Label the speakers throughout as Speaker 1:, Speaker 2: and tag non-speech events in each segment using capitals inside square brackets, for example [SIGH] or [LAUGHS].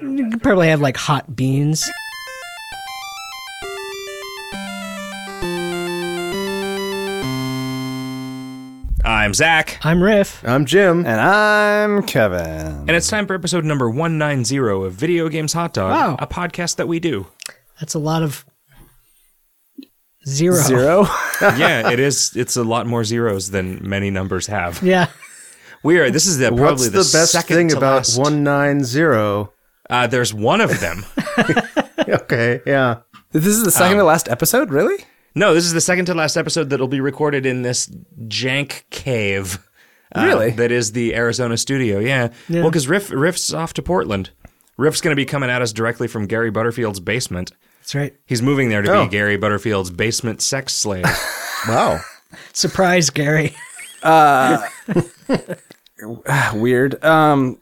Speaker 1: You could probably have like hot beans.
Speaker 2: I'm Zach,
Speaker 1: I'm Riff.
Speaker 3: I'm Jim.
Speaker 4: And I'm Kevin.
Speaker 2: and it's time for episode number 190 of Video Games Hot Dog,
Speaker 1: Wow.
Speaker 2: a podcast that we
Speaker 3: [LAUGHS]
Speaker 2: do.
Speaker 1: That's a lot of zero.
Speaker 4: [LAUGHS] Zero.
Speaker 2: yeah, it is. It's a lot more zeros than many numbers
Speaker 1: [LAUGHS]
Speaker 2: have.
Speaker 1: Yeah.
Speaker 2: We are. This is the, probably
Speaker 3: What's the, best
Speaker 2: second
Speaker 3: thing
Speaker 2: to
Speaker 3: about
Speaker 2: last-
Speaker 3: 190?
Speaker 2: Uh, there's one of them.
Speaker 3: [LAUGHS] Okay, yeah.
Speaker 4: This is the
Speaker 2: Um,
Speaker 4: second to last episode, really?
Speaker 2: no, this is the second to last episode that'll be recorded in this jank cave. uh,
Speaker 4: Really?
Speaker 2: That is the Arizona studio. Yeah. Well, because Riff Riff's off to Portland. Riff's going to be coming at us directly from Gary Butterfield's basement.
Speaker 1: That's right.
Speaker 2: He's moving there to
Speaker 3: Oh.
Speaker 2: be Gary Butterfield's basement sex slave.
Speaker 4: Wow.
Speaker 1: Surprise, Gary. [LAUGHS]
Speaker 4: Weird. Um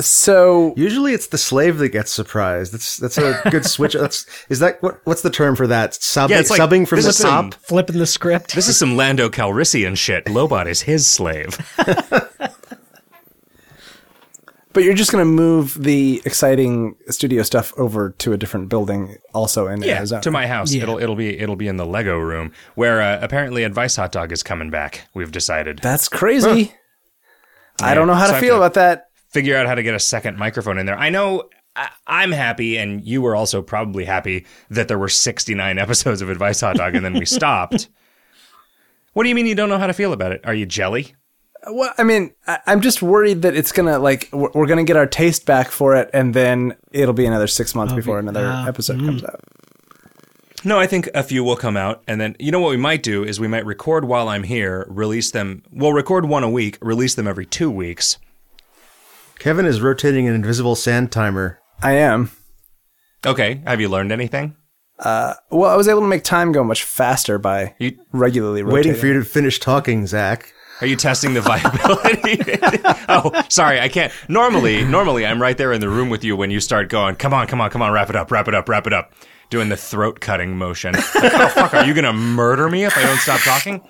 Speaker 4: So
Speaker 3: Usually it's the slave that gets surprised. That's that's a
Speaker 4: [LAUGHS]
Speaker 3: good switch. That's is that what what's the term for that? Subbing,
Speaker 2: Yeah, it's like
Speaker 3: subbing from
Speaker 2: this
Speaker 3: the
Speaker 2: is some-
Speaker 3: top.
Speaker 1: Flipping the script.
Speaker 2: This is some Lando Calrissian shit. Lobot is his slave.
Speaker 4: but you're just gonna move the exciting studio stuff over to a different building also in
Speaker 2: Yeah,
Speaker 4: Arizona.
Speaker 2: to my house. It'll it'll be it'll be in the Lego room where uh, apparently Advice Hot Dog is coming back. We've decided
Speaker 4: That's crazy. I
Speaker 2: Yeah,
Speaker 4: don't know
Speaker 2: so
Speaker 4: how
Speaker 2: I
Speaker 4: to
Speaker 2: have
Speaker 4: feel
Speaker 2: to-
Speaker 4: about that.
Speaker 2: figure out how to get a second microphone in there. I know I, I'm happy, and you were also probably happy that there were 69 [LAUGHS] episodes of Advice Hot Dog, and then [LAUGHS] we stopped. What do you mean you don't know how to feel about it? Are you jelly?
Speaker 4: Well, I mean, I, I'm just worried that it's gonna like we're, we're gonna get our taste back for it, and then it'll be another six months before another episode comes out.
Speaker 2: No, I think a few will come out, and then you know what we might do is we might record while I'm here, release them. We'll record one a week, release them every two weeks.
Speaker 3: Kevin is rotating an invisible sand timer.
Speaker 4: I am.
Speaker 2: Okay, have you learned anything?
Speaker 4: Well, I was able to make time go much faster by
Speaker 2: You-
Speaker 4: regularly rotating.
Speaker 3: Waiting for you to finish talking, Zach.
Speaker 2: Are you testing the [LAUGHS] viability? [LAUGHS] oh, sorry, I can't. Normally, normally I'm right there in the room with you when you start going. Come on, come on, come on, wrap it up, wrap it up, wrap it up. Doing the throat cutting motion. Like, oh fuck, are you gonna murder me if I don't stop talking?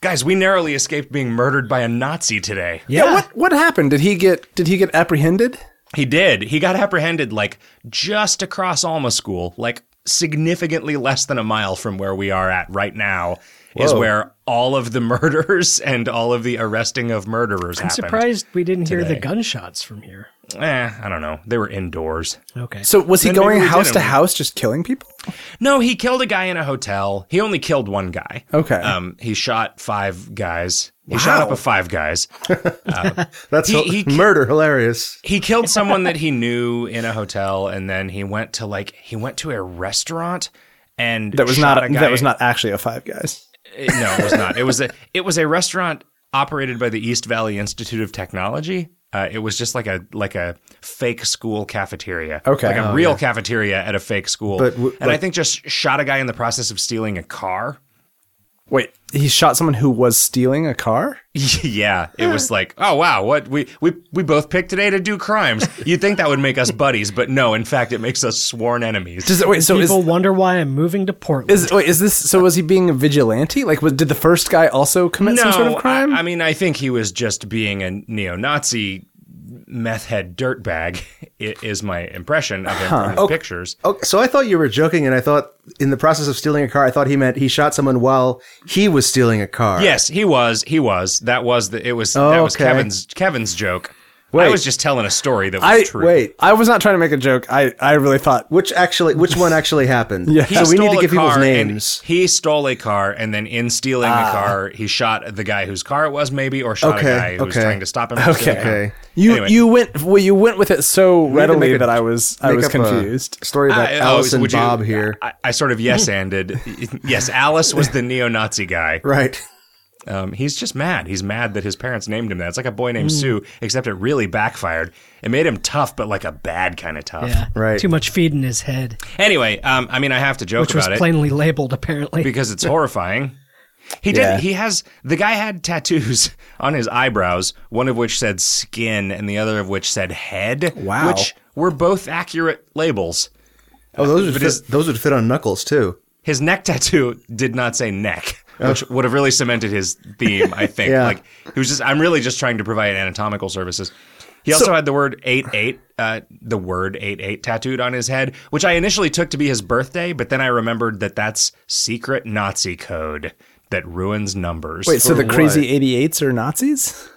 Speaker 2: Guys, we narrowly escaped being murdered by a Nazi today.
Speaker 4: Yeah. What What happened? Did he get Did he get apprehended?
Speaker 2: He did. He got apprehended like just across Alma School, like significantly less than a mile from where we are at right now. Is
Speaker 3: Whoa.
Speaker 2: where all of the [LAUGHS] murders and all of the arresting of murderers
Speaker 1: I'm
Speaker 2: happened.
Speaker 1: surprised we didn't hear the
Speaker 2: today.
Speaker 1: gunshots from here.
Speaker 2: Eh, I don't know. They were indoors.
Speaker 1: Okay.
Speaker 4: So was he
Speaker 2: Then maybe
Speaker 4: going
Speaker 2: we
Speaker 4: house
Speaker 2: did
Speaker 4: to
Speaker 2: him.
Speaker 4: house, just killing people?
Speaker 2: No, he killed a guy in a hotel. He only killed one guy.
Speaker 4: Okay.
Speaker 2: Um, he shot five guys. He shot up a five guys.
Speaker 3: That's
Speaker 2: He-
Speaker 3: hi-
Speaker 2: he-
Speaker 3: murder, hilarious.
Speaker 2: He killed someone that he [LAUGHS] knew in a hotel, and then he went to like he went to a restaurant and
Speaker 4: that was
Speaker 2: shot
Speaker 4: not.
Speaker 2: a guy.
Speaker 4: that was not actually a Five Guys.
Speaker 2: Eh, no, it was not. It was a it was a restaurant operated by the East Valley Institute of Technology. Uh, it was just like a like a fake school cafeteria,
Speaker 4: Okay.
Speaker 2: like a
Speaker 4: Oh,
Speaker 2: real cafeteria at a fake school.
Speaker 3: But w-
Speaker 2: and I
Speaker 3: like-
Speaker 2: think just shot a guy in the process of stealing a car. [LAUGHS]
Speaker 4: Wait, he shot someone who was stealing a car.
Speaker 2: Yeah, it was like, oh wow, what we we we both picked today to do crimes. You'd think that would make us buddies, but no. In fact, it makes us sworn enemies.
Speaker 4: Does it, wait? So
Speaker 1: People wonder why I'm moving to Portland.
Speaker 4: is is wait is this? So was he being a vigilante? Like, was, did the first guy also commit
Speaker 2: no,
Speaker 4: some sort of crime?
Speaker 2: I, I mean, I think he was just being a neo-Nazi meth head dirtbag. i- Is my impression of him from his pictures.
Speaker 3: Oh, so I thought you were joking, and I thought in the process of stealing a car, I thought he meant he shot someone while he was stealing a car.
Speaker 2: Yes, he was. He was. That was the. It was. that was
Speaker 3: Okay.
Speaker 2: Kevin's Kevin's joke. I
Speaker 4: Wait.
Speaker 2: was just telling a story that was
Speaker 4: I
Speaker 2: true.
Speaker 3: Wait,
Speaker 4: I was not trying to make a joke. I I really thought.
Speaker 3: which actually, which one actually happened? Yeah.
Speaker 2: He
Speaker 3: So we need
Speaker 2: stole
Speaker 3: to
Speaker 2: a
Speaker 3: give people's
Speaker 2: car, and
Speaker 3: names. Ah.
Speaker 2: He stole a car, and then in stealing the car, he shot the guy whose car it was, maybe, or shot
Speaker 3: Okay,
Speaker 2: a guy who was
Speaker 3: okay.
Speaker 2: trying to stop him. from stealing the car.
Speaker 3: Okay.
Speaker 4: You
Speaker 2: Anyway.
Speaker 4: you went well, you went with it
Speaker 3: need
Speaker 4: so
Speaker 3: to make
Speaker 4: readily
Speaker 3: a-
Speaker 4: that I was I
Speaker 3: make
Speaker 4: was
Speaker 3: up a
Speaker 4: confused.
Speaker 3: Story about
Speaker 2: I-
Speaker 3: Alice
Speaker 2: oh,
Speaker 3: and
Speaker 2: would you-
Speaker 3: Bob here.
Speaker 2: I, I sort of yes anded. yes, Alice was the neo Nazi guy.
Speaker 3: [LAUGHS] Right.
Speaker 2: Um, he's just mad. He's mad that his parents named him that. It's like a boy named
Speaker 1: Hmm.
Speaker 2: Sue, except it really backfired. It made him tough, but like a bad kind of tough.
Speaker 1: yeah.
Speaker 3: Right.
Speaker 1: Too much feed in his head,
Speaker 2: Anyway, um, I mean, I have to joke
Speaker 1: which was
Speaker 2: about it.
Speaker 1: plainly labeled, apparently.
Speaker 2: because it's horrifying. He did.
Speaker 4: Yeah.
Speaker 2: He has the guy had tattoos [LAUGHS] on his eyebrows, one of which said skin and the other of which said head.
Speaker 4: Wow.
Speaker 2: which were both accurate labels.
Speaker 3: Oh, those would fit,
Speaker 2: is-
Speaker 3: those would fit on knuckles too.
Speaker 2: His neck tattoo did not say neck, which would have really cemented his theme. I think.
Speaker 3: Yeah.
Speaker 2: Like he was just. I'm really just trying to provide anatomical services. He also had the word 8 8, uh, the word 8 8 tattooed on his head, which I initially took to be his birthday, but then I remembered that that's secret Nazi code that ruins numbers.
Speaker 4: Wait, so
Speaker 2: For
Speaker 4: the crazy
Speaker 2: what?
Speaker 4: 88s are Nazis?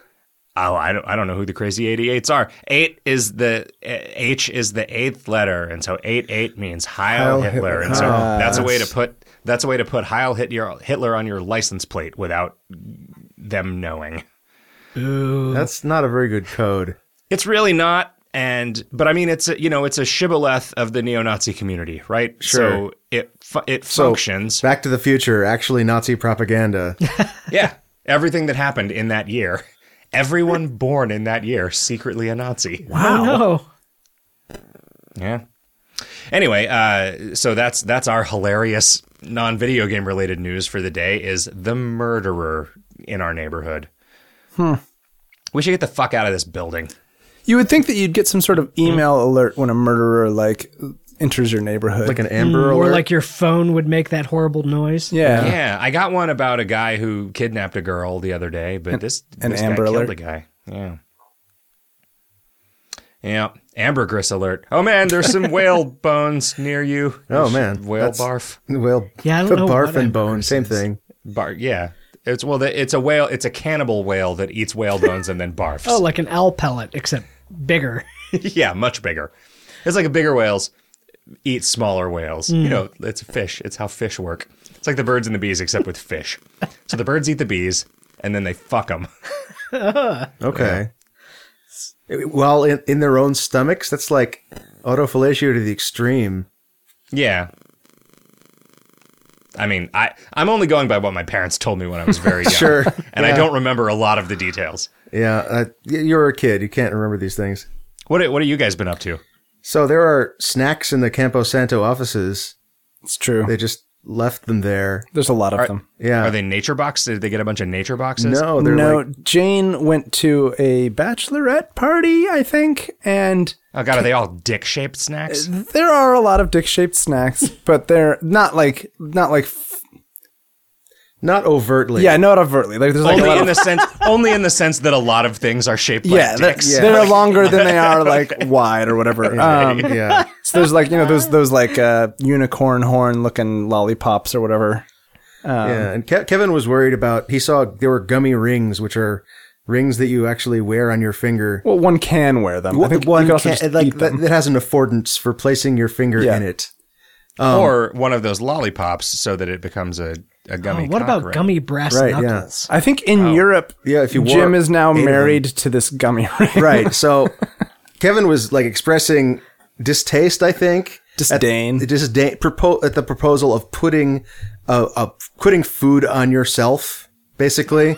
Speaker 2: Oh, I don't, I don't know who the crazy 88s are. 8 is the, eh, H is the eighth letter, and so 8 8 means Heil,
Speaker 3: Heil
Speaker 2: Hitler.
Speaker 3: Hitler.
Speaker 2: And so
Speaker 3: Oh,
Speaker 2: that's a way to put. That's a way to put Heil Hit- your- Hitler on your license plate without them knowing.
Speaker 3: That's not a very good code.
Speaker 2: It's really not. And but I mean, it's a, you know, it's a shibboleth of the neo-Nazi community, right?
Speaker 3: Sure.
Speaker 2: So it fu- it
Speaker 3: So,
Speaker 2: functions.
Speaker 3: Back to the Future, actually Nazi propaganda.
Speaker 2: yeah, everything that happened in that year, [LAUGHS] everyone born in that year secretly a Nazi.
Speaker 1: Wow. [LAUGHS] no.
Speaker 2: Yeah. Anyway, uh, so that's that's our hilarious non-video game related news for the day is the murderer in our neighborhood. Hmm. We should get the fuck out of this building.
Speaker 4: You would think that you'd get some sort of email
Speaker 2: Mm-hmm.
Speaker 4: alert when a murderer like enters your neighborhood.
Speaker 3: like an Amber
Speaker 1: Or
Speaker 3: Alert.
Speaker 1: Mm, like your phone would make that horrible noise.
Speaker 4: yeah.
Speaker 2: Yeah, I got one about a guy who kidnapped a girl the other day, but this
Speaker 4: an
Speaker 2: this
Speaker 4: Amber
Speaker 2: guy
Speaker 4: Alert?
Speaker 2: killed a guy. Yeah, yeah, ambergris alert. Oh man, there's
Speaker 4: [LAUGHS]
Speaker 2: some whale bones near you.
Speaker 3: Oh,
Speaker 2: There's
Speaker 3: man,
Speaker 2: whale
Speaker 3: that's-
Speaker 2: barf
Speaker 3: well,
Speaker 1: Yeah, I don't
Speaker 3: the
Speaker 1: know
Speaker 3: barf
Speaker 1: what
Speaker 3: and
Speaker 1: I'm-
Speaker 3: bone, same thing.
Speaker 2: bar. Yeah, it's well, the- it's a whale. It's a cannibal whale that eats whale bones and then barfs.
Speaker 1: Oh, like an owl pellet, except bigger.
Speaker 2: [LAUGHS] yeah, much bigger. It's like a bigger whales eat smaller whales.
Speaker 3: Mm.
Speaker 2: You know, it's a fish. It's how fish work. It's like the birds and the bees, except with
Speaker 3: [LAUGHS]
Speaker 2: fish. So the birds eat the bees, and then they fuck them.
Speaker 3: Okay. Well, in, in their own stomachs, that's like autofellatio to the extreme.
Speaker 2: [LAUGHS] Yeah. I mean, I I'm only going by what my parents told me when I was
Speaker 3: [LAUGHS]
Speaker 2: very young.
Speaker 3: Sure.
Speaker 2: And I don't remember a lot of the details.
Speaker 3: Yeah, uh, y- you're a kid. You can't remember these things.
Speaker 2: What what have you guys been up to?
Speaker 3: So there are snacks in the Campo Santo offices.
Speaker 4: It's true.
Speaker 3: They just left them there.
Speaker 4: There's a lot of them.
Speaker 3: Yeah.
Speaker 2: Are they nature boxes? Did they get a bunch of nature boxes?
Speaker 3: no, oh, they're
Speaker 4: No,
Speaker 3: like
Speaker 4: Jane went to a bachelorette party, I think, and
Speaker 2: Oh god, are they all dick-shaped snacks?
Speaker 4: there are a lot of
Speaker 3: [LAUGHS]
Speaker 4: dick-shaped snacks, but they're not like not like f-
Speaker 3: not overtly.
Speaker 4: yeah, not overtly. Like there's like a
Speaker 2: Only
Speaker 4: lot
Speaker 2: in
Speaker 4: of
Speaker 2: the sense only in the sense that a lot of things are shaped
Speaker 4: yeah,
Speaker 2: like
Speaker 4: they're,
Speaker 2: dicks.
Speaker 3: [LAUGHS]
Speaker 4: they're longer than they are like wide or whatever. Um,
Speaker 3: yeah.
Speaker 4: so there's like you know those those like uh, unicorn horn looking lollipops or whatever.
Speaker 3: yeah. And Ke- Kevin was worried about. He saw there were gummy rings, which are rings that you actually wear on your finger.
Speaker 4: Well, one can wear them. I think you
Speaker 3: One
Speaker 4: could also
Speaker 3: can-
Speaker 4: just
Speaker 3: like
Speaker 4: eat them.
Speaker 3: that, that has an affordance for placing your finger
Speaker 4: Yeah.
Speaker 3: in it.
Speaker 2: or
Speaker 4: Um,
Speaker 2: one of those lollipops so that it becomes a, a
Speaker 1: Oh,
Speaker 2: gummy.
Speaker 1: what about
Speaker 2: cock ring.
Speaker 1: gummy brass
Speaker 3: Right, yeah.
Speaker 1: knuckles?
Speaker 4: I think in Europe,
Speaker 3: Yeah, if you wore
Speaker 4: Jim is now
Speaker 3: eight of
Speaker 4: married to this gummy [LAUGHS] ring.
Speaker 3: Right. So Kevin was like expressing distaste, I think.
Speaker 4: Disdain.
Speaker 3: At, disdain propo- at the proposal of putting uh, uh, putting food on yourself, basically.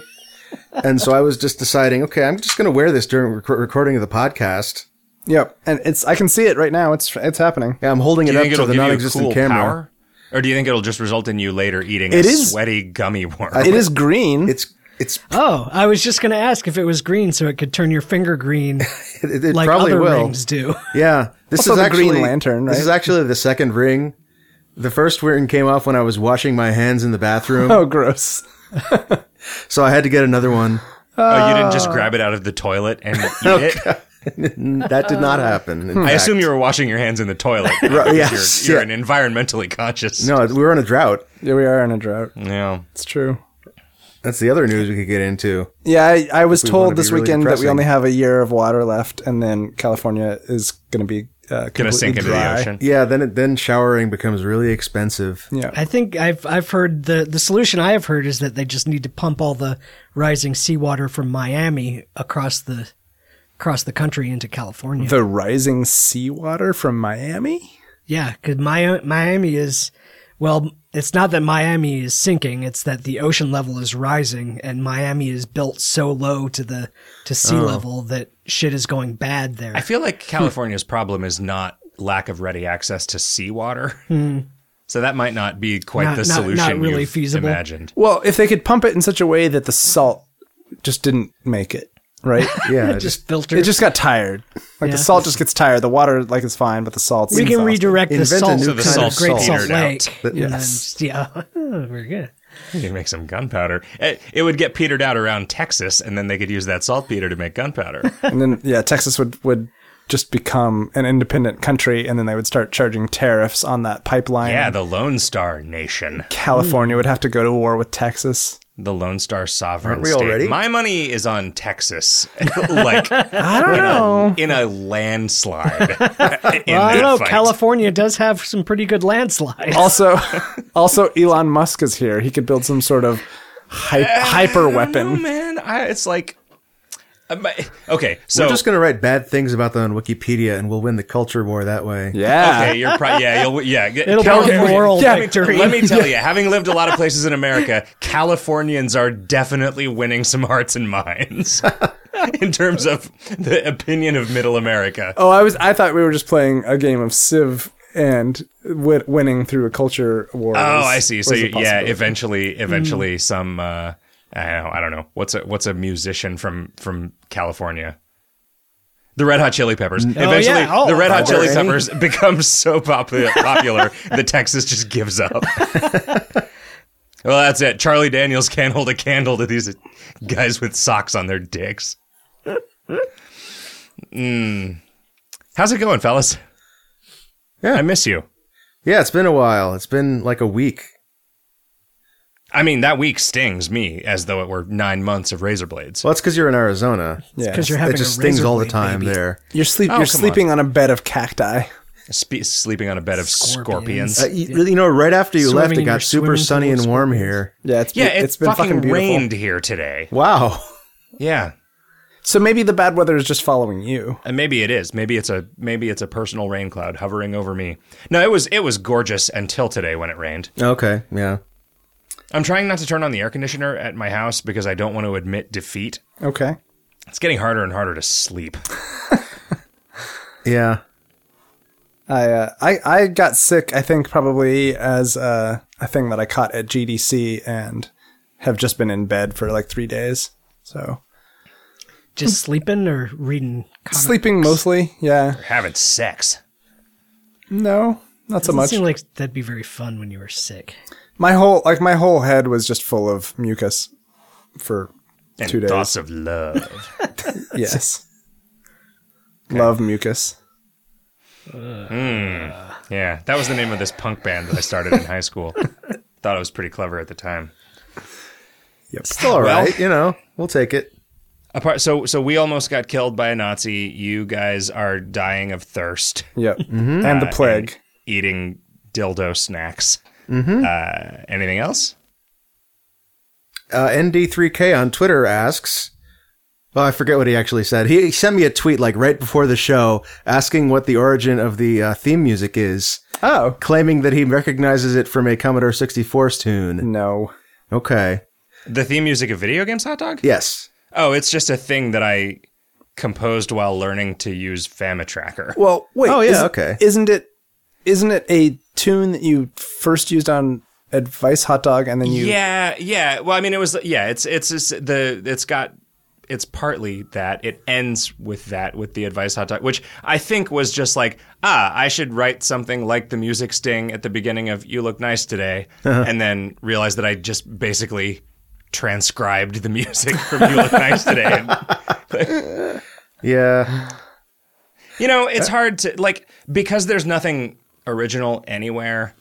Speaker 3: and so I was just deciding, okay, I'm just going to wear this during rec- recording of the podcast.
Speaker 4: Yep, and it's I can see it right now. It's it's happening.
Speaker 3: Yeah, I'm holding
Speaker 2: Do
Speaker 3: it
Speaker 2: you
Speaker 3: up
Speaker 2: think
Speaker 3: to
Speaker 2: it'll
Speaker 3: the
Speaker 2: give you
Speaker 3: non-existent
Speaker 2: cool
Speaker 3: camera.
Speaker 2: power? Or do you think it'll just result in you later eating
Speaker 4: It
Speaker 2: a
Speaker 4: is-
Speaker 2: sweaty gummy worm?
Speaker 4: It is green.
Speaker 3: It's it's
Speaker 1: Oh, I was just going to ask if it was green so it could turn your finger green
Speaker 3: it, it
Speaker 1: like
Speaker 3: probably
Speaker 1: other
Speaker 3: will.
Speaker 1: rings do.
Speaker 3: Yeah, this
Speaker 4: Also
Speaker 3: is
Speaker 4: the
Speaker 3: actually
Speaker 4: Green Lantern,
Speaker 3: This is
Speaker 4: right?
Speaker 3: actually the second ring. The first ring came off when I was washing my hands in the bathroom,
Speaker 4: [LAUGHS] [LAUGHS] oh, gross.
Speaker 3: so I had to get another one.
Speaker 2: [LAUGHS] oh, you didn't
Speaker 4: Uh,
Speaker 2: just grab it out of the toilet
Speaker 4: [LAUGHS]
Speaker 2: and eat it?
Speaker 3: That did not happen. in
Speaker 2: Uh, I
Speaker 3: fact.
Speaker 2: assume you were washing your hands in the
Speaker 4: [LAUGHS]
Speaker 2: toilet.
Speaker 3: Right,
Speaker 2: You're,
Speaker 3: yes,
Speaker 2: you're
Speaker 3: yeah.
Speaker 2: an environmentally conscious.
Speaker 3: No, we were in a drought.
Speaker 4: Yeah, we are in a drought.
Speaker 2: Yeah.
Speaker 4: It's true.
Speaker 3: That's the other news we could get into.
Speaker 4: Yeah, I, I was
Speaker 3: wanna
Speaker 4: told
Speaker 3: be
Speaker 4: this
Speaker 3: really
Speaker 4: weekend that we
Speaker 3: depressing.
Speaker 4: only have a year of water left, and then California is going to be uh,
Speaker 2: Gonna
Speaker 4: completely
Speaker 2: sink into
Speaker 4: dry.
Speaker 2: the ocean.
Speaker 3: Yeah, then it, then showering becomes really expensive.
Speaker 4: Yeah,
Speaker 1: I think I've I've heard the the solution I have heard is that they just need to pump all the rising seawater from Miami across the across the country into California.
Speaker 4: the rising seawater from Miami.
Speaker 1: yeah, because Miami is well, it's not that Miami is sinking; it's that the ocean level is rising, and Miami is built so low to the to sea level that shit is going bad there.
Speaker 2: I feel
Speaker 1: Hmm.
Speaker 2: like California's problem is not lack of ready access to seawater. So that might not be quite
Speaker 1: Hmm. Not-
Speaker 2: the
Speaker 1: not-
Speaker 2: solution
Speaker 1: not really
Speaker 2: you've
Speaker 1: feasible.
Speaker 2: imagined.
Speaker 4: Well, if they could pump it in such a way that the salt just didn't make it right,
Speaker 3: Yeah,
Speaker 1: It
Speaker 3: just
Speaker 1: just filters.
Speaker 4: it just got tired. Like
Speaker 1: Yeah.
Speaker 4: the salt just gets tired. The water like is fine, but the salt's
Speaker 1: we can
Speaker 4: exhausted.
Speaker 1: redirect the
Speaker 3: Invent a
Speaker 1: salt
Speaker 3: new
Speaker 1: to
Speaker 2: kind
Speaker 1: the
Speaker 2: of
Speaker 1: Great
Speaker 2: salt.
Speaker 1: Salt
Speaker 2: Petered out.
Speaker 1: Lake.
Speaker 3: But-
Speaker 1: And then- yeah, [LAUGHS] very good.
Speaker 2: You can make some gunpowder. It, it would get petered out around Texas, and then they could use that saltpeter to make
Speaker 1: [LAUGHS]
Speaker 2: gunpowder.
Speaker 4: and then yeah, Texas would would just become an independent country, and then they would start charging tariffs on that pipeline.
Speaker 2: yeah,
Speaker 4: and
Speaker 2: the Lone Star Nation,
Speaker 4: California would have to go to war
Speaker 2: [LAUGHS]
Speaker 4: with Texas.
Speaker 2: the Lone Star sovereign
Speaker 3: Aren't we
Speaker 2: state.
Speaker 3: already?
Speaker 2: My money is on Texas, [LAUGHS] like
Speaker 4: I don't know.
Speaker 2: in a
Speaker 1: [LAUGHS]
Speaker 2: landslide. [LAUGHS] in
Speaker 1: I
Speaker 2: that
Speaker 1: don't know.
Speaker 2: fight.
Speaker 1: California does have some pretty good landslides.
Speaker 4: Also, also Elon Musk is here. He could build some sort of hy- hyper
Speaker 2: No, [LAUGHS]
Speaker 4: weapon.
Speaker 2: man, I, it's like. I'm- Okay, so
Speaker 3: We're just going to write bad things about them on Wikipedia, and we'll win the culture war that way.
Speaker 4: Yeah.
Speaker 2: okay, you're probably yeah, you'll, yeah.
Speaker 1: It'll be a
Speaker 2: California-
Speaker 1: moral
Speaker 4: Yeah,
Speaker 1: victory.
Speaker 2: Let me
Speaker 1: [LAUGHS]
Speaker 2: tell you, having lived a lot of places in America, Californians are definitely winning some [LAUGHS] hearts and minds [LAUGHS] in terms of the opinion of middle America.
Speaker 4: Oh, I was. I thought we were just playing a game of Civ and wi- winning through a culture war.
Speaker 2: Oh,
Speaker 4: was-
Speaker 2: I see. So
Speaker 4: was
Speaker 2: you-
Speaker 4: a
Speaker 2: yeah,
Speaker 4: possibility.
Speaker 2: eventually,
Speaker 1: Hmm.
Speaker 2: eventually, some uh, I don't know. I don't know. What's a what's a musician from from California? The Red Hot Chili Peppers. eventually,
Speaker 1: yeah. Oh,
Speaker 2: the Red Hot
Speaker 1: okay.
Speaker 2: Chili Peppers [LAUGHS] becomes so popu- popular [LAUGHS] that Texas just gives up. [LAUGHS] well, that's it. Charlie Daniels can't hold a candle to these guys with socks on their dicks. Mm. How's it going, fellas?
Speaker 3: Yeah.
Speaker 2: I miss you.
Speaker 3: Yeah, it's been a while. It's been like a week.
Speaker 2: I mean, that week stings me as though it were nine months of razor blades.
Speaker 3: Well, it's because you're in Arizona.
Speaker 4: Yeah.
Speaker 1: because you're having
Speaker 3: It just
Speaker 1: a razor
Speaker 3: stings all the
Speaker 1: blade,
Speaker 3: time
Speaker 1: baby.
Speaker 3: there.
Speaker 4: You're sleep.
Speaker 2: Oh,
Speaker 4: you're
Speaker 2: come
Speaker 4: sleeping on. a bed of cacti.
Speaker 2: Spe- sleeping on a bed of scorpions.
Speaker 1: Scorpions.
Speaker 3: Uh, you, you know, right after you
Speaker 1: Swimming
Speaker 3: left, it
Speaker 1: in your
Speaker 3: got super
Speaker 1: swimming
Speaker 3: sunny
Speaker 1: pool
Speaker 3: and
Speaker 1: of
Speaker 3: warm here.
Speaker 4: Yeah, it's
Speaker 2: yeah,
Speaker 4: be-
Speaker 2: it
Speaker 4: it's been fucking, beautiful.
Speaker 2: rained here today.
Speaker 3: Wow. [LAUGHS]
Speaker 2: Yeah,
Speaker 4: So maybe the bad weather is just following you.
Speaker 2: and maybe it is. Maybe it's a maybe it's a personal rain cloud hovering over me. No, it was it was gorgeous until today when it rained.
Speaker 3: Okay. Yeah.
Speaker 2: I'm trying not to turn on the air conditioner at my house because I don't want to admit defeat.
Speaker 4: Okay.
Speaker 2: It's getting harder and harder to sleep.
Speaker 3: Yeah.
Speaker 4: I uh, I I got sick. I think probably as a, a thing that I caught at GDC and have just been in bed for like three days. So
Speaker 1: [LAUGHS] Just sleeping or reading comics.
Speaker 4: sleeping mostly. Yeah.
Speaker 2: Having sex.
Speaker 4: No, not so
Speaker 1: Doesn't
Speaker 4: much.
Speaker 1: seem like that'd be very fun when you were sick.
Speaker 4: my whole like my whole head was just full of mucus for
Speaker 2: And
Speaker 4: two days.
Speaker 2: thoughts of love.
Speaker 4: Yes. Love mucus.
Speaker 2: yeah, that was the name of this punk band that I started in high
Speaker 4: [LAUGHS]
Speaker 2: school. Thought it was pretty clever at the time.
Speaker 3: Still all right.
Speaker 2: Well-
Speaker 3: You know, we'll take it.
Speaker 2: Apart, so so we almost got killed by a Nazi. You guys are dying of thirst,
Speaker 4: Yep. And the plague.
Speaker 2: eating dildo snacks. Uh, anything else?
Speaker 3: Uh, ND3K on Twitter asks. Oh, I forget what he actually said. He he sent me a tweet like right before the show asking what the origin of the uh, theme music is,
Speaker 4: oh
Speaker 3: claiming that he recognizes it from a Commodore 64 tune.
Speaker 4: no.
Speaker 3: Okay.
Speaker 2: The theme music of video games, hot dog.
Speaker 3: Yes.
Speaker 2: Oh, it's just a thing that I composed while learning to use Famitracker.
Speaker 4: Well, wait.
Speaker 3: Oh, yeah,
Speaker 4: isn't-
Speaker 3: okay.
Speaker 4: Isn't it? Isn't it a tune that you first used on Advice Hot Dog, and then you?
Speaker 2: Yeah, yeah. Well, I mean, it was yeah. It's it's it's the it's got it's partly that it ends with that with the advice hot dog, which I think was just like ah, I should write something like the music sting at the beginning of "You Look Nice Today," and then realized that I just basically transcribed the music from "You Look Nice Today."
Speaker 3: Yeah.
Speaker 2: You know, it's hard to like because there's nothing original anywhere.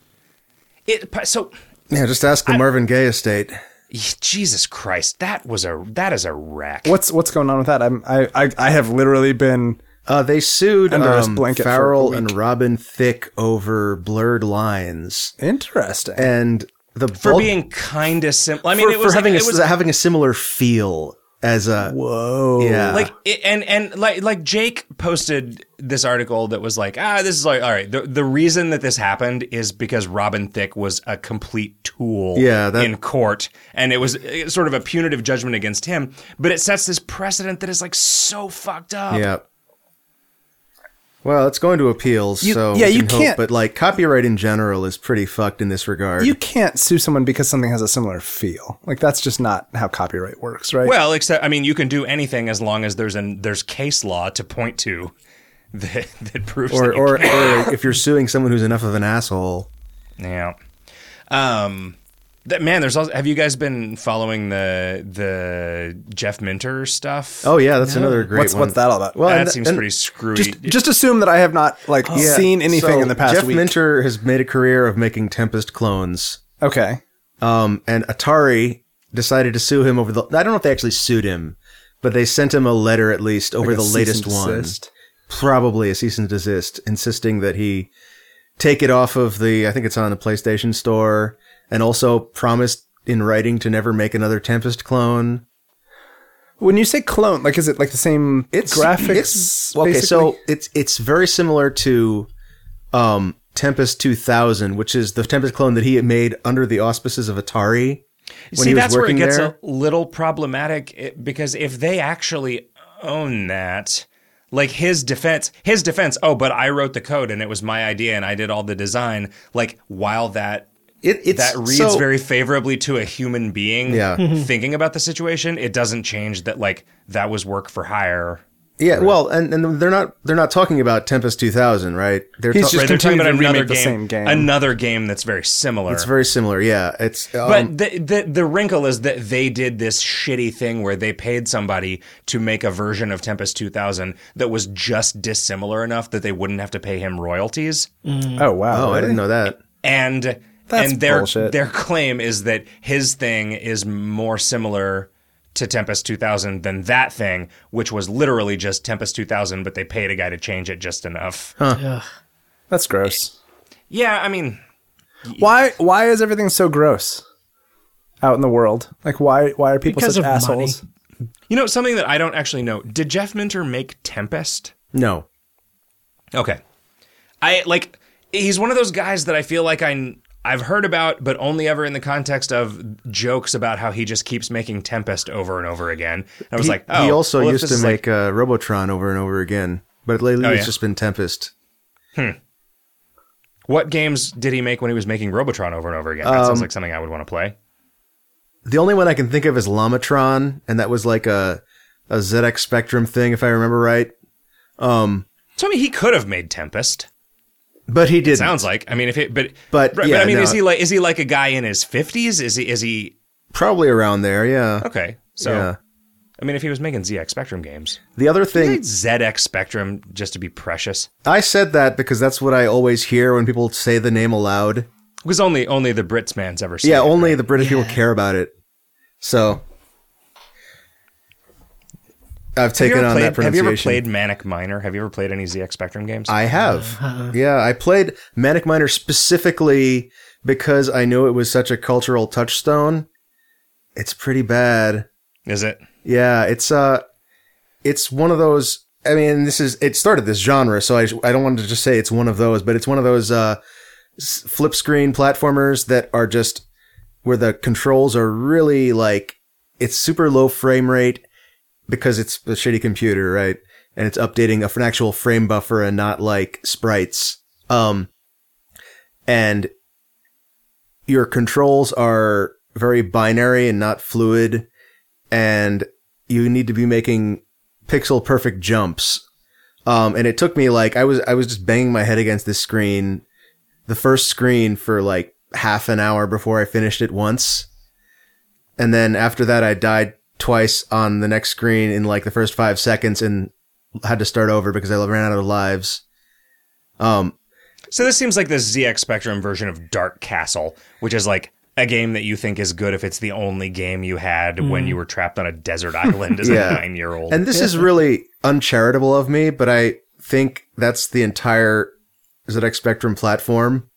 Speaker 2: It so
Speaker 3: Yeah. Just ask the Marvin Gaye estate.
Speaker 2: Jesus Christ, that was a that is a wreck.
Speaker 4: What's what's going on with that? I'm I I, I have literally been.
Speaker 3: Uh, they sued
Speaker 4: Under his
Speaker 3: um,
Speaker 4: blanket for a
Speaker 3: Farrell
Speaker 4: week.
Speaker 3: and Robin Thicke over blurred lines
Speaker 4: Interesting.
Speaker 3: and the
Speaker 2: for being kind of simple. I mean,
Speaker 3: for,
Speaker 2: it
Speaker 3: for
Speaker 2: was
Speaker 3: having
Speaker 2: like,
Speaker 3: a,
Speaker 2: it was
Speaker 3: having a similar feel as a
Speaker 4: Whoa.
Speaker 3: yeah
Speaker 2: like it, and and like like Jake posted this article that was like ah this is like all right the the reason that this happened is because Robin Thicke was a complete tool
Speaker 3: Yeah, that-
Speaker 2: in court and it was uh, sort of a punitive judgment against him but it sets this precedent that is like so fucked up
Speaker 3: yeah. Well, it's going to appeals,
Speaker 4: You-
Speaker 3: so
Speaker 4: yeah,
Speaker 3: we
Speaker 4: you
Speaker 3: can hope,
Speaker 4: can't-
Speaker 3: But like copyright in general is pretty fucked in this regard.
Speaker 4: You can't sue someone because something has a similar feel. Like that's just not how copyright works, right?
Speaker 2: well except I mean you can do anything as long as there's an there's case law to point to [LAUGHS] that that proves
Speaker 3: or
Speaker 2: that you
Speaker 3: or, or if you're suing someone who's enough of an asshole,
Speaker 2: Yeah. Um, That, man, there's also. Have you guys been following the the Jeff Minter stuff?
Speaker 3: Oh yeah, that's another great
Speaker 4: What's
Speaker 3: one.
Speaker 4: what's that all about?
Speaker 3: Well,
Speaker 2: that
Speaker 3: and-
Speaker 2: seems
Speaker 3: and
Speaker 2: pretty screwy.
Speaker 4: Just just assume that I have not like
Speaker 3: yeah,
Speaker 4: seen anything
Speaker 3: so
Speaker 4: in the past
Speaker 3: Jeff
Speaker 4: week.
Speaker 3: Minter has made a career of making Tempest clones.
Speaker 4: okay.
Speaker 3: Um, and Atari decided to sue him over the. I don't know if they actually sued him, but they sent him a letter at least over
Speaker 4: Like a
Speaker 3: the
Speaker 4: cease
Speaker 3: latest
Speaker 4: and
Speaker 3: one,
Speaker 4: desist.
Speaker 3: probably a cease and desist, insisting that he take it off of the. I think it's on the PlayStation Store, and also promised in writing to never make another Tempest clone.
Speaker 4: When you say clone, like is it like the same graphics?
Speaker 3: it's- okay, so it's it's very similar to um, Tempest 2000, which is the Tempest clone that he had made under the auspices of Atari when
Speaker 2: See,
Speaker 3: he was
Speaker 2: that's
Speaker 3: working
Speaker 2: where it gets
Speaker 3: there.
Speaker 2: a little problematic it- because if they actually own that, like his defense, his defense, oh, but I wrote the code and it was my idea and I did all the design. Like, while that
Speaker 3: It, it's
Speaker 2: that reads
Speaker 3: so-
Speaker 2: very favorably to a human being
Speaker 3: Yeah.
Speaker 2: thinking about the situation, it doesn't change that like that was work for hire.
Speaker 3: yeah. Well, and, and they're not they're not talking about Tempest 2000, right? They're
Speaker 4: He's
Speaker 3: ta-
Speaker 4: just-
Speaker 2: Right, they're talking
Speaker 4: continue
Speaker 2: about
Speaker 4: to
Speaker 2: another
Speaker 4: remake the
Speaker 2: game,
Speaker 4: same game.
Speaker 2: another game that's very similar.
Speaker 3: it's very similar. Yeah, it's um,
Speaker 2: But the, the the wrinkle is that they did this shitty thing where they paid somebody to make a version of Tempest 2000 that was just dissimilar enough that they wouldn't have to pay him royalties.
Speaker 4: oh wow,
Speaker 3: oh, I didn't know that.
Speaker 2: And
Speaker 4: That's
Speaker 2: and their
Speaker 4: bullshit.
Speaker 2: their claim is that his thing is more similar to Tempest 2000 than that thing, which was literally just Tempest 2000, but they paid a guy to change it just enough.
Speaker 4: that's gross.
Speaker 2: Yeah, I mean,
Speaker 4: Why why is everything so gross out in the world? Like why why are people
Speaker 1: Because
Speaker 4: such
Speaker 1: of
Speaker 4: assholes?
Speaker 2: you know something that I don't actually know. Did Jeff Minter make Tempest?
Speaker 3: No,
Speaker 2: Okay. I like he's one of those guys that I feel like I I've heard about but only ever in the context of jokes about how he just keeps making Tempest over and over again. And I was
Speaker 3: he,
Speaker 2: like, oh,
Speaker 3: he also
Speaker 2: well, if
Speaker 3: used
Speaker 2: this
Speaker 3: to
Speaker 2: is
Speaker 3: make uh, Robotron over and over again, but lately
Speaker 2: Oh,
Speaker 3: it's
Speaker 2: yeah.
Speaker 3: just been Tempest.
Speaker 2: like- what games did he make when he was making Robotron over and over again? That
Speaker 3: Um,
Speaker 2: sounds like something I would want to play.
Speaker 3: The only one I can think of is Lamatron, and that was like a a ZX Spectrum thing, if I remember right.
Speaker 2: So I mean, he could have made Tempest.
Speaker 3: But he didn't.
Speaker 2: Sounds like I mean, if it, but
Speaker 3: But,
Speaker 2: right,
Speaker 3: yeah,
Speaker 2: I mean,
Speaker 3: no.
Speaker 2: is he like is he like a guy in his fifties? Is he is he
Speaker 3: Probably around there, yeah.
Speaker 2: okay? Oh, So
Speaker 3: Yeah.
Speaker 2: I mean, if he was making ZX Spectrum games,
Speaker 3: The other thing
Speaker 2: ZX Spectrum, just to be precious,
Speaker 3: I said that because that's what I always hear when people say the name aloud.
Speaker 2: because only only the Brits man's ever seen.
Speaker 3: Yeah,
Speaker 2: it,
Speaker 3: only the British people care about it. So
Speaker 2: Have
Speaker 3: I've
Speaker 2: you
Speaker 3: taken
Speaker 2: ever
Speaker 3: on
Speaker 2: played-
Speaker 3: that pronunciation.
Speaker 2: Have you ever played Manic Miner? Have you ever played any ZX Spectrum games?
Speaker 3: I have. Yeah, I played Manic Miner specifically because I knew it was such a cultural touchstone. It's pretty bad.
Speaker 2: Is it?
Speaker 3: Yeah, it's uh it's one of those I mean, this is it started this genre, so I I don't want to just say it's one of those, but it's one of those uh s- flip screen platformers that are just where the controls are really like it's super low frame rate because it's a shitty computer, right? And it's updating a- an actual frame buffer and not like sprites. Um and your controls are very binary and not fluid and you need to be making pixel perfect jumps. Um, and it took me like I was I was just banging my head against this screen, the first screen for like half an hour before I finished it once, and then after that I died twice on the next screen in like the first five seconds and had to start over because I ran out of lives. Um,
Speaker 2: So this seems like the ZX Spectrum version of Dark Castle, which is like a game that you think is good if it's the only game you had when you were trapped on a desert island as
Speaker 3: Mm. [LAUGHS] Yeah.
Speaker 2: a nine-year-old.
Speaker 3: And this is really uncharitable of me, but I think that's the entire ZX Spectrum platform.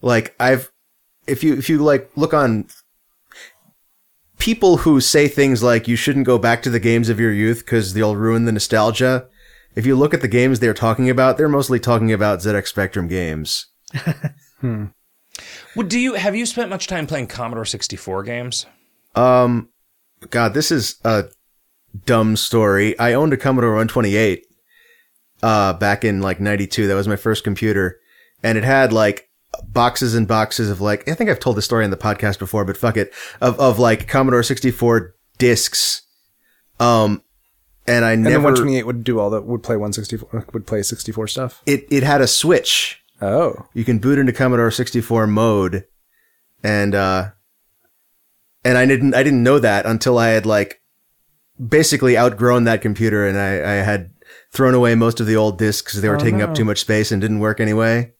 Speaker 3: Like I've if you if you like look on people who say things like you shouldn't go back to the games of your youth cuz they'll ruin the nostalgia. If you look at the games they're talking about, they're mostly talking about ZX Spectrum games.
Speaker 2: well, do you have you spent much time playing Commodore 64 games?
Speaker 3: Um god, this is a dumb story. I owned a Commodore 128 uh, back in like 92. That was my first computer. And it had like boxes and boxes of like, I think I've told this story in the podcast before, but fuck it, of, of like Commodore 64 discs. Um, and I
Speaker 4: And then
Speaker 3: never,
Speaker 4: 128 would do all that. Would play 164. Would play 64 stuff.
Speaker 3: it, it had a switch.
Speaker 4: Oh,
Speaker 3: You can boot into Commodore 64 mode. and uh, and I didn't I didn't know that until I had like basically outgrown that computer, and I, I had thrown away most of the old disks because they were taking up too much space and didn't work anyway.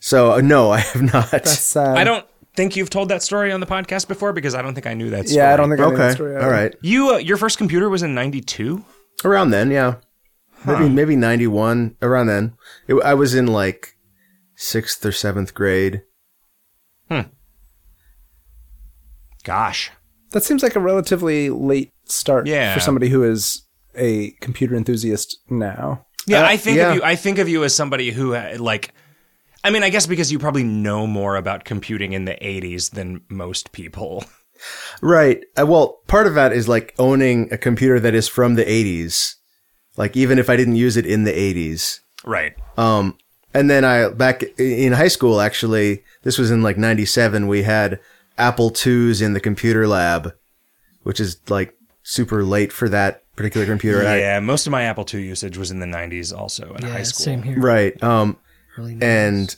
Speaker 3: So uh, no, I have [LAUGHS] not.
Speaker 4: That's
Speaker 3: Um,
Speaker 4: sad.
Speaker 2: I don't think you've told that story on the podcast before because I don't think I knew that story.
Speaker 4: Yeah, I don't think I knew that
Speaker 3: okay,
Speaker 4: story.
Speaker 3: all right,
Speaker 2: You, uh, your first computer was in 92?
Speaker 3: around then, yeah, maybe maybe ninety one, around then. It, I was in like sixth or seventh grade.
Speaker 2: Gosh.
Speaker 4: That seems like a relatively late start
Speaker 2: Yeah.
Speaker 4: for somebody who is a computer enthusiast now.
Speaker 2: Yeah, I think
Speaker 3: yeah.
Speaker 2: of you. I think of you as somebody who uh, like. I mean, I guess because you probably know more about computing in the '80s than most people. [LAUGHS]
Speaker 3: Right. Uh, well, part of that is like owning a computer that is from the 80s. Like even if I didn't use it in the 80s.
Speaker 2: Right.
Speaker 3: Um and then I back i- in high school actually, this was in like 97, we had Apple 2s in the computer lab, which is like super late for that particular computer. And I-
Speaker 2: yeah, most of my Apple II usage was in the '90s, also in
Speaker 1: Yeah,
Speaker 2: high school.
Speaker 1: same here.
Speaker 3: right. Um
Speaker 1: Really nice.
Speaker 3: and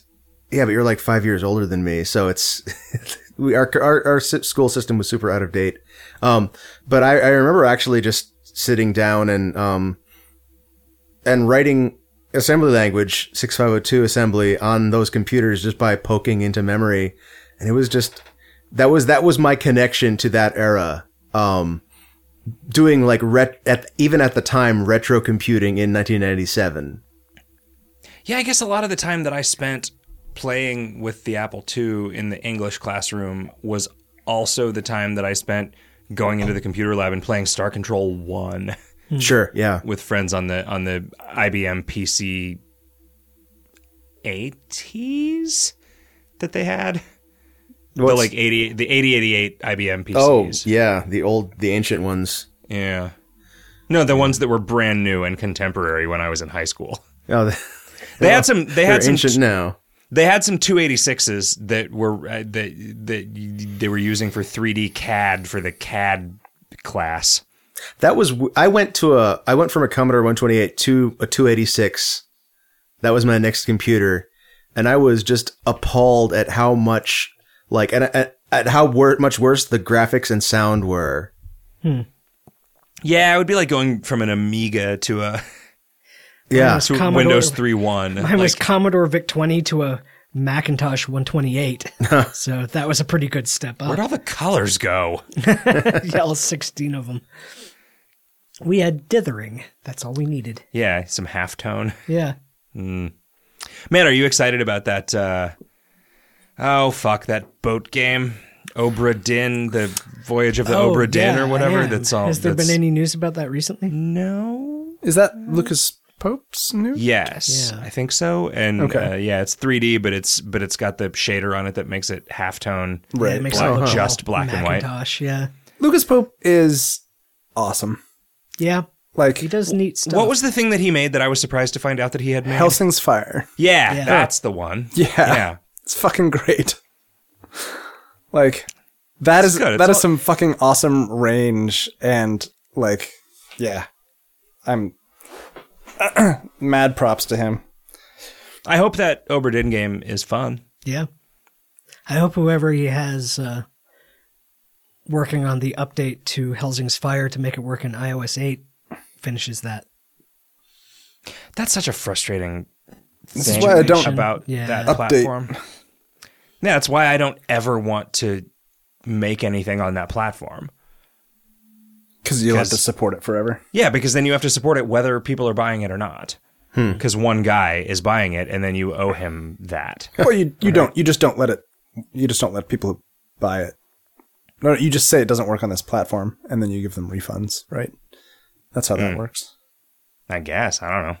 Speaker 3: yeah, but you're like 5 years older than me, so it's [LAUGHS] we our our, our s- school system was super out of date. Um, but I, I remember actually just sitting down and um, and writing assembly language 6502 assembly on those computers just by poking into memory, and it was just that was that was my connection to that era. Um, doing like ret- at even at the time retro computing in 1997.
Speaker 2: Yeah, I guess a lot of the time that I spent playing with the Apple II in the English classroom was also the time that I spent going into the computer lab and playing Star Control One [LAUGHS]
Speaker 3: Sure, yeah.
Speaker 2: with friends on the on the IBM PC 80s that they had. the
Speaker 3: What's-
Speaker 2: like 80 the 8088 IBM PCs.
Speaker 3: Oh, yeah, the old the ancient ones.
Speaker 2: Yeah. No, the ones that were brand new and contemporary when I was in high school.
Speaker 3: Oh, [LAUGHS] they-
Speaker 2: They had some they
Speaker 3: they're
Speaker 2: had some
Speaker 3: ancient now.
Speaker 2: they had some 286s that were uh, that that y- they were using for 3D CAD for the CAD class.
Speaker 3: That was w- I went to a I went from a Commodore 128 to a 286. That was my next computer, and I was just appalled at how much like and at, at how wor- much worse the graphics and sound were.
Speaker 2: Yeah, it would be like going from an Amiga to a
Speaker 3: Yeah,
Speaker 1: It's
Speaker 2: to
Speaker 1: Commodore.
Speaker 2: Windows 31.
Speaker 1: Mine was
Speaker 2: Like-
Speaker 1: Commodore VIC 20 to a Macintosh 128. so that was a pretty good step
Speaker 2: Where'd
Speaker 1: up.
Speaker 2: all the colors go?
Speaker 1: [LAUGHS] yeah, all 16 of them. We had dithering. That's all we needed.
Speaker 2: Yeah, some halftone.
Speaker 1: Yeah.
Speaker 2: Man, are you excited about that? Uh, oh fuck, that boat game, Obra Dinn, the Voyage of the
Speaker 1: Oh,
Speaker 2: Obra Dinn
Speaker 1: yeah,
Speaker 2: or
Speaker 1: I
Speaker 2: whatever.
Speaker 1: am.
Speaker 2: That's all.
Speaker 1: Has there
Speaker 2: that's,
Speaker 1: been any news about that recently?
Speaker 2: No.
Speaker 4: Is that Lucas Pope's new?
Speaker 2: Yes,
Speaker 1: Yeah.
Speaker 2: I think so. And
Speaker 4: Okay.
Speaker 2: uh, yeah, it's 3D, but it's but it's got the shader on it that makes it halftone.
Speaker 4: Right.
Speaker 1: it makes
Speaker 2: black-
Speaker 1: it look
Speaker 2: just
Speaker 1: all
Speaker 2: black and white.
Speaker 1: Macintosh, yeah.
Speaker 4: Lucas Pope is awesome.
Speaker 1: Yeah.
Speaker 4: Like
Speaker 1: He does neat stuff.
Speaker 2: What was the thing that he made that I was surprised to find out that he had made?
Speaker 4: Helsing's Fire.
Speaker 2: yeah,
Speaker 1: Yeah.
Speaker 2: that's the one.
Speaker 4: [LAUGHS] Yeah.
Speaker 2: yeah.
Speaker 4: It's fucking great. Like that is that
Speaker 2: good.
Speaker 4: is
Speaker 2: It's all-
Speaker 4: some fucking awesome range and like yeah. I'm [CLEARS THROAT] mad props to him.
Speaker 2: I hope that Obra Dinn game is fun.
Speaker 1: Yeah. I hope whoever he has uh, working on the update to Helsing's Fire to make it work in iOS 8 finishes that.
Speaker 2: That's such a frustrating. This
Speaker 4: is why I don't-
Speaker 2: about
Speaker 1: Yeah.
Speaker 2: that
Speaker 4: Update.
Speaker 2: platform. Yeah, that's why I don't ever want to make anything on that platform.
Speaker 4: Because you'll have to
Speaker 2: 'Cause-
Speaker 4: support
Speaker 2: [LAUGHS]
Speaker 4: it forever.
Speaker 2: Yeah, because then you have to support it whether people are buying it or not.
Speaker 4: Hmm.
Speaker 2: Because one guy is buying it, and then you owe him that.
Speaker 4: Well you you don't you just don't let it you just don't let people buy it. No, you just say it doesn't work on this platform and then you give them refunds, right? That's how
Speaker 2: Mm.
Speaker 4: that works.
Speaker 2: I guess I don't know.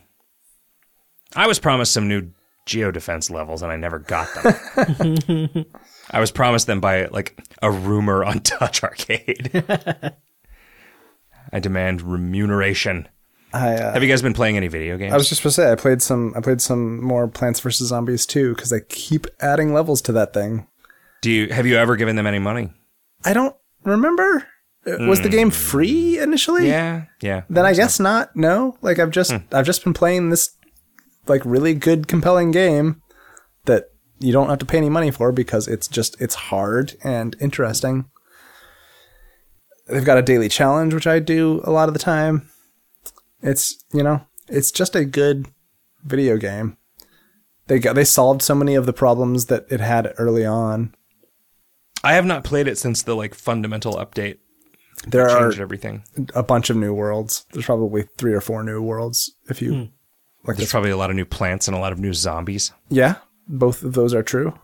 Speaker 2: I was promised some new geo defense levels, and I never got them. I was promised them by like a rumor on [LAUGHS] Touch Arcade. I demand remuneration.
Speaker 4: I uh,
Speaker 2: Have you guys been playing any video games?
Speaker 4: I was just supposed to say I played some I played some more Plants vs Zombies too because they keep adding levels to that thing.
Speaker 2: Do you have you ever given them any money?
Speaker 4: I don't remember. Uh, Was the game free initially?
Speaker 2: Yeah, yeah.
Speaker 4: Then I guess not. No, like I've just I've just been playing this like really good compelling game that you don't have to pay any money for because it's just it's hard and interesting. They've got a daily challenge which I do a lot of the time. It's, you know, it's just a good video game. They got they solved so many of the problems that it had early on.
Speaker 2: I have not played it since the like fundamental update.
Speaker 4: There are
Speaker 2: Changed everything.
Speaker 4: a bunch of new worlds. There's probably three or four new worlds if you
Speaker 2: There's
Speaker 4: like this.
Speaker 2: probably a lot of new plants and a lot of new zombies.
Speaker 4: Yeah, both of those are true.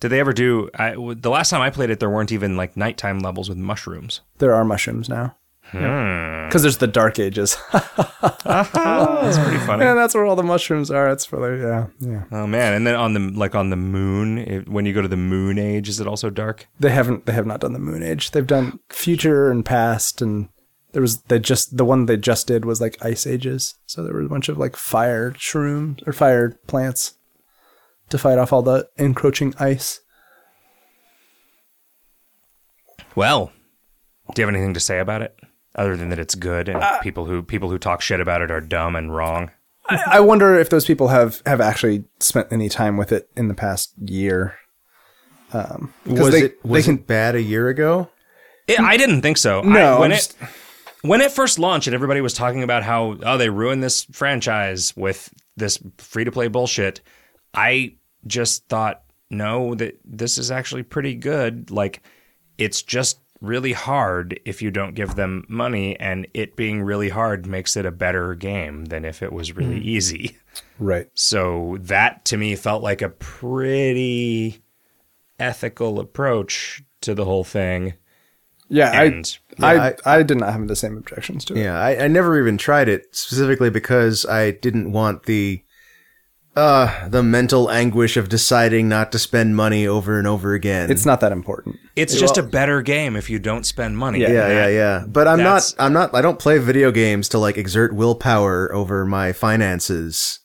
Speaker 2: Did they ever do? I w the last time I played it, there weren't even like nighttime levels with mushrooms.
Speaker 4: There are mushrooms now. Because there's the Dark Ages, [LAUGHS] Oh.
Speaker 2: That's pretty funny.
Speaker 4: and that's where all the mushrooms are. It's for the yeah, yeah.
Speaker 2: Oh man! And then on the like on the moon, it, when you go to the moon age, is it also dark?
Speaker 4: They haven't they have not done the Moon Age. They've done future and past, and there was they just the one they just did was like Ice Ages. So there were a bunch of like fire shrooms or fire plants to fight off all the encroaching ice.
Speaker 2: Well, do you have anything to say about it other than that it's good and people who people who talk shit about it are dumb and wrong?
Speaker 4: I wonder if those people have have actually spent any time with it in the past year. Um, 'cause
Speaker 3: Was
Speaker 4: they,
Speaker 3: it was
Speaker 4: they can
Speaker 3: it bad a year ago?
Speaker 2: It, I didn't think so.
Speaker 4: No,
Speaker 2: I, when
Speaker 4: I'm
Speaker 2: it when it first launched, and everybody was talking about how oh they ruined this franchise with this free to play bullshit. I just thought no that this is actually pretty good. Like it's just really hard if you don't give them money, and it being really hard makes it a better game than if it was really
Speaker 4: Hmm.
Speaker 2: easy.
Speaker 4: right.
Speaker 2: So that to me felt like a pretty ethical approach to the whole thing.
Speaker 4: Yeah,
Speaker 2: And-
Speaker 4: I,
Speaker 3: Yeah,
Speaker 4: I I did not have the same objections to it.
Speaker 3: Yeah, I, I never even tried it specifically because I didn't want the uh the mental anguish of deciding not to spend money over and over again.
Speaker 4: It's not that important.
Speaker 2: It's just a better game if you don't spend money.
Speaker 3: yeah, yeah, yeah. But I'm
Speaker 2: That's-
Speaker 3: not I'm not I don't play video games to like exert willpower over my finances.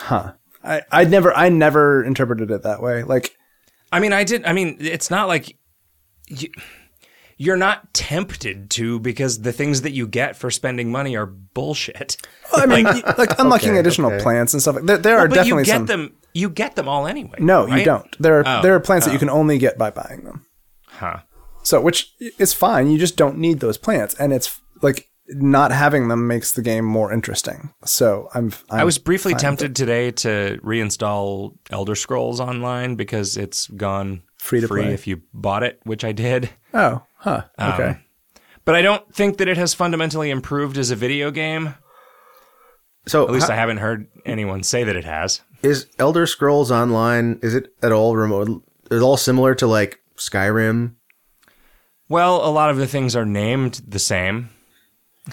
Speaker 4: I I never I never interpreted it that way. Like
Speaker 2: I mean, I did. I mean, it's not like you, you're not tempted to because the things that you get for spending money are bullshit.
Speaker 4: I mean, like, unlocking additional plants and stuff. There, there are
Speaker 2: but
Speaker 4: definitely
Speaker 2: you get
Speaker 4: some.
Speaker 2: them. You get them all anyway.
Speaker 4: no,
Speaker 2: right?
Speaker 4: you don't. There are
Speaker 2: Oh,
Speaker 4: there are plants that you can only get by buying them.
Speaker 2: Huh.
Speaker 4: So which is fine. You just don't need those plants, and it's like not having them makes the game more interesting. So I'm, I'm
Speaker 2: I was briefly tempted today to reinstall Elder Scrolls Online because it's gone
Speaker 4: Free to
Speaker 2: free
Speaker 4: play.
Speaker 2: if you bought it, which I did.
Speaker 4: oh huh okay
Speaker 2: But I don't think that it has fundamentally improved as a video game.
Speaker 3: So
Speaker 2: At least
Speaker 3: ho-
Speaker 2: I haven't heard anyone say that it has.
Speaker 3: is Elder Scrolls Online is it at all remote is it all similar to like Skyrim?
Speaker 2: Well, a lot of the things are named the same.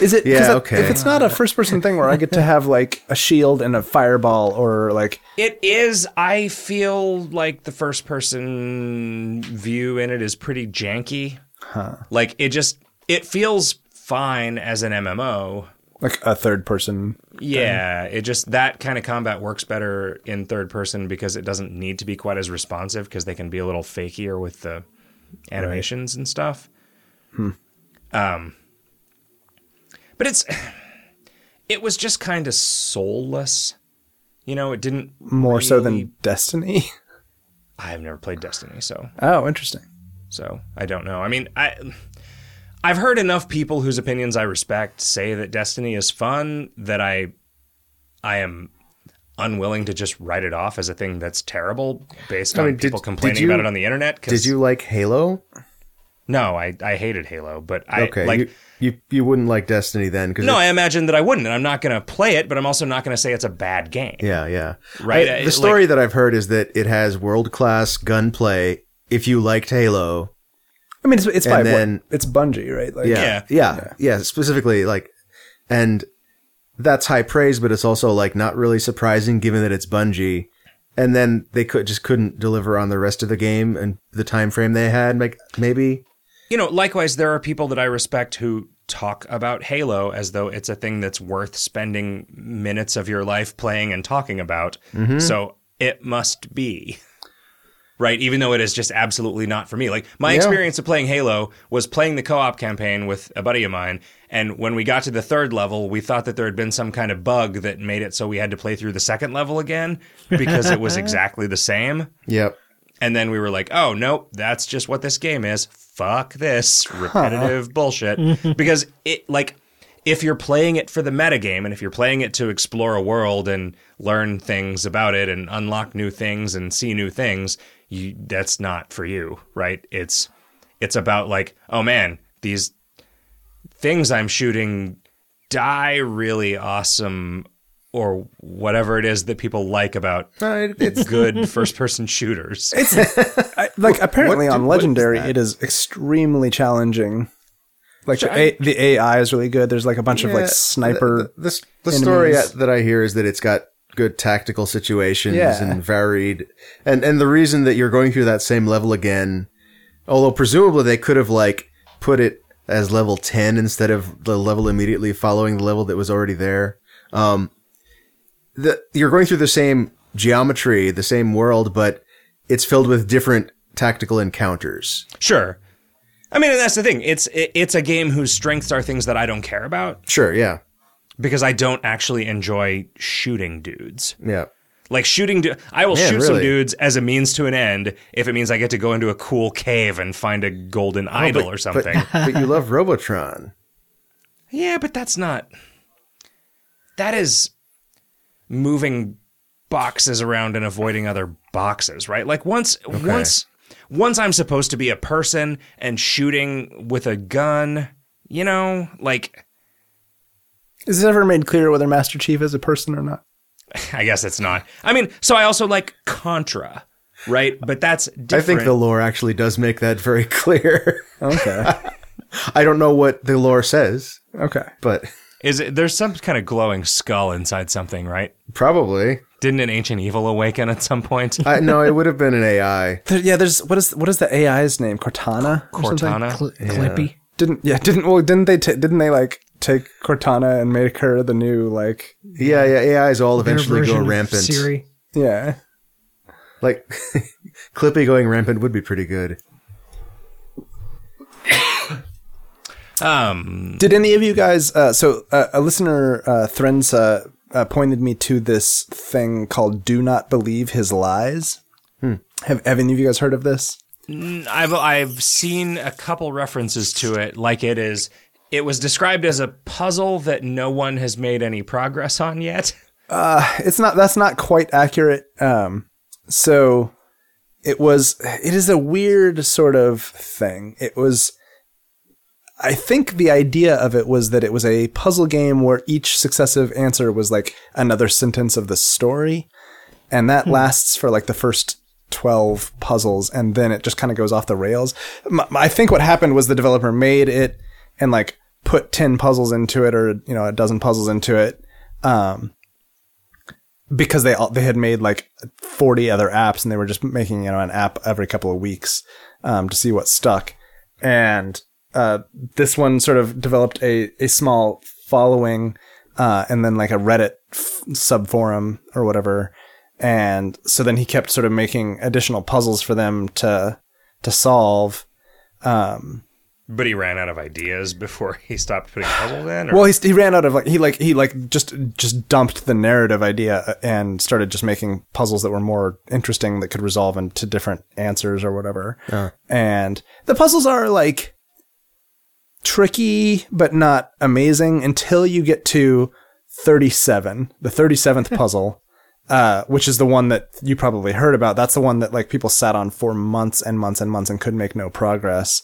Speaker 4: Is it? 'cause
Speaker 3: Yeah,
Speaker 4: that-
Speaker 3: okay.
Speaker 4: If it's not a first-person thing where I get to have like a shield and a fireball, or like
Speaker 2: It is. I feel like the first person view in it is pretty janky. Like it just it feels fine as an MMO.
Speaker 4: like a third-person,
Speaker 2: Yeah, it just that kind of combat works better in third person because it doesn't need to be quite as responsive because they can be a little fakier with the animations and stuff. Um, but it's [SIGHS] it was just kind of soulless. You know, it didn't
Speaker 4: more so than Destiny. [LAUGHS]
Speaker 2: I've never played Destiny, so
Speaker 4: oh, interesting.
Speaker 2: so I don't know. I mean, I I've heard enough people whose opinions I respect say that Destiny is fun that I I am unwilling to just write it off as a thing that's terrible based on
Speaker 3: mean, did-
Speaker 2: people
Speaker 3: did
Speaker 2: complaining
Speaker 3: you-
Speaker 2: about it on the internet. 'cause-
Speaker 3: Did you like Halo?
Speaker 2: No, I I hated Halo, but I
Speaker 3: Okay,
Speaker 2: like.
Speaker 3: you, you you wouldn't like Destiny then because
Speaker 2: no, I imagine that I wouldn't, and I'm not going to play it, but I'm also not going to say it's a bad game.
Speaker 3: Yeah, yeah.
Speaker 2: Right,
Speaker 3: I-
Speaker 2: I-
Speaker 3: the story that I've heard is that it has world class gunplay. If you liked Halo,
Speaker 4: I mean, it's it's by
Speaker 3: And then-
Speaker 4: what, it's Bungie, right? Like,
Speaker 2: Yeah.
Speaker 3: yeah, yeah, yeah, specifically like, and that's high praise, but it's also like not really surprising given that it's Bungie. And then they could just couldn't deliver on the rest of the game and the time frame they had. Like maybe
Speaker 2: you know, likewise, there are people that I respect who talk about Halo as though it's a thing that's worth spending minutes of your life playing and talking about. So it must be. right? Even though it is just absolutely not for me. Like my experience of playing Halo was playing the co-op campaign with a buddy of mine, and when we got to the third level, we thought that there had been some kind of bug that made it so we had to play through the second level again because it was exactly the same.
Speaker 3: Yep.
Speaker 2: And then we were like, oh, nope, that's just what this game is. Fuck this repetitive bullshit. because it, like, if you're playing it for the metagame and if you're playing it to explore a world and learn things about it and unlock new things and see new things, you, that's not for you, right? It's, it's about like, oh man, these things I'm shooting die really awesome or whatever it is that people like about
Speaker 3: No, it- it's
Speaker 2: good first person shooters.
Speaker 4: I, like apparently
Speaker 3: what did-
Speaker 4: on
Speaker 3: what is
Speaker 4: legendary
Speaker 3: that?
Speaker 4: it is extremely challenging like the, a, the ai is really good there's like a bunch of
Speaker 3: Yeah,
Speaker 4: like sniper
Speaker 3: th- th- this the story
Speaker 4: enemies.
Speaker 3: that I hear is that it's got good tactical situations
Speaker 4: Yeah.
Speaker 3: and varied, and and the reason that you're going through that same level again, although presumably they could have like put it as level ten instead of the level immediately following the level that was already there. Um, the you're going through the same geometry, the same world, but it's filled with different tactical encounters.
Speaker 2: Sure. I mean, and that's the thing. It's it, it's a game whose strengths are things that I don't care about
Speaker 3: Sure, yeah,
Speaker 2: because I don't actually enjoy shooting dudes.
Speaker 3: yeah.
Speaker 2: Like shooting, du- I will
Speaker 3: Man,
Speaker 2: shoot some
Speaker 3: really?
Speaker 2: dudes as a means to an end if it means I get to go into a cool cave and find a golden idol or
Speaker 3: Oh, But,
Speaker 2: something.
Speaker 3: but you love Robotron.
Speaker 2: yeah, but that's not. That is moving boxes around and avoiding other boxes, right? Like once once once I'm supposed to be a person and shooting with a gun, you know, like
Speaker 4: is it ever made clear whether master chief is a person or not
Speaker 2: I guess it's not. I mean, so I also like Contra, right? But that's different.
Speaker 3: I think the lore actually does make that very [LAUGHS] clear.
Speaker 4: [LAUGHS] okay
Speaker 3: I don't know what the lore says,
Speaker 4: okay
Speaker 3: but
Speaker 2: is it, there's some kind of glowing skull inside something, right?
Speaker 3: probably.
Speaker 2: Didn't an ancient evil awaken at some point?
Speaker 3: I, no, it would have been an AI.
Speaker 4: There- yeah there's what is what is the ai's name cortana or something?
Speaker 2: Cortana.
Speaker 1: Cl- Clippy.
Speaker 4: didn't yeah didn't well didn't they ta didn't they like take cortana and make her the new like
Speaker 3: Yeah, yeah, AIs all
Speaker 1: Their
Speaker 3: eventually
Speaker 1: version
Speaker 3: go
Speaker 1: of
Speaker 3: rampant.
Speaker 1: Siri.
Speaker 4: yeah
Speaker 3: Like [LAUGHS] Clippy going rampant would be pretty good.
Speaker 2: Um,
Speaker 4: Did any of you guys? Uh, so uh, a listener, uh, Thrensa, uh, pointed me to this thing called "Do Not Believe His Lies." Have, have any of you guys heard of this?
Speaker 2: I've I've seen a couple references to it. Like it is, it was described as a puzzle that no one has made any progress on yet. [LAUGHS]
Speaker 4: It's not. That's not quite accurate. Um, so it was. It is a weird sort of thing. It was. I think the idea of it was that it was a puzzle game where each successive answer was like another sentence of the story. and that lasts for like the first 12 puzzles and then it just kind of goes off the rails M- i think what happened was the developer made it and like put 10 puzzles into it or you know a dozen puzzles into it um because they all, they had made like 40 other apps and they were just making you know an app every couple of weeks um to see what stuck and uh this one sort of developed a a small following uh and then like a reddit f- sub forum or whatever and so then he kept sort of making additional puzzles for them to to solve
Speaker 2: But he ran out of ideas before he stopped putting puzzles
Speaker 4: [SIGHS]
Speaker 2: in. Or?
Speaker 4: well he, he ran out of like he like he like just just dumped the narrative idea uh, and started just making puzzles that were more interesting that could resolve into different answers or whatever and the puzzles are like tricky but not amazing until you get to 37 the 37th puzzle uh, which is the one that you probably heard about that's the one that like people sat on for months and months and months and could make no progress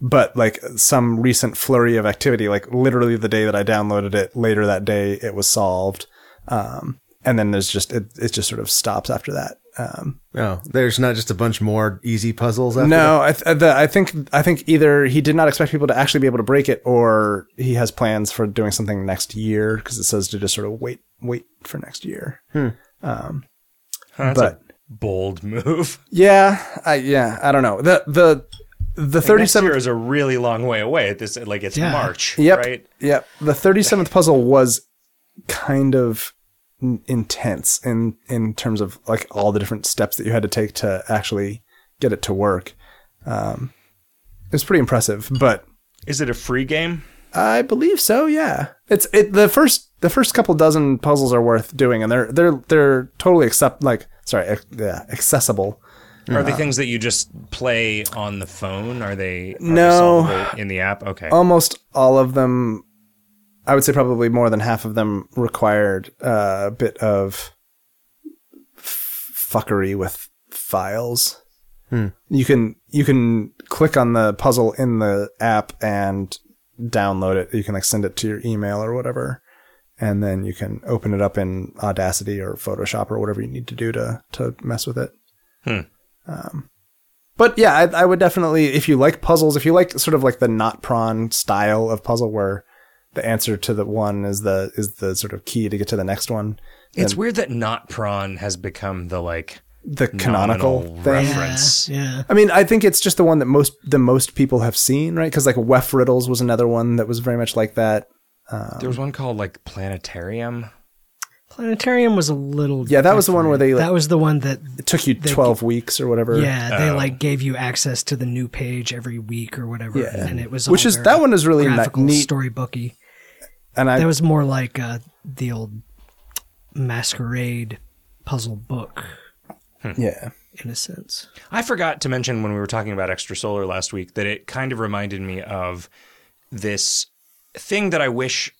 Speaker 4: but like some recent flurry of activity, like literally the day that I downloaded it, later that day it was solved. Um, and then there's just it, it just sort of stops after that. Um,
Speaker 3: No, there's not just a bunch more easy puzzles. After that?
Speaker 4: no, I, th- the, I think I think either he did not expect people to actually be able to break it, or he has plans for doing something next year because it says to just sort of wait wait for next year.
Speaker 2: Huh, that's
Speaker 4: But
Speaker 2: a bold move. [LAUGHS]
Speaker 4: yeah, I yeah I don't know the the the thirty
Speaker 2: Next
Speaker 4: seventh
Speaker 2: year is a really long way away. This like it's
Speaker 1: Yeah.
Speaker 2: March,
Speaker 4: Yep.
Speaker 2: right?
Speaker 4: Yep. The 37th puzzle was kind of n- intense in in terms of like all the different steps that you had to take to actually get it to work. Um, it was pretty impressive, but
Speaker 2: Is it a free game?
Speaker 4: I believe so. Yeah, it's it the first the first couple dozen puzzles are worth doing, and they're they're they're totally accept like sorry ac- yeah, accessible.
Speaker 2: Are
Speaker 4: Uh,
Speaker 2: they things that you just play on the phone? Are they are they
Speaker 4: No. Oh,
Speaker 2: solvable in the app? Okay.
Speaker 4: Almost all of them, I would say probably more than half of them required uh, a bit of f- fuckery with files. You can you can click on the puzzle in the app and download it. You can like send it to your email or whatever. and then you can open it up in Audacity or Photoshop or whatever you need to do to to mess with it.
Speaker 2: Hmm.
Speaker 4: Um, but yeah, I, I would definitely if you like puzzles, if you like sort of like the not prawn style of puzzle where the answer to the one is the is the sort of key to get to the next one.
Speaker 2: it's weird that not prawn has become the like
Speaker 4: The canonical
Speaker 2: nominal
Speaker 4: thing.
Speaker 2: reference.
Speaker 1: Yeah.
Speaker 4: I mean, I think it's just the one that most the most people have seen, right? Because like Wef Riddles was another one that was very much like that. Um,
Speaker 2: There was one called like Planetarium.
Speaker 1: Planetarium was a little.
Speaker 4: Yeah, that was the one where they like,
Speaker 1: That was the one that.
Speaker 4: it took you twelve weeks or whatever.
Speaker 1: Yeah, they like gave you access to the new page every week or whatever,
Speaker 4: Yeah.
Speaker 1: and it was
Speaker 4: Which
Speaker 1: all
Speaker 4: is-
Speaker 1: very
Speaker 4: that one is really ni-
Speaker 1: graphical,
Speaker 4: neat.
Speaker 1: storybooky.
Speaker 4: and I
Speaker 1: That was more like uh, the old masquerade puzzle book
Speaker 4: yeah.
Speaker 1: in a sense.
Speaker 2: I forgot to mention when we were talking about extrasolar last week that it kind of reminded me of this thing that I wish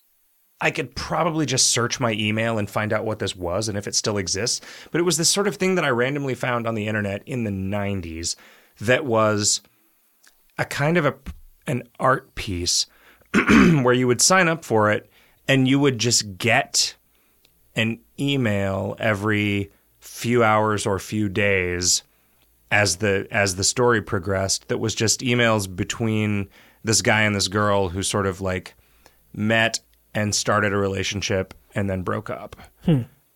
Speaker 2: I could probably just search my email and find out what this was and if it still exists. But it was this sort of thing that I randomly found on the internet in the 90s that was a kind of a an art piece [CLEARS THROAT] where you would sign up for it and you would just get an email every few hours or few days as the as the story progressed that was just emails between this guy and this girl who sort of like met and started a relationship and then broke up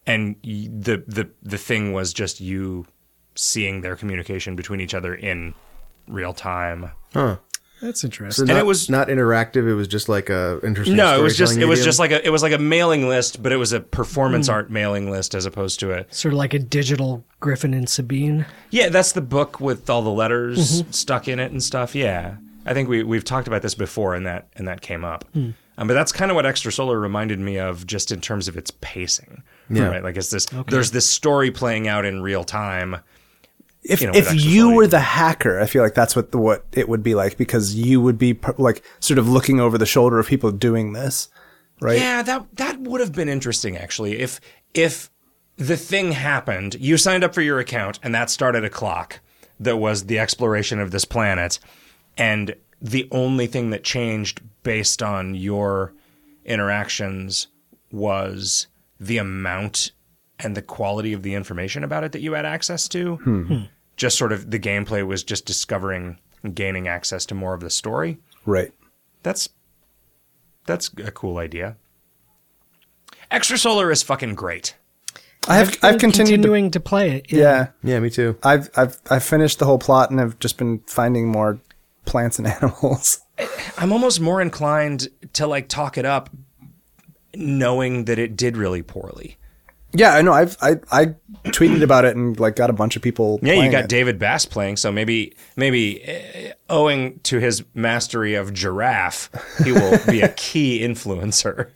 Speaker 2: and y- the the the thing was just you seeing their communication between each other in real time
Speaker 1: That's interesting.
Speaker 3: So not,
Speaker 2: it was-
Speaker 3: not interactive. It was just like a interesting.
Speaker 2: no it was just
Speaker 3: storytelling
Speaker 2: it was
Speaker 3: medium?
Speaker 2: just like a it was like a mailing list but it was a performance art mailing list as opposed to a
Speaker 1: Sort of like a digital Griffin and Sabine.
Speaker 2: Yeah, that's the book with all the letters stuck in it and stuff. Yeah, I think we we've talked about this before, and that and that came up. Um, but that's kind of what Extrasolar reminded me of, just in terms of its pacing. Yeah, right. Like it's this. There's this story playing out in real time.
Speaker 4: if
Speaker 2: you know,
Speaker 4: if
Speaker 2: with
Speaker 4: you
Speaker 2: extra
Speaker 4: were the hacker, I feel like that's what the, what it would be like because you would be per- like sort of looking over the shoulder of people doing this, right?
Speaker 2: Yeah, that that would have been interesting actually. If if the thing happened, you signed up for your account, and that started a clock that was the exploration of this planet, and the only thing that changed based on your interactions was the amount and the quality of the information about it that you had access to. Just sort of the gameplay was just discovering and gaining access to more of the story
Speaker 4: Right.
Speaker 2: that's that's a cool idea. Extrasolar is fucking great.
Speaker 4: I have I've,
Speaker 1: been
Speaker 4: continued. To,
Speaker 1: continuing to, play it.
Speaker 4: yeah,
Speaker 3: yeah, me too.
Speaker 4: I've I've I've finished the whole plot and I've just been finding more plants and [LAUGHS] animals.
Speaker 2: I'm almost more inclined to like talk it up knowing that it did really poorly.
Speaker 4: yeah, I know. I've I I tweeted about it and like got a bunch of people.
Speaker 2: Yeah, you
Speaker 4: playing
Speaker 2: got
Speaker 4: it.
Speaker 2: David Bass playing, so maybe maybe eh, owing to his mastery of giraffe, he will be [LAUGHS] a key influencer.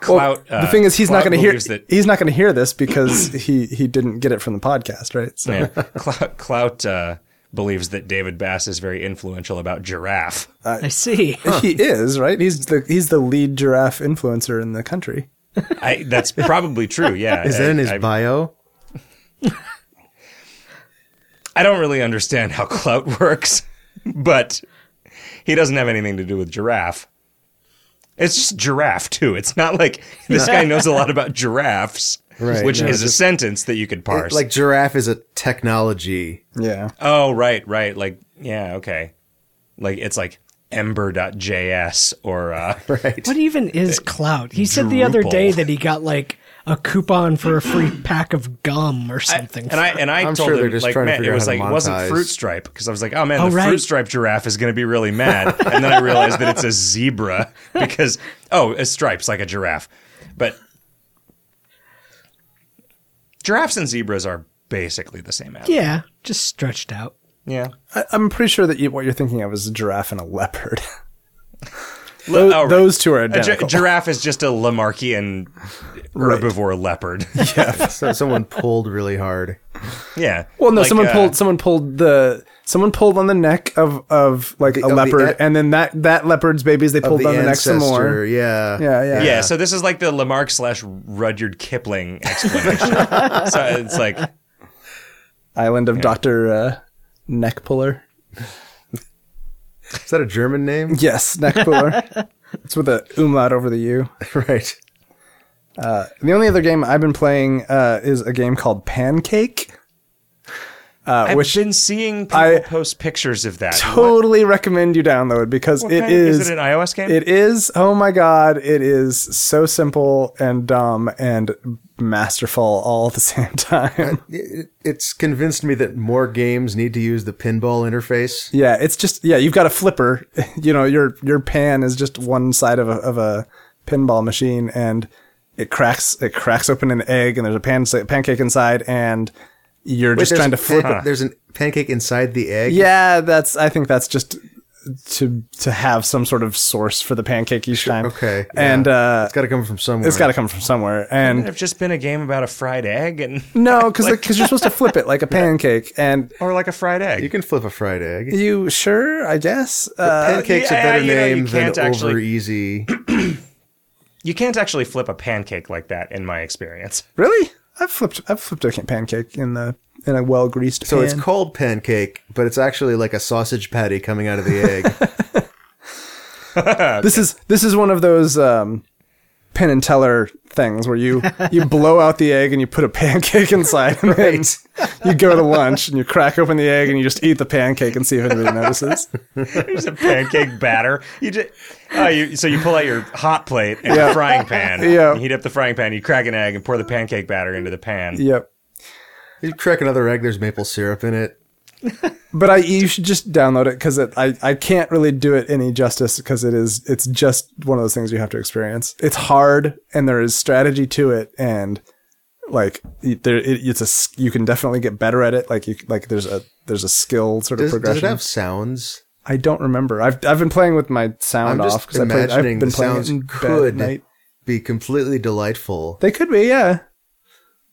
Speaker 2: Clout, uh,
Speaker 4: Well, the thing is, he's not going to hear.
Speaker 2: that.
Speaker 4: He's not going to hear this because [CLEARS THROAT] he he didn't get it from the podcast, right? So
Speaker 2: Yeah, Clout, Clout uh, believes that David Bass is very influential about giraffe.
Speaker 1: I see.
Speaker 4: he is right. He's the he's the lead giraffe influencer in the country.
Speaker 2: I, that's probably true. Yeah,
Speaker 3: Is that in his
Speaker 2: I, I,
Speaker 3: bio?
Speaker 2: I don't really understand how clout [LAUGHS] works, but he doesn't have anything to do with giraffe. It's just giraffe too. It's not like this guy knows a lot about giraffes,
Speaker 3: [LAUGHS] Right,
Speaker 2: which
Speaker 3: no,
Speaker 2: is a sentence that you could parse.
Speaker 3: Like giraffe is a
Speaker 2: [LAUGHS]
Speaker 3: technology.
Speaker 4: Yeah.
Speaker 2: oh, right, right. Like, yeah, okay. Like it's like ember.js or
Speaker 3: [LAUGHS]
Speaker 2: uh,
Speaker 1: What even is clout? He said the other
Speaker 2: Drupal.
Speaker 1: day that he got like a coupon for a free pack of gum or something.
Speaker 2: and I and I
Speaker 3: I'm
Speaker 2: told
Speaker 3: sure they're
Speaker 2: him
Speaker 3: just
Speaker 2: like
Speaker 3: trying to
Speaker 2: man, it
Speaker 3: figure out
Speaker 2: was
Speaker 3: how
Speaker 2: like
Speaker 3: to
Speaker 2: it wasn't
Speaker 3: monetize.
Speaker 2: fruit stripe because I was like oh man
Speaker 1: Oh,
Speaker 2: the
Speaker 1: right.
Speaker 2: fruit stripe giraffe is gonna be really
Speaker 4: [LAUGHS]
Speaker 2: mad and then I realized that it's [LAUGHS] a zebra because oh a stripe's like a giraffe but Giraffes and zebras are basically the same animal.
Speaker 1: Yeah, just stretched out.
Speaker 2: Yeah.
Speaker 4: I, I'm pretty sure that you, what you're thinking of is a giraffe and a leopard.
Speaker 2: Lo-
Speaker 4: [LAUGHS]
Speaker 2: oh, right.
Speaker 4: Those two are
Speaker 2: A gi-
Speaker 4: identical.
Speaker 2: giraffe is just a
Speaker 4: [LAUGHS]
Speaker 2: Lamarckian herbivore leopard.
Speaker 3: So someone pulled really hard.
Speaker 2: [LAUGHS] yeah.
Speaker 4: well, no,
Speaker 2: Like,
Speaker 4: someone
Speaker 2: uh,
Speaker 4: pulled someone pulled the someone pulled on the neck of of like a
Speaker 3: of the
Speaker 4: leopard,
Speaker 3: an-
Speaker 4: and then that that leopard's babies they pulled
Speaker 3: the
Speaker 4: on the neck some
Speaker 3: ancestor,
Speaker 4: more.
Speaker 3: Yeah.
Speaker 4: Yeah, yeah,
Speaker 2: Yeah, so this is like the Lamarck slash Rudyard Kipling explanation.
Speaker 4: [LAUGHS]
Speaker 2: so it's like,
Speaker 4: Island of Doctor uh, Neck Puller.
Speaker 3: Is that a German
Speaker 4: [LAUGHS]
Speaker 3: name?
Speaker 4: Yes, neck [LAUGHS] puller. it's with a umlaut over the U.
Speaker 3: right.
Speaker 4: The only other game I've been playing uh, is a game called Pancake. Uh,
Speaker 2: I've
Speaker 4: which
Speaker 2: been seeing people
Speaker 4: I-
Speaker 2: post pictures of [LAUGHS] that.
Speaker 4: totally recommend you download because
Speaker 2: What
Speaker 4: it
Speaker 2: kind-
Speaker 4: is
Speaker 2: Is it an iOS game?
Speaker 4: It is. Oh my god! It is so simple and dumb and masterful all at the same [LAUGHS] time.
Speaker 3: It- It's convinced me that more games need to use the pinball interface.
Speaker 4: yeah, it's just yeah. You've got a flipper. [LAUGHS] You know your your pan is just one side of a of a pinball machine, and it cracks it cracks open an egg, and there's a pan pancake inside, and you're just
Speaker 3: There's
Speaker 4: trying to
Speaker 3: a
Speaker 4: flip
Speaker 3: pan-
Speaker 4: it.
Speaker 3: There's a pancake inside the egg.
Speaker 4: Yeah, that's. I think that's just to to have some sort of source for the pancake each time.
Speaker 3: Okay. yeah.
Speaker 4: and uh,
Speaker 3: it's got to come from somewhere.
Speaker 4: it's got to come from somewhere, and
Speaker 2: Could have just been a game about a fried egg and
Speaker 4: No, because you're supposed to flip it
Speaker 3: [LAUGHS]
Speaker 4: like a pancake, and
Speaker 2: [LAUGHS] or like a fried egg.
Speaker 3: You can flip a fried egg.
Speaker 4: you sure? I guess. Uh,
Speaker 3: Pancake's
Speaker 2: yeah,
Speaker 3: a better
Speaker 2: you know, you
Speaker 3: name
Speaker 2: can't
Speaker 3: than
Speaker 2: actually-
Speaker 3: over
Speaker 4: [CLEARS THROAT]
Speaker 3: easy.
Speaker 2: You can't actually flip a pancake like that, in my experience. [LAUGHS]
Speaker 4: really? I've flipped. I've flipped a pancake in the in a well greased.
Speaker 3: So it's called pancake, but it's actually like a sausage patty coming out of the
Speaker 4: [LAUGHS]
Speaker 3: egg.
Speaker 4: This is this is one of those um, Penn and Teller things where you
Speaker 3: [LAUGHS]
Speaker 4: you blow out the egg and you put a [LAUGHS] pancake inside, and then [LAUGHS] you go to lunch and you crack open the egg and you just eat the pancake and see if anybody
Speaker 3: [LAUGHS]
Speaker 4: notices.
Speaker 2: There's a pancake batter. You just oh, you, so you pull out your hot plate and a frying [LAUGHS] pan.
Speaker 4: Yeah.
Speaker 2: You heat up the frying pan. You crack an egg and pour the pancake batter into the pan.
Speaker 4: Yep.
Speaker 3: you crack another egg. There's maple syrup in it.
Speaker 4: But I, you should just download it because I, I can't really do it any justice because it is, it's just one of those things you have to experience. It's hard and there is strategy to it and like y- there, it, it's a, s- you can definitely get better at it. Like you, like there's a, there's a skill sort of
Speaker 3: Does, does
Speaker 4: progression.
Speaker 3: it have sounds?
Speaker 4: I don't remember. I've, I've been playing with my sound
Speaker 3: I'm just
Speaker 4: off because I've been
Speaker 3: imagining the
Speaker 4: playing it
Speaker 3: sounds
Speaker 4: in bed at
Speaker 3: could.
Speaker 4: night.
Speaker 3: Be completely delightful.
Speaker 4: They could be. Yeah,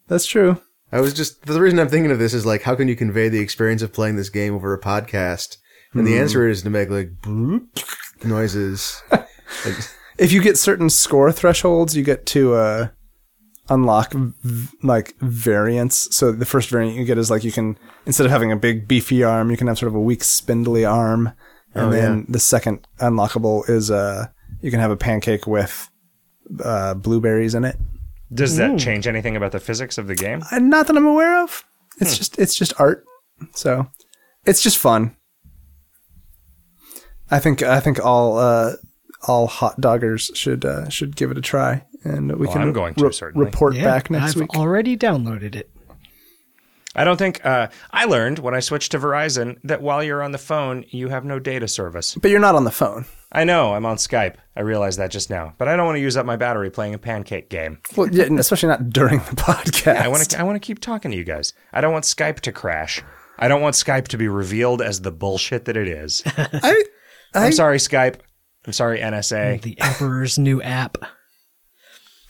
Speaker 4: that's true.
Speaker 3: I was just the reason I'm thinking of this is like, how can you convey the experience of playing this game over a podcast? And
Speaker 1: Hmm.
Speaker 3: the answer is to make like [LAUGHS] bloop noises.
Speaker 4: if you get certain score thresholds, you get to uh, unlock v- like variants. So the first variant you get is like you can instead of having a big beefy arm, you can have sort of a weak spindly arm.
Speaker 3: Oh,
Speaker 4: And then the second unlockable is uh, you can have a pancake with uh, blueberries in it.
Speaker 2: Does that change anything about the physics of the game?
Speaker 4: And not that I'm aware of.
Speaker 2: Hmm.
Speaker 4: It's just it's just art. So it's just fun. I think I think all uh, all hot doggers should uh, should give it a try, and we can
Speaker 2: I'm going to, certainly.
Speaker 4: report
Speaker 1: Yeah,
Speaker 4: back next
Speaker 1: I've
Speaker 4: week.
Speaker 1: already downloaded it.
Speaker 2: I don't think. Uh, I learned when I switched to Verizon that while you're on the phone, you have no data service.
Speaker 4: but you're not on the phone.
Speaker 2: I know I'm on Skype. I realized that just now, but I don't want to use up my battery playing a pancake game.
Speaker 4: Well, yeah, and especially not during the podcast.
Speaker 2: I want to. I want to keep talking to you guys. I don't want Skype to crash. I don't want Skype to be revealed as the bullshit that it is.
Speaker 4: I,
Speaker 2: I'm sorry, Skype. I'm sorry, NSA.
Speaker 4: [LAUGHS]
Speaker 1: The Emperor's new app.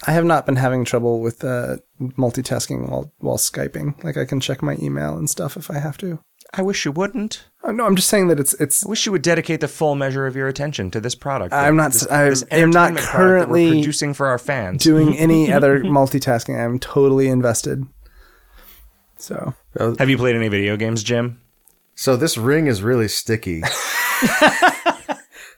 Speaker 4: I have not been having trouble with uh, multitasking while while skyping. Like I can check my email and stuff if I have to.
Speaker 2: I wish you wouldn't.
Speaker 4: Oh, no, I'm just saying that it's it's.
Speaker 2: I wish you would dedicate the full measure of your attention to this product.
Speaker 4: I'm not.
Speaker 2: This,
Speaker 4: I
Speaker 2: this
Speaker 4: am not
Speaker 2: entertainment product that we're
Speaker 4: currently
Speaker 2: producing for our fans.
Speaker 3: [LAUGHS]
Speaker 4: doing any other multitasking. I'm totally invested. So
Speaker 2: Have you played any video games, Jim?
Speaker 3: So this ring is really sticky.
Speaker 1: [LAUGHS]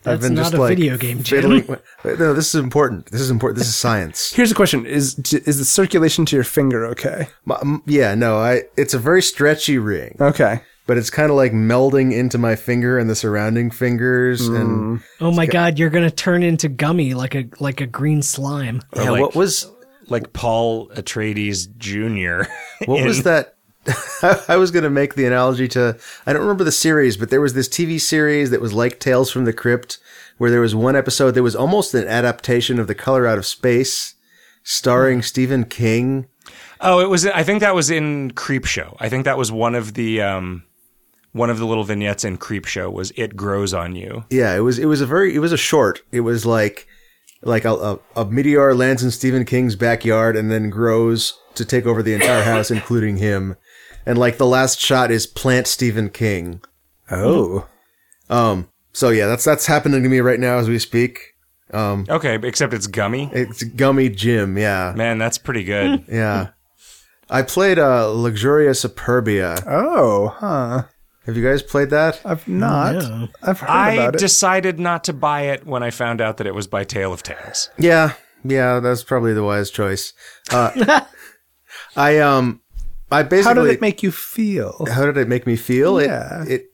Speaker 1: That's not a video game, Jim.
Speaker 3: fiddling- No, this is important. This is important. This is science.
Speaker 4: here's a question: Is is the circulation to your finger okay?
Speaker 3: My- m- yeah, no, I. It's a very stretchy ring,
Speaker 4: Okay.
Speaker 3: but it's kind of like melding into my finger and the surrounding fingers. And
Speaker 1: Oh my god, you're gonna turn into gummy like a like a green slime.
Speaker 3: yeah,
Speaker 2: like-
Speaker 3: what was
Speaker 2: Like Paul Atreides [LAUGHS] Jr.
Speaker 3: What
Speaker 2: in-
Speaker 3: was that? [LAUGHS] I was going to make the analogy to I don't remember the series, but there was this TV series that was like Tales from the Crypt, where there was one episode that was almost an adaptation of The Color Out of Space, starring Stephen King,
Speaker 2: Oh, it was. I think that was in Creep Show. I think that was one of the um, one of the little vignettes in Creep Show was "It Grows on You."
Speaker 3: Yeah, it was it was a very it was a short. It was like like a, a, a meteor lands in Stephen King's backyard and then grows to take over the entire
Speaker 4: [LAUGHS]
Speaker 3: house, including him. And like the last shot is plant Stephen King.
Speaker 4: Oh.
Speaker 3: Um. So yeah, that's that's happening to me right now as we speak.
Speaker 2: Okay, but except it's gummy.
Speaker 3: It's Gummy Jim. Yeah,
Speaker 2: Man, that's pretty
Speaker 3: Hmm.
Speaker 2: good.
Speaker 4: [LAUGHS]
Speaker 3: yeah. I played uh, Luxuria Superbia.
Speaker 4: Oh, huh.
Speaker 3: Have you guys played that?
Speaker 4: I've not.
Speaker 1: No.
Speaker 4: I've heard
Speaker 2: I
Speaker 4: about it.
Speaker 2: decided not to buy it when I found out that it was by Tale of Tales.
Speaker 3: Yeah, yeah, that's probably the wise choice.
Speaker 4: [LAUGHS]
Speaker 3: Uh, I um, I basically
Speaker 4: How did it make you feel?
Speaker 3: how did it make me feel?
Speaker 4: Yeah.
Speaker 3: It,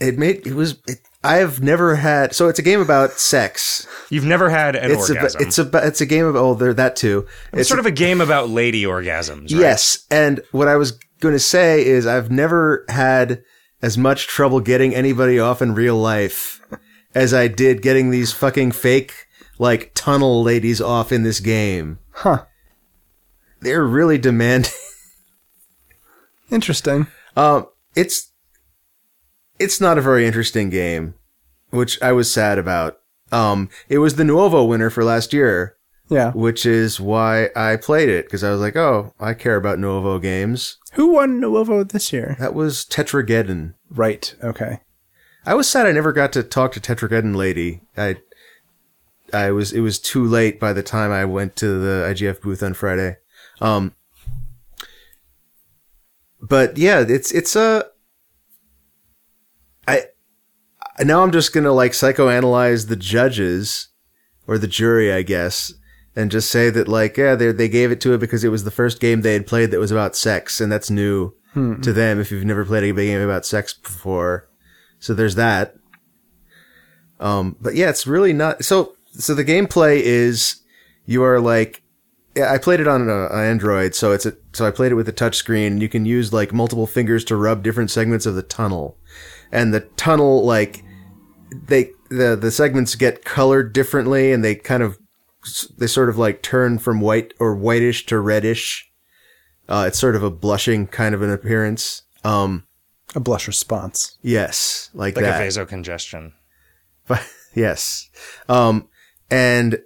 Speaker 3: it it made it was it, I have never had so it's a game about sex.
Speaker 2: You've never had an
Speaker 3: It's a
Speaker 2: orgasm.
Speaker 3: it's a it's a game of oh there that too.
Speaker 2: it's sort of a game about lady orgasms. Right?
Speaker 3: Yes, and what I was going to say is I've never had as much trouble getting anybody off in real life as I did getting these fucking fake like tunnel ladies off in this game.
Speaker 4: Huh.
Speaker 3: They're really demanding.
Speaker 4: Interesting.
Speaker 3: Um, it's it's not a very interesting game, which I was sad about. Um, it was the Nuovo winner for last year,
Speaker 4: Yeah.
Speaker 3: which is why I played it because I was like, oh, I care about Nuovo games.
Speaker 4: Who won Nuovo this year?
Speaker 3: That was Tetrageddon.
Speaker 4: Right. Okay.
Speaker 3: I was sad I never got to talk to Tetrageddon lady. I I was it was too late by the time I went to the IGF booth on Friday. Um But yeah, it's it's a I now I'm just going to like psychoanalyze the judges or the jury, I guess, and just say that like yeah, they they gave it to it because it was the first game they had played that was about sex and that's new to them if you've never played a game about sex before. So there's that. Um, but yeah, it's really not. So, so the gameplay is you are like, yeah, I played it on uh, an Android, so it's a, so I played it with a touch screen. You can use like multiple fingers to rub different segments of the tunnel, and the tunnel like they the the segments get colored differently, and they kind of they sort of like turn from white or whitish to reddish. Uh, it's sort of a blushing kind of an appearance. Um,
Speaker 4: A blush response.
Speaker 3: yes, like,
Speaker 2: Like
Speaker 3: that.
Speaker 2: a vasocongestion.
Speaker 3: But yes. Um, and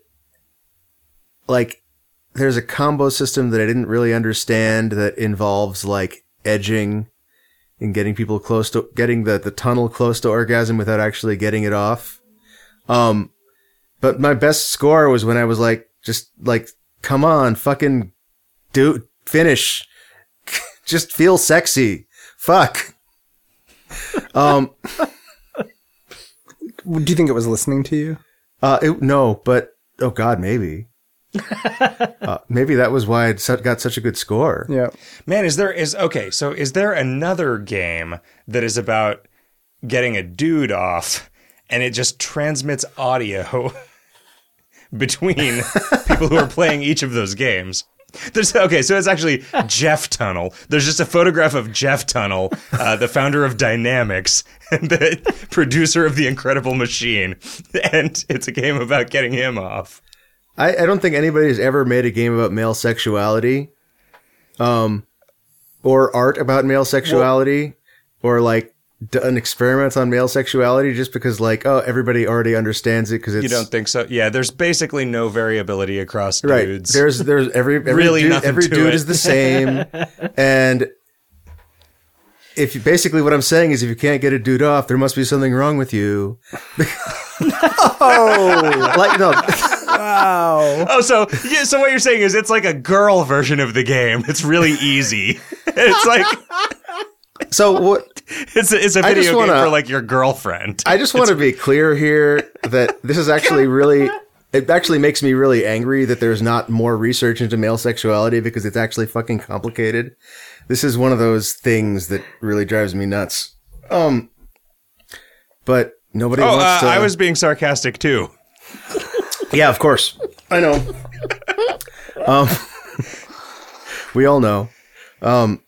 Speaker 3: like there's a combo system that I didn't really understand that involves like edging and getting people close to getting the, the tunnel close to orgasm without actually getting it off. Um, but my best score was when I was like, just like, come on, fucking do finish. [LAUGHS] just feel sexy. Fuck. um,
Speaker 4: Do you think it was listening to you?
Speaker 3: Uh, it, no, but oh god, maybe. uh, maybe that was why it su- got such a good score.
Speaker 4: Yeah.
Speaker 2: Man, is there is okay? So is there another game that is about getting a dude off, and it just transmits audio [LAUGHS] between people who are playing each of those games? There's okay, so it's actually Jeff Tunnel. There's just a photograph of Jeff Tunnel, uh, the founder of Dynamics [LAUGHS] and the producer of the Incredible Machine, and it's a game about getting him off.
Speaker 3: I, I don't think anybody has ever made a game about male sexuality, um, or art about male sexuality, or like done experiments on male sexuality just because like oh everybody already understands it because it's
Speaker 2: You don't think so? Yeah, there's basically no variability across
Speaker 3: right
Speaker 2: dudes.
Speaker 3: there's there's every every
Speaker 2: Really
Speaker 3: dude,
Speaker 2: nothing
Speaker 3: every
Speaker 2: to
Speaker 3: dude
Speaker 2: it.
Speaker 3: is
Speaker 2: [LAUGHS]
Speaker 3: the same and if you, basically what i'm saying is if you can't get a dude off there must be something wrong with you [LAUGHS]
Speaker 2: [LAUGHS]
Speaker 4: Oh,
Speaker 3: like no
Speaker 4: wow.
Speaker 2: Oh, so yeah, so what you're saying is it's like a girl version of the game. It's really easy. [LAUGHS] it's like
Speaker 3: so what
Speaker 2: it's a, it's a
Speaker 3: I
Speaker 2: video
Speaker 3: just wanna-
Speaker 2: game for like your girlfriend.
Speaker 3: i just want to be clear here that this
Speaker 2: [LAUGHS]
Speaker 3: is actually really it actually makes me really angry that there's not more research into male sexuality because it's actually fucking complicated this is one of those things that really drives me nuts um but nobody
Speaker 2: oh, uh,
Speaker 3: wants to
Speaker 2: I was being sarcastic too.
Speaker 3: Yeah, of course. I know. um, [LAUGHS] we all know. Um,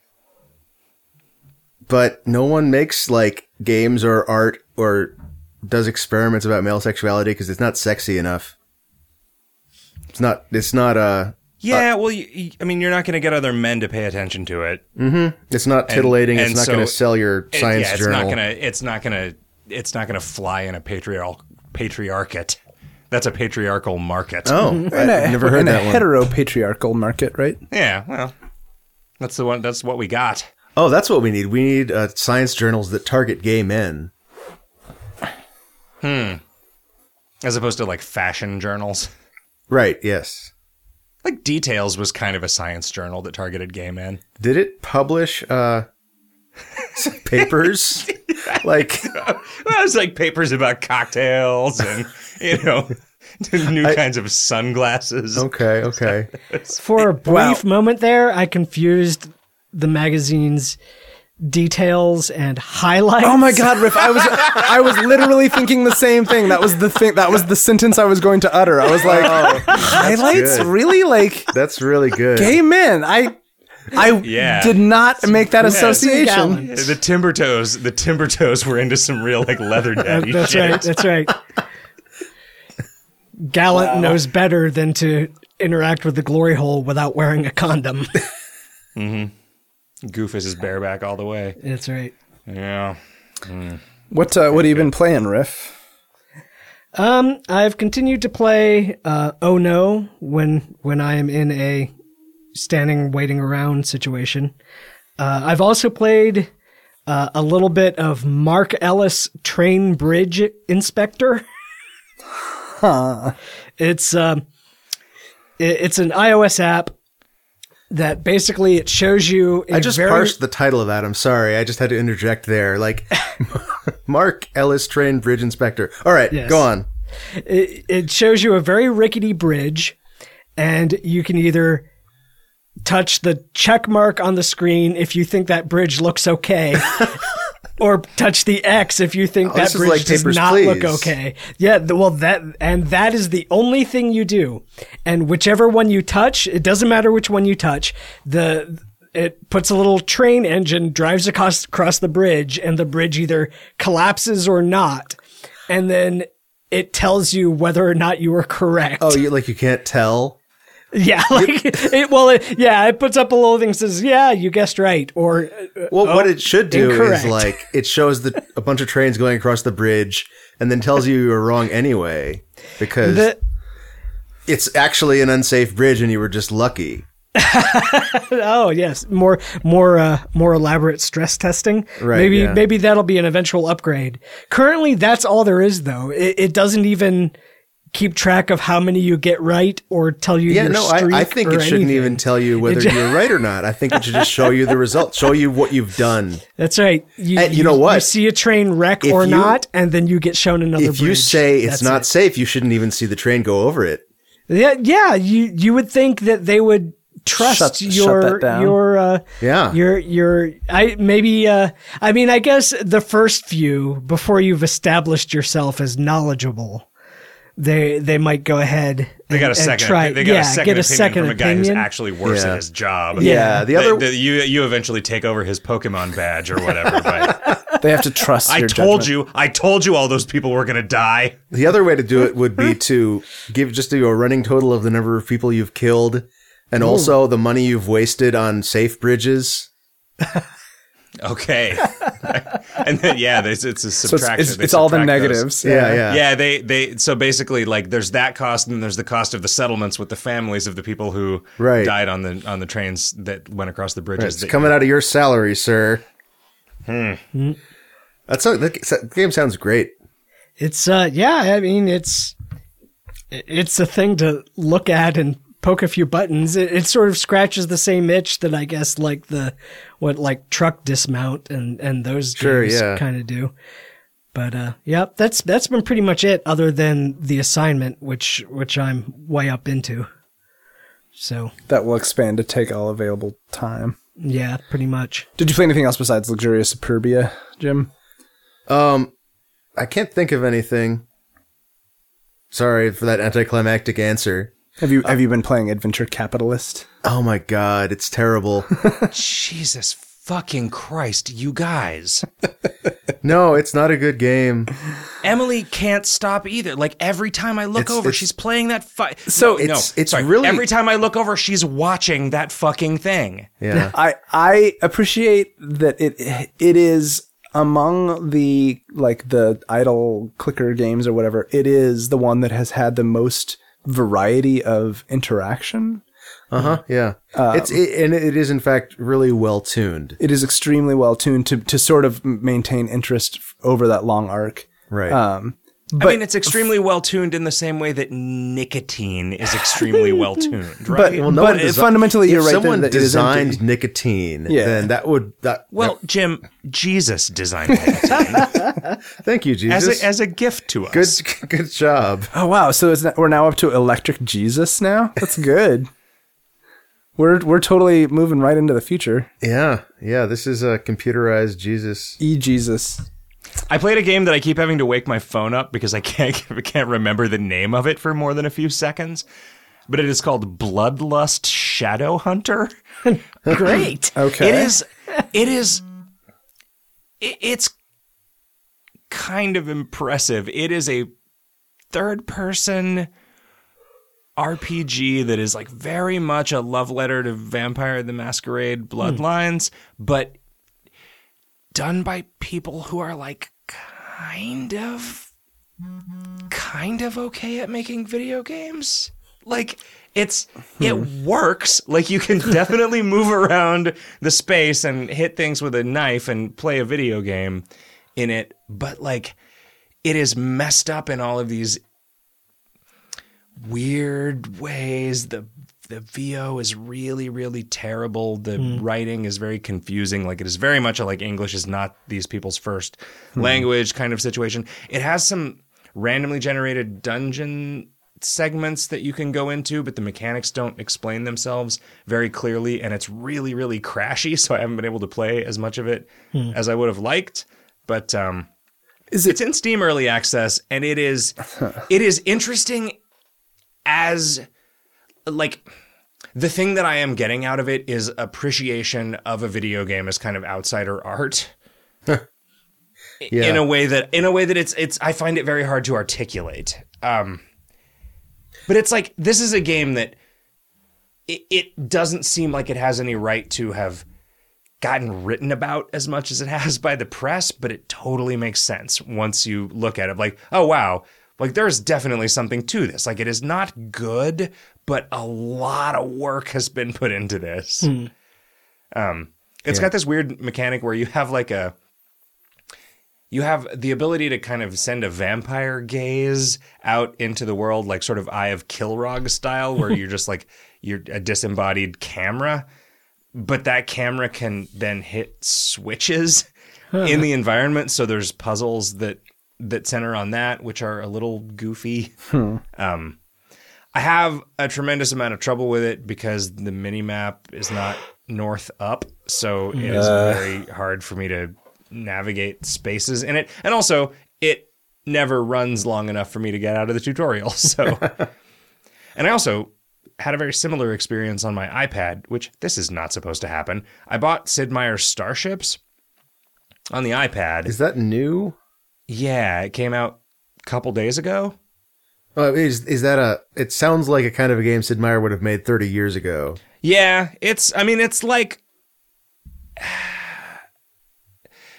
Speaker 3: but no one makes like games or art or does experiments about male sexuality because it's not sexy enough. It's not. It's not. Uh,
Speaker 2: Yeah, well, you, you- I mean, you're not going to get other men to pay attention to it.
Speaker 3: It's not titillating.
Speaker 2: and
Speaker 3: it's not
Speaker 2: so-
Speaker 3: going to sell your
Speaker 2: It-
Speaker 3: science
Speaker 2: yeah, it's
Speaker 3: journal.
Speaker 2: not going to. It's not going to. It's not going to fly in a patriarchal patriarchate. That's a patriarchal market. [LAUGHS]
Speaker 3: oh,
Speaker 4: In a-
Speaker 3: I've never heard
Speaker 4: in
Speaker 3: that
Speaker 4: a
Speaker 3: one.
Speaker 4: heteropatriarchal market, right?
Speaker 2: Yeah, well, that's the one. That's what we got.
Speaker 3: oh, that's what we need. We need uh, science journals that target gay men.
Speaker 2: as opposed to like fashion journals.
Speaker 3: Right. Yes.
Speaker 2: Like Details was kind of a science journal that targeted gay men.
Speaker 3: Did it publish
Speaker 1: [LAUGHS]
Speaker 3: uh, papers? like
Speaker 2: Well, it was like papers about cocktails and you know [LAUGHS] new kinds of sunglasses.
Speaker 3: okay, okay.
Speaker 1: For a brief moment there, I confused the magazine's details and highlights.
Speaker 4: Oh my god, Riff! I was I was literally thinking the same thing. That was the thing. That was the sentence I was going to utter. I was like,
Speaker 1: Oh,
Speaker 4: highlights,
Speaker 3: good.
Speaker 4: really? Like
Speaker 3: That's really good.
Speaker 4: gay men? I I
Speaker 2: Yeah.
Speaker 4: did not make that association.
Speaker 1: Gallons.
Speaker 2: The timber toes, the timber toes were into some real like leather
Speaker 1: [LAUGHS]
Speaker 2: daddy
Speaker 1: That's
Speaker 2: shit.
Speaker 1: right. That's right. Gallant knows better than to interact with the glory hole without wearing a condom. [LAUGHS]
Speaker 2: Goofus is bareback all the way.
Speaker 1: that's right.
Speaker 2: Yeah.
Speaker 4: What uh, what have you been playing, Riff?
Speaker 1: Um, I've continued to play uh, Oh No when when I am in a standing waiting around situation. Uh, I've also played uh, a little bit of Mark Ellis Train Bridge Inspector. It's um, it, it's an iOS app that basically it shows you. in
Speaker 3: I just
Speaker 1: very-
Speaker 3: parsed the title of that. I'm sorry. I just had to interject there. Like [LAUGHS] Mark Ellis Train Bridge Inspector. All right,
Speaker 1: Yes.
Speaker 3: go on.
Speaker 1: it, it shows you a very rickety bridge and you can either touch the check mark on the screen if you think that bridge looks
Speaker 3: [LAUGHS]
Speaker 1: okay or touch the x if you think that
Speaker 3: Oh, this is
Speaker 1: bridge
Speaker 3: like
Speaker 1: does
Speaker 3: Papers,
Speaker 1: not look
Speaker 3: Please.
Speaker 1: okay yeah th- well that and that is the only thing you do and whichever one you touch it doesn't matter which one you touch the it puts a little train engine drives across across the bridge and the bridge either collapses or not and then it tells you whether or not you were correct.
Speaker 3: Oh, you like you can't tell.
Speaker 1: [LAUGHS] yeah, like [LAUGHS] it. Well, it, yeah, it puts up a little thing that says, "Yeah, you guessed right," or uh,
Speaker 3: Well, what it should do
Speaker 1: incorrect.
Speaker 3: is like it shows the a bunch of trains going across the bridge and then tells you you were wrong anyway because
Speaker 1: the,
Speaker 3: it's actually an unsafe bridge and you were just lucky.
Speaker 1: oh yes, more more uh, more elaborate stress testing.
Speaker 3: Right,
Speaker 1: Maybe
Speaker 3: yeah.
Speaker 1: maybe that'll be an eventual upgrade. Currently, that's all there is though. It, it doesn't even keep track of how many you get right or tell you.
Speaker 3: Yeah,
Speaker 1: your
Speaker 3: no, I, I
Speaker 1: streak
Speaker 3: think
Speaker 1: or
Speaker 3: it shouldn't
Speaker 1: anything.
Speaker 3: even tell you whether
Speaker 1: ju-
Speaker 3: you're right or not. I think it should just show you
Speaker 1: [LAUGHS]
Speaker 3: the result, show you what you've done.
Speaker 1: That's right. You,
Speaker 3: And you know what?
Speaker 1: You see a train wreck
Speaker 3: If
Speaker 1: or
Speaker 3: you-
Speaker 1: not, and then you get shown another.
Speaker 3: If you
Speaker 1: bridge.
Speaker 3: say it's
Speaker 1: That's
Speaker 3: not
Speaker 1: it.
Speaker 3: safe, you shouldn't even see the train go over it.
Speaker 1: Yeah, yeah. You you would think that they would trust
Speaker 4: Shut- shut
Speaker 1: your
Speaker 4: that down.
Speaker 1: your uh,
Speaker 3: Yeah.
Speaker 1: your your. I maybe uh, I mean I guess the first few before you've established yourself as knowledgeable, they they might go ahead.
Speaker 2: They got a second. they got
Speaker 1: yeah,
Speaker 2: a second
Speaker 1: get a
Speaker 2: opinion
Speaker 1: second
Speaker 2: from a guy who's
Speaker 1: opinion.
Speaker 2: actually worse
Speaker 3: Yeah.
Speaker 2: at his job.
Speaker 1: Yeah.
Speaker 3: Yeah, the
Speaker 2: They-
Speaker 3: other
Speaker 2: they- you you eventually take over his Pokemon badge or whatever. But
Speaker 4: They have to
Speaker 2: [LAUGHS]
Speaker 4: trust.
Speaker 2: I
Speaker 4: your
Speaker 2: told
Speaker 4: judgment.
Speaker 2: you, I told you, all those people were gonna die.
Speaker 3: The other way to do it would be to give just do a running total of the number of people you've killed and also the money you've wasted on safe bridges.
Speaker 2: Okay. and then yeah, there's, it's a
Speaker 4: So it's,
Speaker 2: subtraction.
Speaker 4: it's,
Speaker 2: They
Speaker 4: it's all the
Speaker 2: subtract those.
Speaker 4: negatives.
Speaker 3: Yeah, yeah.
Speaker 2: Yeah, they they so basically like there's that cost and there's the cost of the settlements with the families of the people who
Speaker 3: Right.
Speaker 2: died on the on the trains that went across the bridges.
Speaker 3: It's
Speaker 2: that-
Speaker 3: coming out of your salary, sir. Hmm.
Speaker 1: Hmm.
Speaker 3: That's a, that game sounds great.
Speaker 1: It's uh yeah. I mean it's it's a thing to look at and poke a few buttons. It, it sort of scratches the same itch that I guess like the what like truck dismount and and those
Speaker 3: Sure,
Speaker 1: games
Speaker 3: yeah.
Speaker 1: kind of do. But uh yeah, that's that's been pretty much it other than the assignment which which I'm way up into. So,
Speaker 4: That will expand to take all available time.
Speaker 1: yeah, pretty much.
Speaker 4: Did you play anything else besides Luxurious Superbia, Jim?
Speaker 3: Um, I can't think of anything. Sorry for that anticlimactic answer.
Speaker 4: Have you have you been playing Adventure Capitalist?
Speaker 3: Oh my god, it's terrible.
Speaker 2: Jesus fucking Christ, you guys.
Speaker 3: [LAUGHS] No, it's not a good game.
Speaker 2: Emily can't stop either. Like every time I look
Speaker 3: It's-
Speaker 2: over,
Speaker 3: it's-
Speaker 2: she's playing that fight.
Speaker 4: So-
Speaker 2: no,
Speaker 3: It's- it's
Speaker 2: sorry.
Speaker 3: really-
Speaker 2: every time I look over, she's watching that fucking thing.
Speaker 4: [LAUGHS]
Speaker 3: Yeah.
Speaker 4: I I appreciate that it it is among the like the idle clicker games or whatever. It is the one that has had the most variety of interaction.
Speaker 3: Uh-huh. Yeah.
Speaker 4: Um,
Speaker 3: it's it, and it is in fact really well tuned.
Speaker 4: It is extremely well tuned to to sort of maintain interest f- over that long arc.
Speaker 3: Right.
Speaker 4: Um,
Speaker 2: I mean, it's extremely well tuned in the same way that nicotine is extremely
Speaker 3: [LAUGHS]
Speaker 2: well tuned, right?
Speaker 4: but
Speaker 3: no
Speaker 4: but
Speaker 3: one desi-
Speaker 4: fundamentally,
Speaker 3: if
Speaker 4: you're right.
Speaker 3: Someone
Speaker 4: that it is empty.
Speaker 3: designed nicotine.
Speaker 4: Yeah.
Speaker 3: Then that would that.
Speaker 2: well, Jim, Jesus designed
Speaker 3: [LAUGHS]
Speaker 2: nicotine
Speaker 3: thank you,
Speaker 2: as
Speaker 3: Jesus.
Speaker 2: a, as a gift to us.
Speaker 3: good, [LAUGHS] good job.
Speaker 4: Oh wow! So it's not, we're now up to Electric Jesus now. That's good. [LAUGHS] we're we're totally moving right into the future.
Speaker 3: Yeah. Yeah. This is a computerized Jesus.
Speaker 4: E Jesus.
Speaker 2: I played a game that I keep having to wake my phone up because I can't [LAUGHS] can't remember the name of it for more than a few seconds. But it is called Bloodlust Shadow [LAUGHS] Hunter.
Speaker 1: Great.
Speaker 4: Okay.
Speaker 2: It is. It is. i- It's kind of impressive. It is a third person RPG that is like very much a love letter to Vampire the Masquerade Bloodlines, but done by people who are like kind of kind of okay at making video games. Like it's it works. Like you can definitely move around the space and hit things with a knife and play a video game in it, but like it is messed up in all of these weird ways. The the VO is really, really terrible. The
Speaker 4: Hmm.
Speaker 2: writing is very confusing. Like it is very much a, like English is not these people's first
Speaker 4: Hmm.
Speaker 2: language kind of situation. It has some randomly generated dungeon segments that you can go into, but the mechanics don't explain themselves very clearly, and it's really, really crashy. So I haven't been able to play as much of it as I would have liked. But um,
Speaker 4: Hmm. Is it
Speaker 2: it's in Steam early access, and it
Speaker 4: [LAUGHS]
Speaker 2: is it is interesting as like the thing that I am getting out of it is appreciation of a video game as kind of outsider art.
Speaker 3: Yeah.
Speaker 2: In a way that in a way that it's it's I find it very hard to articulate. Um but it's like this is a game that it, it doesn't seem like it has any right to have gotten written about as much as it has by the press, but it totally makes sense once you look at it. Like, oh wow, like there's definitely something to this. Like it is not good, but a lot of work has been put into this. Um it's got this weird mechanic where you have like a you have the ability to kind of send a vampire gaze out into the world, like sort of Eye of Kilrog style, where you're just like you're a disembodied camera, but that camera can then hit switches in the environment. So there's puzzles that that center on that, which are a little goofy. Um, I have a tremendous amount of trouble with it because the mini map is not north up, so it is very hard for me to navigate spaces in it. And also, it never runs long enough for me to get out of the tutorial. [LAUGHS] So, and I also had a very similar experience on my iPad, which this is not supposed to happen. I bought Sid Meier's Starships on the iPad.
Speaker 3: Is that new?
Speaker 2: yeah, it came out a couple days ago.
Speaker 3: Uh, is is that a? It sounds like a kind of a game Sid Meier would have made thirty years ago.
Speaker 2: Yeah, it's. I mean, it's like. [SIGHS]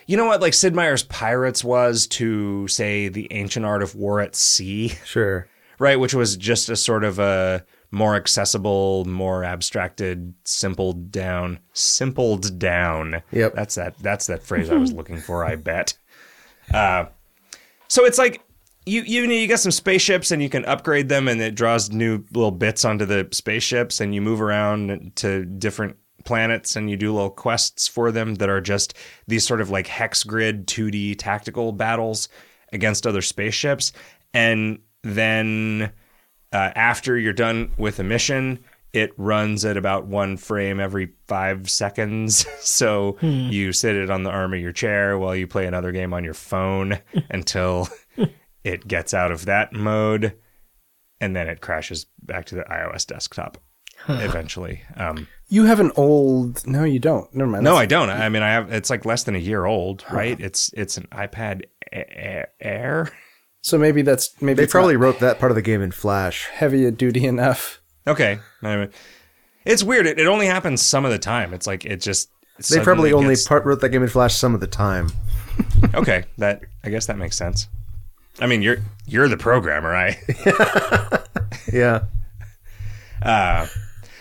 Speaker 2: You know what, like Sid Meier's Pirates was to say the ancient art of war at sea, [LAUGHS]
Speaker 3: Sure.
Speaker 2: right? Which was just a sort of a more accessible, more abstracted, simpled down, simpled down.
Speaker 3: Yep.
Speaker 2: that's that. That's that phrase I was looking for. I bet. Uh, so it's like you you know, you got some spaceships and you can upgrade them and it draws new little bits onto the spaceships and you move around to different planets and you do little quests for them that are just these sort of like hex grid 2D tactical battles against other spaceships and then uh, after you're done with a mission, it runs at about one frame every five seconds. [LAUGHS] So you sit it on the arm of your chair while you play another game on your phone until it gets out of that mode and then it crashes back to the iOS desktop. eventually. Um,
Speaker 4: You have an old. No, you don't. Never mind.
Speaker 2: no,
Speaker 4: That's-
Speaker 2: I don't. I mean, I have. It's like less than a year old, right? It's it's an iPad A- A- Air.
Speaker 4: so maybe that's maybe
Speaker 3: They
Speaker 4: it's not
Speaker 3: probably wrote that part of the game in Flash.
Speaker 4: heavy a duty enough.
Speaker 2: Okay, Anyway. it's weird. It, it only happens some of the time. It's like it just.
Speaker 3: They probably only
Speaker 2: part.
Speaker 3: part wrote that game in Flash some of the time.
Speaker 2: Okay, that I guess that makes sense. I mean, you're you're the programmer, I.
Speaker 3: Yeah.
Speaker 2: [LAUGHS]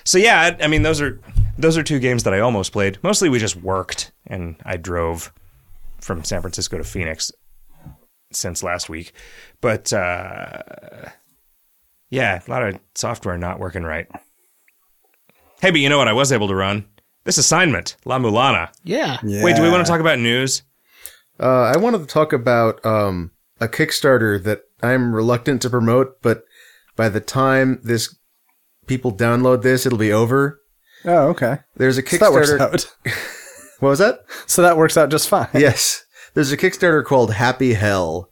Speaker 2: So yeah, I, I mean those are those are two games that I almost played. Mostly we just worked and I drove from San Francisco to Phoenix since last week. But uh yeah, a lot of software not working right. Hey, but you know what I was able to run? This assignment, La Mulana.
Speaker 1: Yeah.
Speaker 2: Wait, do we want to talk about news?
Speaker 3: Uh, I wanted to talk about um, a Kickstarter that I'm reluctant to promote, but by the time this people download this, it'll be over.
Speaker 4: Oh, okay.
Speaker 3: There's a
Speaker 4: So that works
Speaker 3: Kickstarter.
Speaker 4: out. [LAUGHS]
Speaker 3: what was that?
Speaker 4: So that works out just fine.
Speaker 3: yes. There's a Kickstarter called Happy Hell,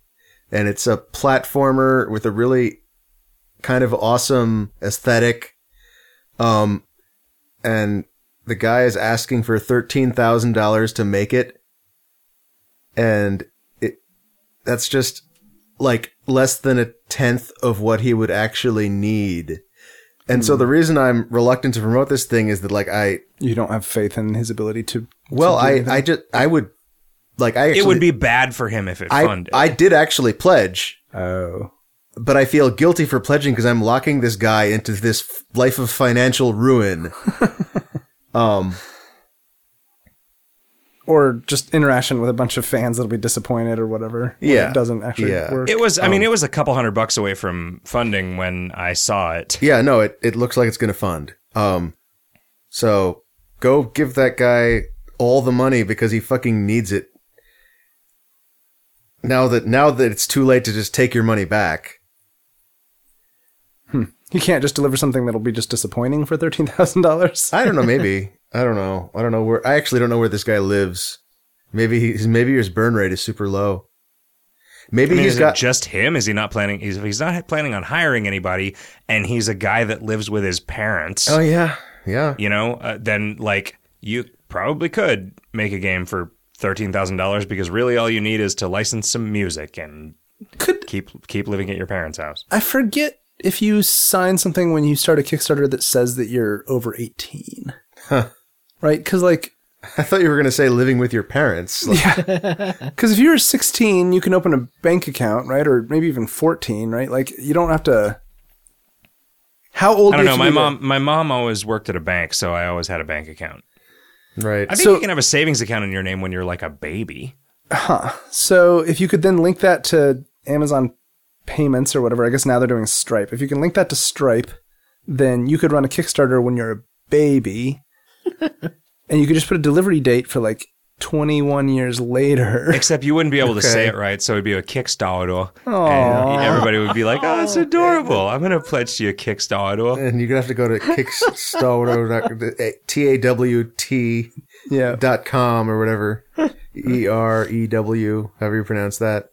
Speaker 3: and it's a platformer with a really kind of awesome aesthetic. Um, and the guy is asking for thirteen thousand dollars to make it, and it that's just like less than a tenth of what he would actually need. And
Speaker 4: Hmm.
Speaker 3: so the reason I'm reluctant to promote this thing is that like I
Speaker 4: You don't have faith in his ability to.
Speaker 3: well
Speaker 4: to do
Speaker 3: I
Speaker 4: anything?
Speaker 3: I just I would like I actually
Speaker 2: It would be bad for him if it
Speaker 3: I,
Speaker 2: funded.
Speaker 3: I did actually pledge,
Speaker 4: Oh.
Speaker 3: but I feel guilty for pledging because I'm locking this guy into this f- life of financial ruin. um,
Speaker 4: Or just interaction with a bunch of fans that'll be disappointed or whatever. when
Speaker 3: Yeah.
Speaker 4: It doesn't actually
Speaker 3: Yeah.
Speaker 4: work.
Speaker 2: It was. I
Speaker 3: Oh.
Speaker 2: mean, it was a couple hundred bucks away from funding when I saw it.
Speaker 3: yeah, no, it, it looks like it's going to fund. Um, so go give that guy all the money because he fucking needs it. Now that now that it's too late to just take your money back.
Speaker 4: you can't just deliver something that'll be just disappointing for $13,000.
Speaker 3: I don't
Speaker 2: [LAUGHS]
Speaker 3: know, maybe. I don't know. I don't know where I actually don't know where this guy lives. Maybe he's maybe his burn rate is super low. Maybe
Speaker 2: I mean,
Speaker 3: he's
Speaker 2: is
Speaker 3: got
Speaker 2: it just him? Is he not planning? He's, he's not planning on hiring anybody, and he's a guy that lives with his parents.
Speaker 3: Oh yeah, yeah.
Speaker 2: You know, uh, then like you probably could make a game for thirteen thousand dollars because really all you need is to license some music and
Speaker 4: Could-
Speaker 2: keep keep living at your parents' house.
Speaker 4: I forget if you sign something when you start a Kickstarter that says that you're over 18. Huh. Right? Because, like,
Speaker 3: I thought you were gonna say living with your parents. Like,
Speaker 4: Because if you're 16, you can open a bank account, right? Or maybe even 14, right? Like you don't have to. How old?
Speaker 2: I don't
Speaker 4: do you
Speaker 2: know.
Speaker 4: have
Speaker 2: My
Speaker 4: to
Speaker 2: mom,
Speaker 4: be to-
Speaker 2: my mom always worked at a bank, so I always had a bank account.
Speaker 3: [LAUGHS] Right.
Speaker 2: I think
Speaker 4: So-
Speaker 2: you can have a savings account in your name when you're like a baby.
Speaker 4: So if you could then link that to Amazon payments or whatever, I guess now they're doing Stripe. If you can link that to Stripe, then you could run a Kickstarter when you're a
Speaker 1: [LAUGHS]
Speaker 4: baby, and you could just put a delivery date for like 21
Speaker 2: [LAUGHS]
Speaker 4: years later.
Speaker 2: Except you wouldn't be able to say
Speaker 3: Okay.
Speaker 2: it right, so it'd be a Kickstarter. And everybody would be like, oh, it's adorable. I'm going to pledge to you a Kickstarter.
Speaker 3: and you're gonna have to go to kickstarter t a w t
Speaker 4: yeah.
Speaker 3: dot com or whatever e r e w however you pronounce that.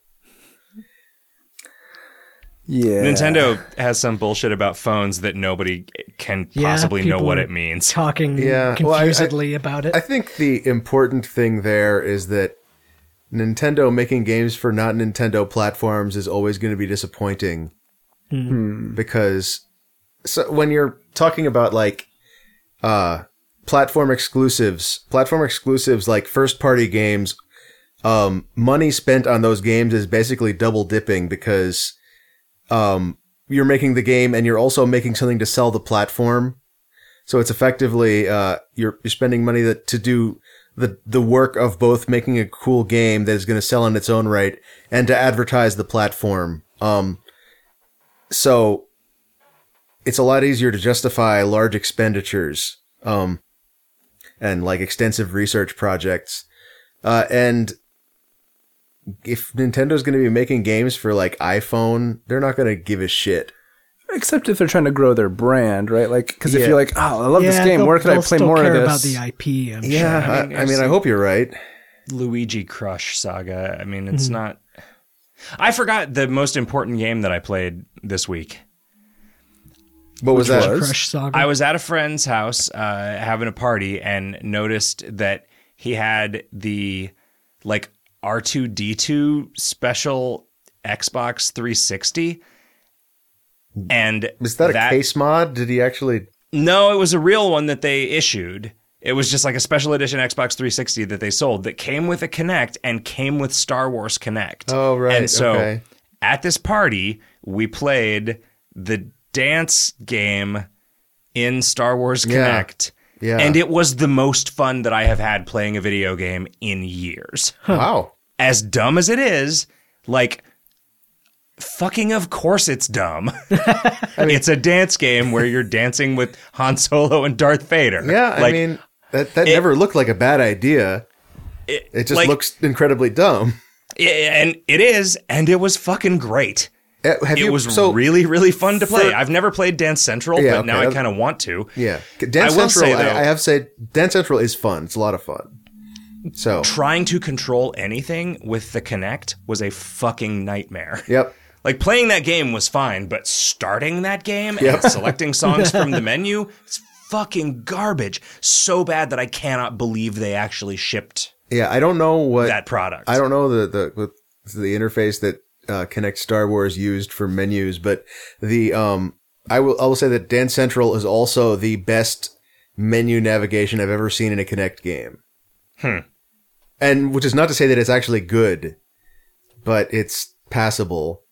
Speaker 4: Yeah.
Speaker 2: Nintendo has some bullshit about phones that nobody can
Speaker 1: Yeah,
Speaker 2: possibly know
Speaker 1: people
Speaker 2: what
Speaker 1: are
Speaker 2: it means.
Speaker 1: Talking
Speaker 3: Yeah, well, I- I-
Speaker 1: confusedly about it.
Speaker 3: I think the important thing there is that Nintendo making games for not Nintendo platforms is always going to be disappointing because so when you're talking about like uh, platform exclusives, platform exclusives like first party games, um, money spent on those games is basically double dipping because um, you're making the game and you're also making something to sell the platform. So it's effectively uh, you're you're spending money that to do the the work of both making a cool game that is going to sell on its own right and to advertise the platform. Um, so it's a lot easier to justify large expenditures um, and like extensive research projects. Uh, and if Nintendo's going to be making games for like iPhone, they're not going to give a shit.
Speaker 4: Except if they're trying to grow their brand, right? Like, because if
Speaker 3: Yeah.
Speaker 4: you're like, oh, I love
Speaker 1: yeah,
Speaker 4: this game, where
Speaker 1: they'll-
Speaker 4: could I
Speaker 1: they'll
Speaker 4: play
Speaker 1: still
Speaker 4: more of
Speaker 1: care
Speaker 4: this?
Speaker 1: about the IP? I'm
Speaker 3: Yeah,
Speaker 1: sure.
Speaker 3: I I mean, I, hope you're right.
Speaker 2: Luigi Crush Saga. I mean, it's not. I forgot the most important game that I played this week.
Speaker 3: What was that?
Speaker 1: Crush Saga.
Speaker 2: I was at a friend's house uh, having a party and noticed that he had the like R2D2 special Xbox 360. And
Speaker 3: Is that a case mod? Did he actually?
Speaker 2: No, it was a real one that they issued. It was just like a special edition Xbox 360 that they sold that came with a Kinect and came with Star Wars Kinect.
Speaker 3: Oh, right,
Speaker 2: And so
Speaker 3: okay.
Speaker 2: at this party, we played the dance game in Star Wars
Speaker 3: Yeah.
Speaker 2: Kinect.
Speaker 3: Yeah.
Speaker 2: And it was the most fun that I have had playing a video game in years
Speaker 3: Wow.
Speaker 2: as dumb as it is, like fucking of course it's dumb. [LAUGHS] it's a dance game where you're dancing with Han Solo and Darth Vader.
Speaker 3: Yeah, I
Speaker 2: like,
Speaker 3: mean that that never looked like a bad idea. It, just
Speaker 2: like-
Speaker 3: looks incredibly dumb.
Speaker 2: i- and it is, and it was fucking great.
Speaker 3: Uh, Have
Speaker 2: It
Speaker 3: you,
Speaker 2: was
Speaker 3: so,
Speaker 2: really, really fun to play.
Speaker 3: for-
Speaker 2: I've never played Dance Central,
Speaker 3: Yeah,
Speaker 2: but
Speaker 3: okay,
Speaker 2: now I
Speaker 3: that-
Speaker 2: kind of want to.
Speaker 3: yeah. Dance
Speaker 2: I will say,
Speaker 3: Central. I,
Speaker 2: though-
Speaker 3: I have said Dance Central is fun. It's a lot of fun. So
Speaker 2: Trying to control anything with the Kinect was a fucking nightmare.
Speaker 3: yep.
Speaker 2: Like playing that game was fine, but starting that game
Speaker 3: Yep.
Speaker 2: and selecting songs from
Speaker 3: [LAUGHS]
Speaker 2: the menu, it's fucking garbage. So bad that I cannot believe they actually shipped
Speaker 3: Yeah, I don't know what
Speaker 2: that product.
Speaker 3: I don't know the the with the interface that uh, Connect Star Wars used for menus, but the um I will I will say that Dance Central is also the best menu navigation I've ever seen in a Connect game. Hmm. And which is not to say that it's actually good, but it's passable.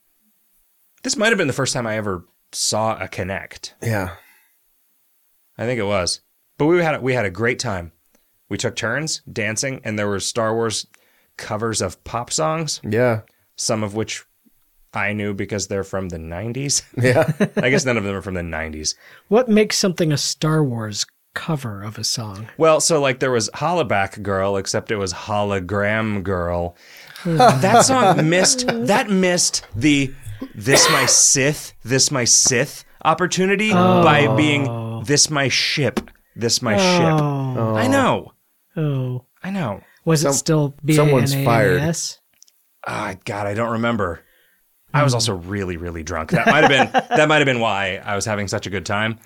Speaker 2: This might have been the first time I ever saw a Connect.
Speaker 3: Yeah.
Speaker 2: I think it was. But we had we had a great time. We took turns dancing, and there were Star Wars covers of pop songs,
Speaker 3: Yeah. [LAUGHS]
Speaker 2: some of which I knew because they're from the '90s.
Speaker 3: Yeah.
Speaker 2: [LAUGHS] I guess none of them are from the '90s.
Speaker 1: what makes something a Star Wars cover of a song?
Speaker 2: Well, so like there was Hollaback Girl, except it was Hologram Girl. that song missed that missed the this my Sith, this my Sith opportunity by being this my ship, this my ship.
Speaker 1: Oh,
Speaker 2: I know.
Speaker 1: oh.
Speaker 2: I know.
Speaker 1: Was it
Speaker 3: Some-
Speaker 1: still B A N
Speaker 3: someone's
Speaker 1: A
Speaker 3: fired.
Speaker 1: N S?
Speaker 2: Ah, God, I don't remember. I was also
Speaker 3: Hmm.
Speaker 2: really, really drunk. That might have been
Speaker 3: [LAUGHS]
Speaker 2: that might have been why I was having such a good time.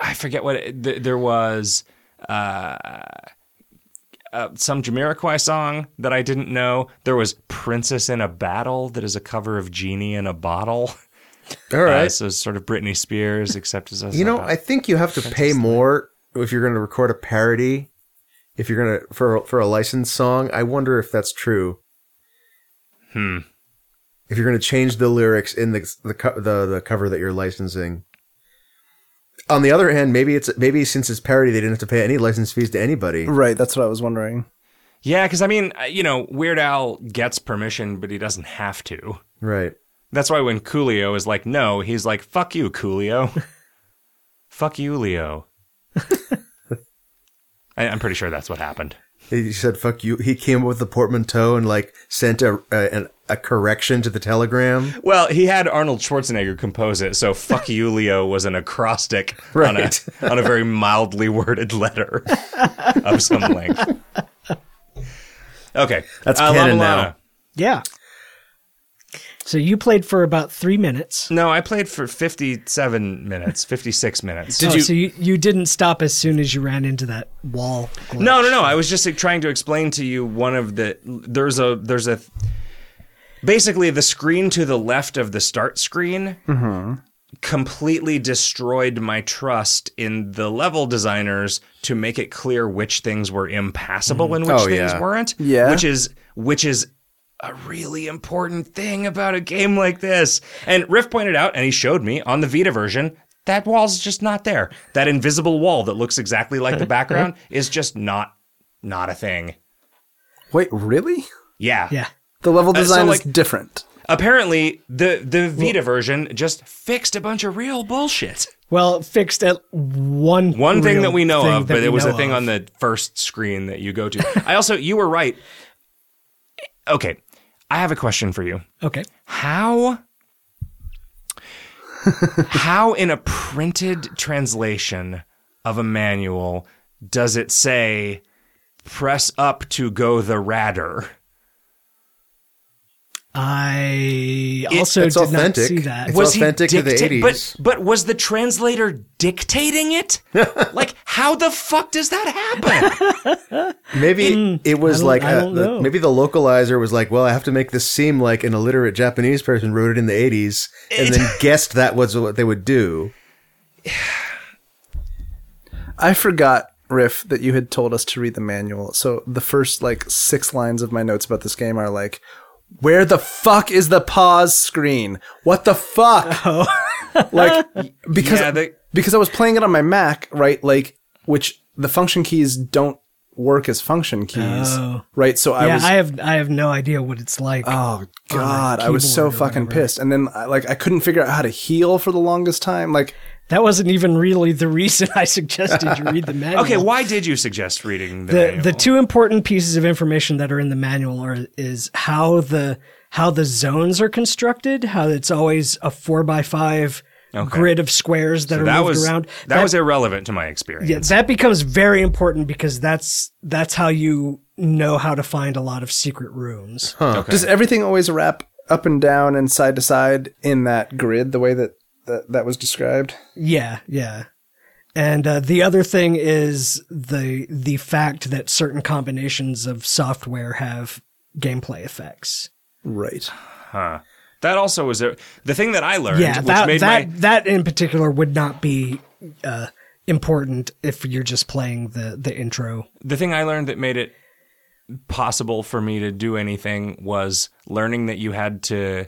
Speaker 2: I forget what it, th- there was. Uh, uh, some Jamiroquai song that I didn't know. There was "Princess in a Battle" that is a cover of "Genie in a Bottle."
Speaker 3: All right.
Speaker 2: Uh, so it's sort of Britney Spears, except it's
Speaker 3: you know, I think you have to pay more if you're going to record a parody. If you're going to for for a licensed song, I wonder if that's true. Hmm. If you're going to change the lyrics in the the co- the, the cover that you're licensing. On the other hand, maybe it's maybe since it's parody, they didn't have to pay any license fees to anybody.
Speaker 4: Right, that's what I was wondering.
Speaker 2: yeah, because I mean, uh, you know, Weird Al gets permission, but he doesn't have to.
Speaker 3: Right.
Speaker 2: That's why when Coolio is like, no, he's like, fuck you, [LAUGHS] Coolio. fuck you, Leo. I, I'm pretty sure that's what happened.
Speaker 3: He said, "Fuck you." He came up with the portmanteau and like sent a a, an- a correction to the telegram.
Speaker 2: Well, he had Arnold Schwarzenegger compose it, so fuck you, Leo was an acrostic
Speaker 3: Right.
Speaker 2: on, a, on a very mildly worded letter of some length. Okay. Uh,
Speaker 3: That's canon
Speaker 2: La
Speaker 3: now.
Speaker 2: Lana.
Speaker 1: Yeah. So you played for about three minutes.
Speaker 2: No, I played for 57 minutes, 56 minutes.
Speaker 1: oh, so you, you didn't stop as soon as you ran into that wall. glitch.
Speaker 2: No, no, no. I was just like, trying to explain to you one of the there's a there's a basically the screen to the left of the start screen completely destroyed my trust in the level designers to make it clear which things were impassable and which
Speaker 3: Oh,
Speaker 2: things
Speaker 3: yeah.
Speaker 2: weren't.
Speaker 4: Yeah.
Speaker 2: which is which is a really important thing about a game like this. And Riff pointed out, and he showed me on the Vita version, that wall's just not there. That invisible wall that looks exactly like the background is just not not a thing.
Speaker 4: Wait, really?
Speaker 2: Yeah.
Speaker 1: Yeah.
Speaker 4: The level
Speaker 2: so,
Speaker 4: design
Speaker 2: like-
Speaker 4: is different.
Speaker 2: Apparently, the the Vita version just fixed a bunch of real bullshit.
Speaker 1: Well, it fixed at one
Speaker 2: One thing
Speaker 1: real
Speaker 2: that we know
Speaker 1: thing
Speaker 2: of,
Speaker 1: that
Speaker 2: but
Speaker 1: we
Speaker 2: it was a
Speaker 1: know
Speaker 2: thing
Speaker 1: of.
Speaker 2: on the first screen that you go to. I also, you were right. Okay, I have a question for you.
Speaker 1: Okay.
Speaker 2: how how in a printed translation of a manual does it say press up to go the radder
Speaker 1: I also
Speaker 3: it's
Speaker 1: did
Speaker 3: authentic.
Speaker 1: not see that.
Speaker 3: It's authentic to the
Speaker 2: dicta-
Speaker 3: 80s.
Speaker 2: But but was the translator dictating it? like how the fuck does that happen?
Speaker 3: Maybe it was
Speaker 1: I don't-
Speaker 3: like
Speaker 1: I
Speaker 3: a-
Speaker 1: don't
Speaker 3: the-
Speaker 1: know.
Speaker 3: maybe the localizer was like, well, I have to make this seem like an illiterate Japanese person wrote it in the '80s
Speaker 1: [LAUGHS]
Speaker 3: and then guessed that was what they would do.
Speaker 4: I forgot, Riff, that you had told us to read the manual. So the first like six lines of my notes about this game are like, "Where the fuck is the pause screen? What the fuck?" like because
Speaker 2: Yeah, they-
Speaker 4: because I was playing it on my Mac, right? Like which the function keys don't work as function keys,
Speaker 1: Oh.
Speaker 4: right? So I
Speaker 1: yeah,
Speaker 4: was
Speaker 1: I have I have no idea what it's like.
Speaker 4: Oh God, I was so
Speaker 1: keyboard or
Speaker 4: fucking pissed. And then I, like I couldn't figure out how to heal for the longest time. Like
Speaker 1: that wasn't even really the reason I suggested you read the manual.
Speaker 2: [LAUGHS] Okay, why did you suggest reading the
Speaker 1: the
Speaker 2: manual?
Speaker 1: the two important pieces of information that are in the manual are is how the how the zones are constructed, how it's always a four by five grid of squares that are
Speaker 2: that
Speaker 1: moved
Speaker 2: was
Speaker 1: around.
Speaker 2: that, was irrelevant to my experience.
Speaker 1: yeah, that becomes very important because that's that's how you know how to find a lot of secret rooms.
Speaker 2: Okay.
Speaker 4: does everything always wrap up and down and side to side in that grid the way that that, that was described?
Speaker 1: Yeah, yeah. And uh, the other thing is the the fact that certain combinations of software have gameplay effects.
Speaker 4: Right.
Speaker 2: That also was a, the thing that I learned,
Speaker 1: Yeah,
Speaker 2: which
Speaker 1: that
Speaker 2: made
Speaker 1: that
Speaker 2: my
Speaker 1: that in particular would not be uh, important if you're just playing the the intro.
Speaker 2: the thing I learned that made it possible for me to do anything was learning that you had to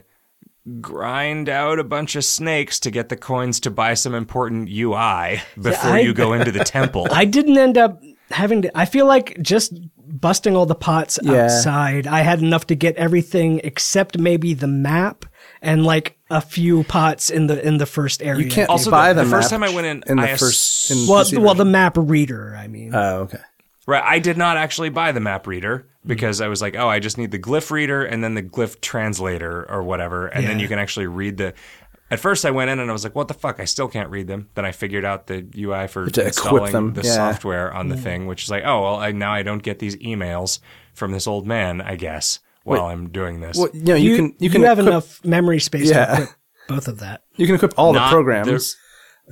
Speaker 2: grind out a bunch of snakes to get the coins to buy some important UI before
Speaker 1: I- [LAUGHS]
Speaker 2: you go into the temple.
Speaker 1: I didn't end up having to. I feel like just busting all the pots outside. I had enough to get everything except maybe the map and like a few pots in the in the first area.
Speaker 4: You can't
Speaker 2: Also,
Speaker 4: buy
Speaker 2: the-
Speaker 4: the,
Speaker 2: the first
Speaker 4: map
Speaker 2: time I went in,
Speaker 4: in the
Speaker 2: I
Speaker 4: first in
Speaker 1: well,
Speaker 4: PC
Speaker 1: well,
Speaker 4: version.
Speaker 1: the map reader. I mean,
Speaker 4: oh okay.
Speaker 2: Right. I did not actually buy the map reader because I was like, oh, I just need the glyph reader and then the glyph translator or whatever. And then
Speaker 1: Yeah.
Speaker 2: you can actually read the. At first, I went in and I was like, what the fuck? I still can't read them. Then I figured out the UI for
Speaker 4: to equip
Speaker 2: installing
Speaker 4: them,
Speaker 2: the
Speaker 4: yeah.
Speaker 2: software on the thing, which is like, oh, well, I, now I don't get these emails from this old man, I guess, while I'm doing this.
Speaker 4: Well, you know, Uh, you, can you can
Speaker 1: have
Speaker 4: equip,
Speaker 1: enough memory space
Speaker 4: Yeah.
Speaker 1: to equip both of that.
Speaker 4: you can equip all the
Speaker 2: Not
Speaker 4: programs.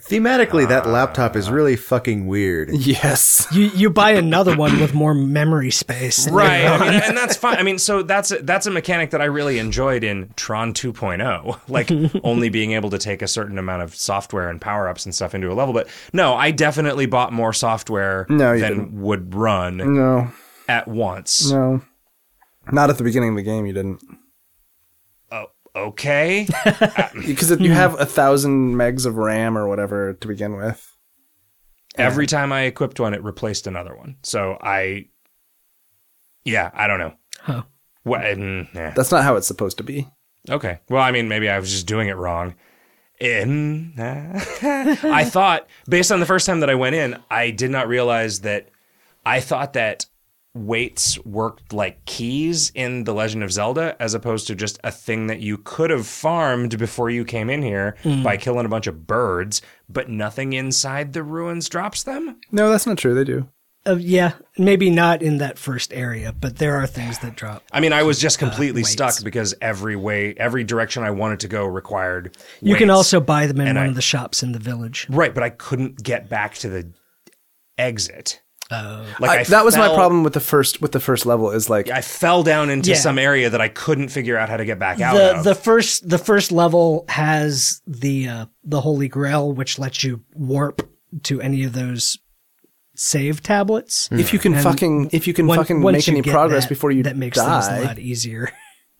Speaker 3: Thematically, that
Speaker 1: Ah.
Speaker 3: laptop is really fucking weird.
Speaker 1: [LAUGHS]
Speaker 4: Yes.
Speaker 1: You you buy another one with more memory space.
Speaker 4: [LAUGHS]
Speaker 2: Right, I mean, and that's fine. I mean, so that's a, that's a mechanic that I really enjoyed in Tron 2.0, [LAUGHS]
Speaker 4: [LAUGHS]
Speaker 2: like only being able to take a certain amount of software and power ups and stuff into a level. But no, I definitely bought more software
Speaker 4: No, you
Speaker 2: than would run
Speaker 4: No.
Speaker 2: at once.
Speaker 4: No. Not at the beginning of the game. You didn't
Speaker 2: Oh,
Speaker 4: [LAUGHS]
Speaker 2: Okay,
Speaker 4: because you have a thousand megs of RAM or whatever to begin with.
Speaker 2: every time I equipped one, it replaced another one. So I, yeah, I don't know.
Speaker 1: Huh.
Speaker 2: What? mm, eh.
Speaker 4: That's not how it's supposed to be.
Speaker 2: Okay. Well, I mean, maybe I was just doing it wrong. In, [LAUGHS] I thought, based on the first time that I went in, I did not realize that I thought that weights worked like keys in The Legend of Zelda, as opposed to just a thing that you could have farmed before you came in here
Speaker 1: Hmm.
Speaker 2: by killing a bunch of birds, but nothing inside the ruins drops them.
Speaker 4: No, that's not true. They do.
Speaker 1: Uh, yeah, maybe not in that first area, but there are things that drop.
Speaker 2: I mean, I was just completely
Speaker 1: Uh, weights.
Speaker 2: stuck because every way, every direction I wanted to go required.
Speaker 1: You can
Speaker 2: weights.
Speaker 1: also buy them in
Speaker 2: And
Speaker 1: one
Speaker 2: I-
Speaker 1: of the shops in the village.
Speaker 2: Right, but I couldn't get back to the exit.
Speaker 1: Oh.
Speaker 2: Like
Speaker 4: I, that was my
Speaker 2: fell-
Speaker 4: problem with the first with the first level is like
Speaker 2: I fell down into
Speaker 1: Yeah.
Speaker 2: some area that I couldn't figure out how to get back out
Speaker 1: the
Speaker 2: of.
Speaker 1: the first the first level has the uh, the Holy Grail, which lets you warp to any of those save tablets.
Speaker 4: if Hmm. you can fucking if you can
Speaker 1: When-
Speaker 4: fucking
Speaker 1: Hmm. once
Speaker 4: make
Speaker 1: you
Speaker 4: any
Speaker 1: get
Speaker 4: progress
Speaker 1: that,
Speaker 4: before you
Speaker 1: that makes
Speaker 4: die.
Speaker 1: things a lot easier.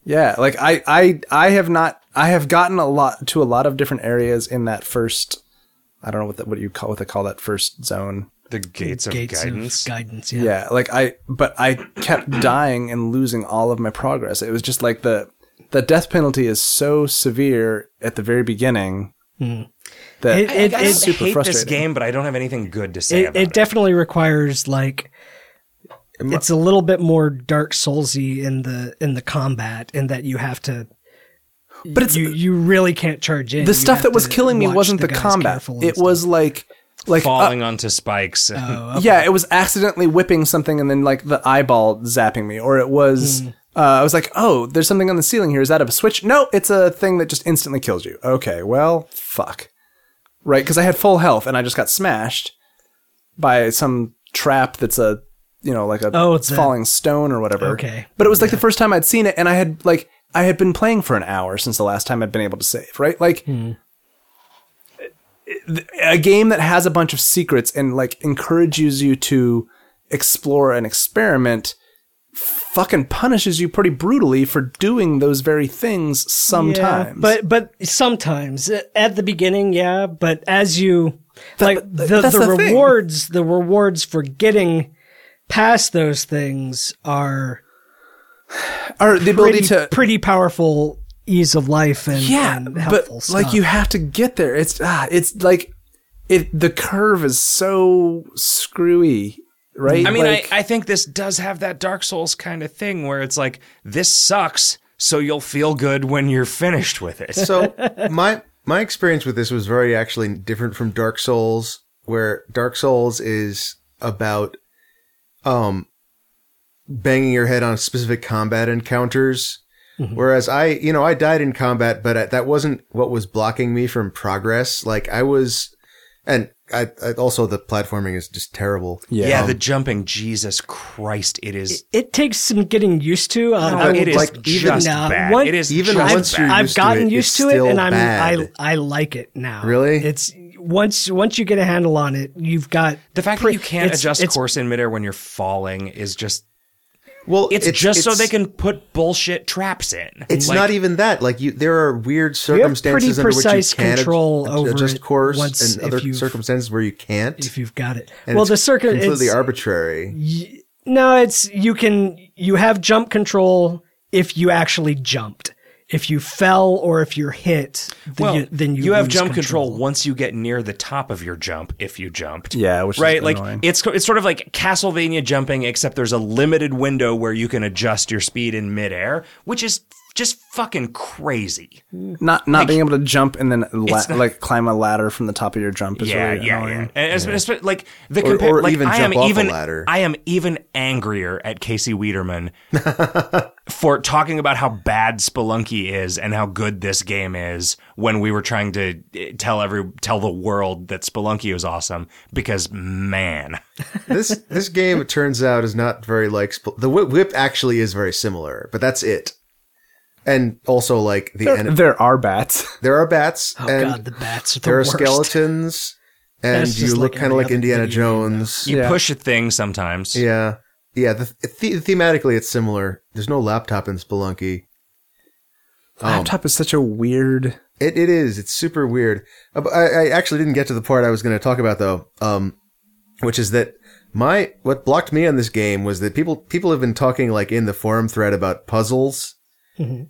Speaker 4: Yeah, like I I I have not I have gotten a lot to a lot of different areas in that first I don't know what that what you call what they call that first zone.
Speaker 2: the gates of
Speaker 1: Gates
Speaker 2: guidance.
Speaker 1: of guidance. Yeah.
Speaker 4: Yeah, like I but I
Speaker 1: [COUGHS]
Speaker 4: kept dying and losing all of my progress. It was just like the the death penalty is so severe at the very beginning that
Speaker 1: Hmm. It- it-
Speaker 2: I
Speaker 1: it-
Speaker 2: don't
Speaker 4: super
Speaker 2: hate this
Speaker 4: frustrating.
Speaker 2: game, but I don't have anything good to say
Speaker 1: it,
Speaker 2: about
Speaker 1: it
Speaker 2: it.
Speaker 1: definitely requires like it's a little bit more dark soulsy in the in the combat in that you have to
Speaker 4: but it's
Speaker 1: you you really can't charge in
Speaker 4: the
Speaker 1: You
Speaker 4: stuff
Speaker 1: have
Speaker 4: that was
Speaker 1: to
Speaker 4: killing me
Speaker 1: watch
Speaker 4: wasn't the,
Speaker 1: guys
Speaker 4: combat.
Speaker 1: careful and
Speaker 4: It
Speaker 1: stuff.
Speaker 4: was like like uh,
Speaker 2: Falling onto [LAUGHS] spikes.
Speaker 1: Oh, okay. Hmm.
Speaker 4: Yeah, it was accidentally whipping something and then like the eyeball zapping me, or it was Uh, I was like, oh, there's something on the ceiling here. Is that a switch? No, it's a thing that just instantly kills you. Okay, well, fuck. Right, because I had full health and I just got smashed by some trap that's a, you know, like a
Speaker 1: Oh, it's a-
Speaker 4: falling stone or whatever.
Speaker 1: Okay.
Speaker 4: But it was like the first time I'd seen it, and I had like I had been playing for an hour since the last time I'd been able to save. Right, like
Speaker 1: Hmm.
Speaker 4: a game that has a bunch of secrets and like encourages you to explore and experiment fucking punishes you pretty brutally for doing those very things sometimes
Speaker 1: but but sometimes at the beginning, yeah. But as you like the
Speaker 4: that's
Speaker 1: the,
Speaker 4: the thing.
Speaker 1: rewards, the rewards for getting past those things are
Speaker 4: or the ability
Speaker 1: pretty,
Speaker 4: to
Speaker 1: pretty powerful ease of life and,
Speaker 4: yeah
Speaker 1: and
Speaker 4: but
Speaker 1: helpful
Speaker 4: like
Speaker 1: stuff.
Speaker 4: you have to get there it's ah, it's like it the curve is so screwy right
Speaker 2: I mean,
Speaker 4: Like,
Speaker 2: I, I think this does have that Dark Souls kind of thing where it's like, this sucks, so you'll feel good when you're finished with
Speaker 1: [LAUGHS]
Speaker 2: it.
Speaker 3: So my my experience with this was very actually different from Dark Souls, where Dark Souls is about um banging your head on specific combat encounters.
Speaker 1: Mm-hmm.
Speaker 3: Whereas I, you know, I died in combat, but I, that wasn't what was blocking me from progress. Like I was, and I, I also the platforming is just terrible.
Speaker 2: [LAUGHS] yeah,
Speaker 4: yeah
Speaker 2: the jumping, Jesus Christ, it is.
Speaker 1: it takes some getting used to. Um, I
Speaker 2: Oh,
Speaker 1: will-
Speaker 2: it is
Speaker 3: like, even-
Speaker 2: just
Speaker 1: Nah,
Speaker 2: bad.
Speaker 1: one-
Speaker 2: it is
Speaker 3: even
Speaker 2: just
Speaker 3: once
Speaker 2: bad.
Speaker 3: you're
Speaker 1: I've
Speaker 3: used to
Speaker 1: gotten
Speaker 3: it,
Speaker 1: used
Speaker 3: it's
Speaker 1: to it,
Speaker 3: still
Speaker 1: and I'm
Speaker 3: bad.
Speaker 1: I I like it now.
Speaker 3: Really?
Speaker 1: It's once once you get a handle on it, you've got
Speaker 2: the fact
Speaker 1: pre-
Speaker 2: that you can't
Speaker 1: it's-
Speaker 2: adjust
Speaker 1: it's-
Speaker 2: course in midair when you're falling is just.
Speaker 3: Well,
Speaker 2: It's, just so
Speaker 3: it's-
Speaker 2: they can put bullshit traps in.
Speaker 3: It's
Speaker 2: Like,
Speaker 3: not even that. Like you, there are weird
Speaker 1: have pretty
Speaker 3: circumstances under which you
Speaker 1: precise
Speaker 3: can
Speaker 1: control
Speaker 3: ad-
Speaker 1: over
Speaker 3: adjust
Speaker 1: it
Speaker 3: course,
Speaker 1: once if
Speaker 3: and other
Speaker 1: you've-
Speaker 3: circumstances where you can't.
Speaker 1: if you've got it.
Speaker 3: And
Speaker 1: well,
Speaker 3: it's
Speaker 1: the circuit
Speaker 3: completely
Speaker 1: it's,
Speaker 3: arbitrary.
Speaker 1: No, it's you can you have jump control if you actually jumped. If you fell or if you're hit, then
Speaker 2: Well,
Speaker 1: you, then you,
Speaker 2: oh, have
Speaker 1: lose
Speaker 2: jump control. once you get near the top of your jump, if you jumped.
Speaker 4: Yeah, which is
Speaker 2: right. like
Speaker 4: annoying.
Speaker 2: it's it's sort of like Castlevania jumping, except there's a limited window where you can adjust your speed in midair, which is just fucking crazy.
Speaker 4: not not being able to jump and then la-
Speaker 2: not-
Speaker 4: like climb a ladder from the top of your jump is
Speaker 2: yeah,
Speaker 4: really
Speaker 2: yeah,
Speaker 4: annoying.
Speaker 2: yeah. And it's- it's- but, like the
Speaker 3: Or-
Speaker 2: compar-
Speaker 3: or
Speaker 2: like,
Speaker 3: even
Speaker 2: I
Speaker 3: jump
Speaker 2: am
Speaker 3: off a
Speaker 2: even,
Speaker 3: ladder.
Speaker 2: I am even angrier at Casey Wiederman [LAUGHS] for talking about how bad Spelunky is and how good this game is when we were trying to eh, tell every tell the world that Spelunky was awesome because man,
Speaker 3: this this game, it turns out, is not very like Spel- the whip, whip. Actually, is very similar, but that's it. And also, like the
Speaker 4: There,
Speaker 3: en-
Speaker 4: there are bats.
Speaker 3: there are bats
Speaker 1: Oh
Speaker 3: and
Speaker 1: god, the bats are the
Speaker 3: there are
Speaker 1: worst.
Speaker 3: skeletons, and
Speaker 1: That's
Speaker 3: you
Speaker 1: just
Speaker 3: look
Speaker 1: like
Speaker 3: kind
Speaker 1: every
Speaker 3: of like
Speaker 1: other
Speaker 3: Indiana
Speaker 1: video game,
Speaker 3: Jones.
Speaker 2: you
Speaker 4: Yeah.
Speaker 2: push a thing sometimes.
Speaker 3: Yeah, yeah. The, the, thematically, it's similar. There's no laptop in Spelunky.
Speaker 4: Laptop is such a weird.
Speaker 3: It it is. It's super weird. Uh, but I, I actually didn't get to the part I was going to talk about though, um, which is that my what blocked me on this game was that people people have been talking like in the forum thread about puzzles,
Speaker 4: Mm-hmm.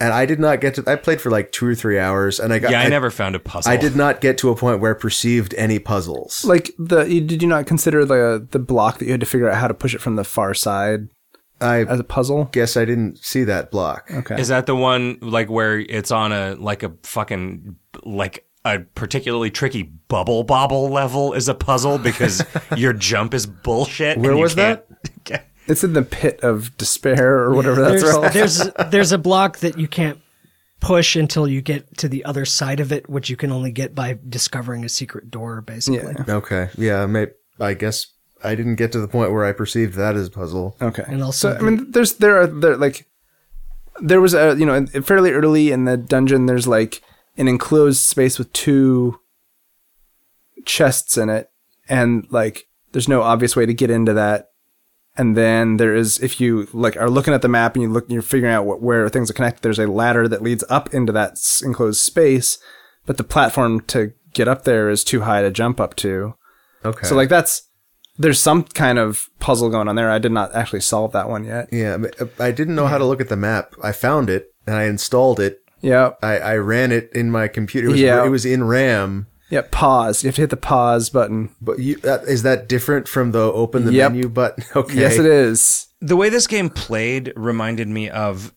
Speaker 3: and I did not get to. I played for like two or three hours, and I got.
Speaker 2: Yeah, I, never found a puzzle.
Speaker 3: I did not get to a point where I perceived any puzzles.
Speaker 4: Like the you, did you not consider the the block that you had to figure out how to push it from the far side
Speaker 3: I
Speaker 4: as a puzzle?
Speaker 3: guess I didn't see that block.
Speaker 4: Okay.
Speaker 2: Is that the one like where it's on a like a fucking like a particularly tricky bubble bobble level is a
Speaker 3: [LAUGHS]
Speaker 2: puzzle because your jump is bullshit.
Speaker 3: Where
Speaker 2: [LAUGHS]
Speaker 3: was
Speaker 2: that?
Speaker 4: It's in the pit of despair or whatever that's
Speaker 1: there's,
Speaker 3: [LAUGHS]
Speaker 4: called.
Speaker 1: there's there's a block that you can't push until you get to the other side of it, which you can only get by discovering a secret door, basically.
Speaker 4: Yeah.
Speaker 3: Okay. Yeah. May, I guess I didn't get to the point where I perceived that as a puzzle.
Speaker 4: Okay.
Speaker 1: And also
Speaker 4: so, I mean, there's there are there like there was a you know in- fairly early in the dungeon. There's like an enclosed space with two chests in it, and like there's no obvious way to get into that. And then there is if you like are looking at the map and you look you're figuring out what, where things are connected. There's a ladder that leads up into that s- enclosed space, but the platform to get up there is too high to jump up to.
Speaker 3: Okay.
Speaker 4: So like that's there's some kind of puzzle going on there. I did not actually solve that one yet.
Speaker 3: Yeah, I mean, I didn't know how to look at the map. I found it and I installed it.
Speaker 4: Yep.
Speaker 3: I, I ran it in my computer. It was,
Speaker 4: Yeah.
Speaker 3: it was in RAM.
Speaker 4: Yep. Pause. You have to hit the pause button.
Speaker 3: But you, that, is that different from the open the
Speaker 4: Yep.
Speaker 3: menu button? [LAUGHS] Okay.
Speaker 4: Yes, it is.
Speaker 2: the way this game played reminded me of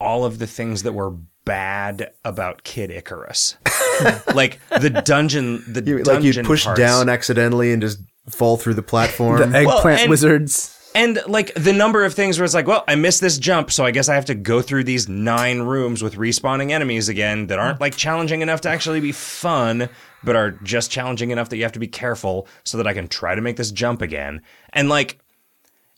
Speaker 2: all of the things that were bad about Kid Icarus.
Speaker 3: [LAUGHS]
Speaker 2: like the dungeon the
Speaker 3: You, like
Speaker 2: dungeon
Speaker 3: you'd push
Speaker 2: parts.
Speaker 3: down accidentally and just fall through the platform.
Speaker 4: Eggplant
Speaker 2: and-
Speaker 4: wizards.
Speaker 2: And like the number of things where it's like, well, I missed this jump, so I guess I have to go through these nine rooms with respawning enemies again that aren't like challenging enough to actually be fun, but are just challenging enough that you have to be careful so that I can try to make this jump again. And like,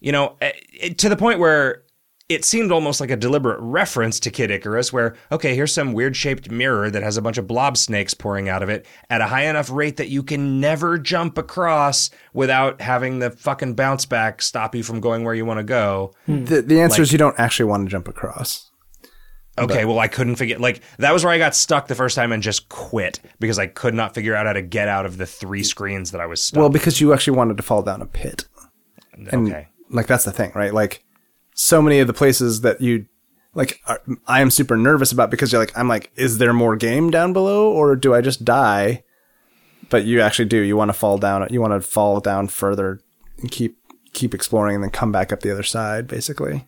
Speaker 2: you know, eh, it, to the point where it seemed almost like a deliberate reference to Kid Icarus, where, okay, here's some weird shaped mirror that has a bunch of blob snakes pouring out of it at a high enough rate that you can never jump across without having the fucking bounce back stop you from going where you want to go.
Speaker 4: The, the answer is you don't actually want to jump across.
Speaker 2: Okay, well, I couldn't figure like that was where I got stuck the first time and just quit because I could not figure out how to get out of the three screens that I was stuck.
Speaker 4: Well, because you actually wanted to fall down a pit. And,
Speaker 2: okay.
Speaker 4: Like that's the thing, right? Like so many of the places that you like are, I am super nervous about because you're like I'm like is there more game down below or do I just die? But you actually do. You want to fall down. You want to fall down further and keep keep exploring and then come back up the other side basically.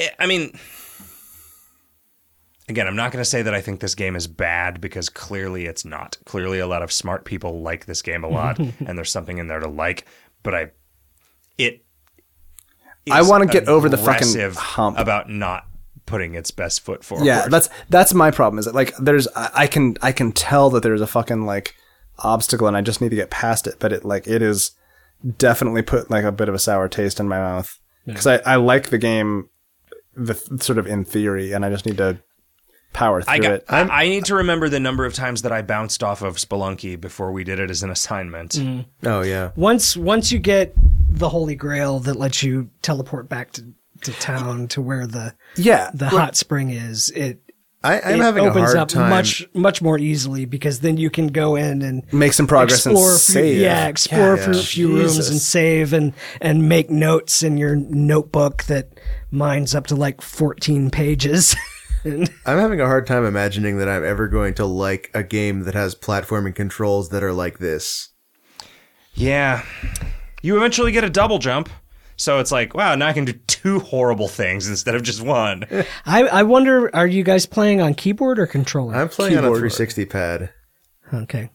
Speaker 2: Eh, I- I mean, again, I'm not going to say that I think this game is bad because clearly it's not. Clearly, a lot of smart people like this game a lot, and there's something in there to like. But I, it,
Speaker 4: I
Speaker 2: is
Speaker 4: wanna get over the fucking
Speaker 2: aggressive
Speaker 4: hump.
Speaker 2: about not putting its best foot forward.
Speaker 4: Yeah, that's that's my problem. Is that like there's I, I can I can tell that there's a fucking like obstacle and I just need to get past it, but it like it is definitely put like a bit of a sour taste in my mouth because I I like the game the th- sort of in theory and I just need to power through
Speaker 2: I got.
Speaker 4: it.
Speaker 2: I, I need to remember the number of times that I bounced off of Spelunky before we did it as an assignment.
Speaker 3: Oh yeah.
Speaker 1: Once once you get the Holy Grail that lets you teleport back to, to town to where the
Speaker 4: yeah,
Speaker 1: the hot spring is, it
Speaker 3: I, I'm
Speaker 1: it
Speaker 3: having a
Speaker 1: opens
Speaker 3: hard
Speaker 1: up
Speaker 3: time.
Speaker 1: much much more easily because then you can go in and
Speaker 4: make some progress
Speaker 1: explore, a
Speaker 4: and
Speaker 1: few-
Speaker 4: save.
Speaker 1: yeah, explore for a few rooms and
Speaker 4: Jesus.
Speaker 1: save and and make notes in your notebook that mines up to like fourteen pages. [LAUGHS] and
Speaker 3: I'm having a hard time imagining that I'm ever going to like a game that has platforming controls that are like this.
Speaker 2: Yeah. You eventually get a double jump. So it's like, wow, now I can do two horrible things instead of just one.
Speaker 1: I I wonder, are you guys playing on keyboard or controller?
Speaker 3: I'm playing on a
Speaker 4: Keyboard.
Speaker 3: 360 pad.
Speaker 1: Okay.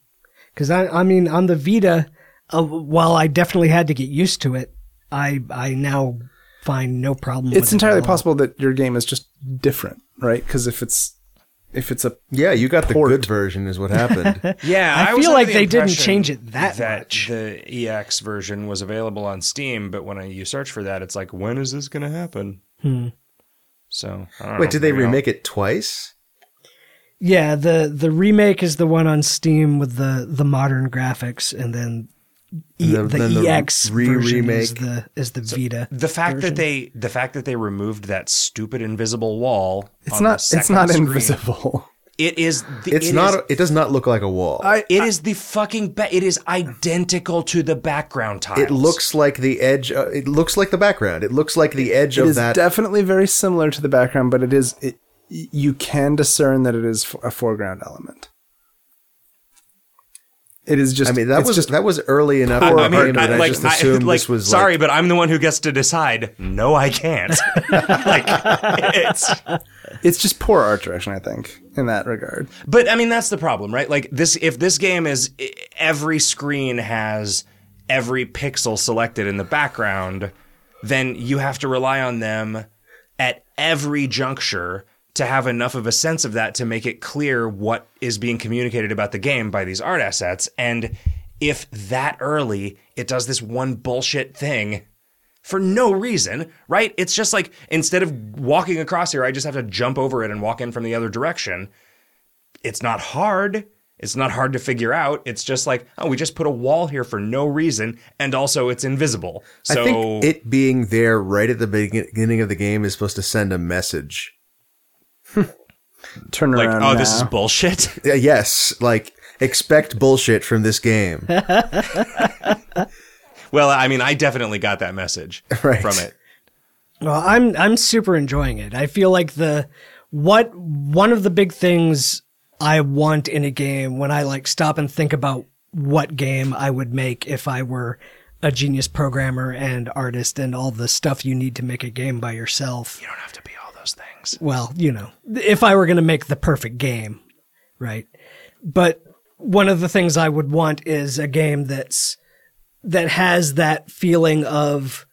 Speaker 1: Because I, I mean, on the Vita, uh, while I definitely had to get used to it, I, I now find no problem. with
Speaker 4: It's
Speaker 1: it
Speaker 4: entirely
Speaker 1: at all.
Speaker 4: possible that your game is just different, right? Because if it's if it's a
Speaker 3: Yeah, you got the
Speaker 4: Port.
Speaker 3: good version, is what
Speaker 4: [LAUGHS]
Speaker 3: happened.
Speaker 2: Yeah,
Speaker 1: I
Speaker 2: was
Speaker 1: feel
Speaker 2: under
Speaker 1: like
Speaker 2: the
Speaker 1: they didn't
Speaker 2: impression
Speaker 1: change it that much.
Speaker 2: the EX version was available on Steam, but when I, you search for that, it's like, when is this going to happen? So I don't
Speaker 3: Wait,
Speaker 2: know,
Speaker 3: did they
Speaker 2: maybe I'll-
Speaker 3: remake it twice?
Speaker 1: Yeah, the the remake is the one on Steam with the the modern graphics, and then. E,
Speaker 3: And
Speaker 1: the,
Speaker 3: then the
Speaker 1: EX
Speaker 3: re-
Speaker 1: version is
Speaker 3: remake.
Speaker 1: the is the Vita.
Speaker 2: The fact
Speaker 1: version.
Speaker 2: that they the fact that they removed that stupid invisible wall.
Speaker 4: it's
Speaker 2: on the
Speaker 4: not it's
Speaker 2: second
Speaker 4: not
Speaker 2: screen,
Speaker 4: invisible.
Speaker 2: It is. The,
Speaker 3: It's
Speaker 2: it
Speaker 3: not.
Speaker 2: is-
Speaker 3: it does not look like a wall.
Speaker 2: it is the fucking. Ba- it is identical to the background tiles.
Speaker 3: it looks like the edge. Uh, it looks like the background. It looks like the edge
Speaker 4: It
Speaker 3: of
Speaker 4: is
Speaker 3: that.
Speaker 4: definitely very similar to the background, but it is it, y- you can discern that it is f- a foreground element. It is just.
Speaker 3: I mean, that
Speaker 4: it's
Speaker 3: was
Speaker 4: just,
Speaker 3: that was early enough. in the
Speaker 2: I
Speaker 3: game
Speaker 2: mean, I, [LAUGHS]
Speaker 3: that I,
Speaker 2: like,
Speaker 3: just assumed
Speaker 2: I, like,
Speaker 3: this was
Speaker 2: sorry, but I'm the one who gets to decide. No, I can't. [LAUGHS]
Speaker 3: [LAUGHS]
Speaker 2: like, it's,
Speaker 4: it's just poor art direction, I think, in that regard.
Speaker 2: but I mean, that's the problem, right? Like this, if this game is e, every screen has every pixel selected in the background, then you have to rely on them at every juncture to have enough of a sense of that to make it clear what is being communicated about the game by these art assets. And if that early it does this one bullshit thing for no reason, right? It's just like instead of walking across here, I just have to jump over it and walk in from the other direction. It's not hard. It's not hard to figure out. It's just like, oh, we just put a wall here for no reason, and also it's invisible. So
Speaker 3: I think it being there right at the begin- beginning of the game is supposed to send a message.
Speaker 4: Turn
Speaker 2: like,
Speaker 4: around.
Speaker 2: oh, this is
Speaker 4: now.
Speaker 2: bullshit. [LAUGHS]
Speaker 3: Yeah, yes, like expect bullshit from this game.
Speaker 2: Well, I mean, I definitely got that message
Speaker 3: [LAUGHS] Right.
Speaker 2: from it.
Speaker 1: Well, I'm I'm super enjoying it. I feel like the what one of the big things I want in a game when I like stop and think about what game I would make if I were a genius programmer and artist and all the stuff you need to make a game by yourself.
Speaker 2: You don't have to be all those things.
Speaker 1: Well, you know, if I were going to make the perfect game, right? But one of the things I would want is a game that's that has that feeling of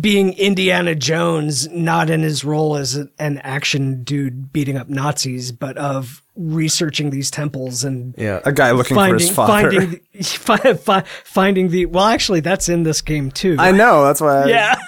Speaker 1: being Indiana Jones, not in his role as a- an action dude beating up Nazis, but of researching these temples and
Speaker 3: Yeah.
Speaker 4: A guy looking for his father. [LAUGHS]
Speaker 1: finding, [LAUGHS] fi- fi- finding the well, actually, that's in this game too.
Speaker 4: I know. That's why. I,
Speaker 1: yeah,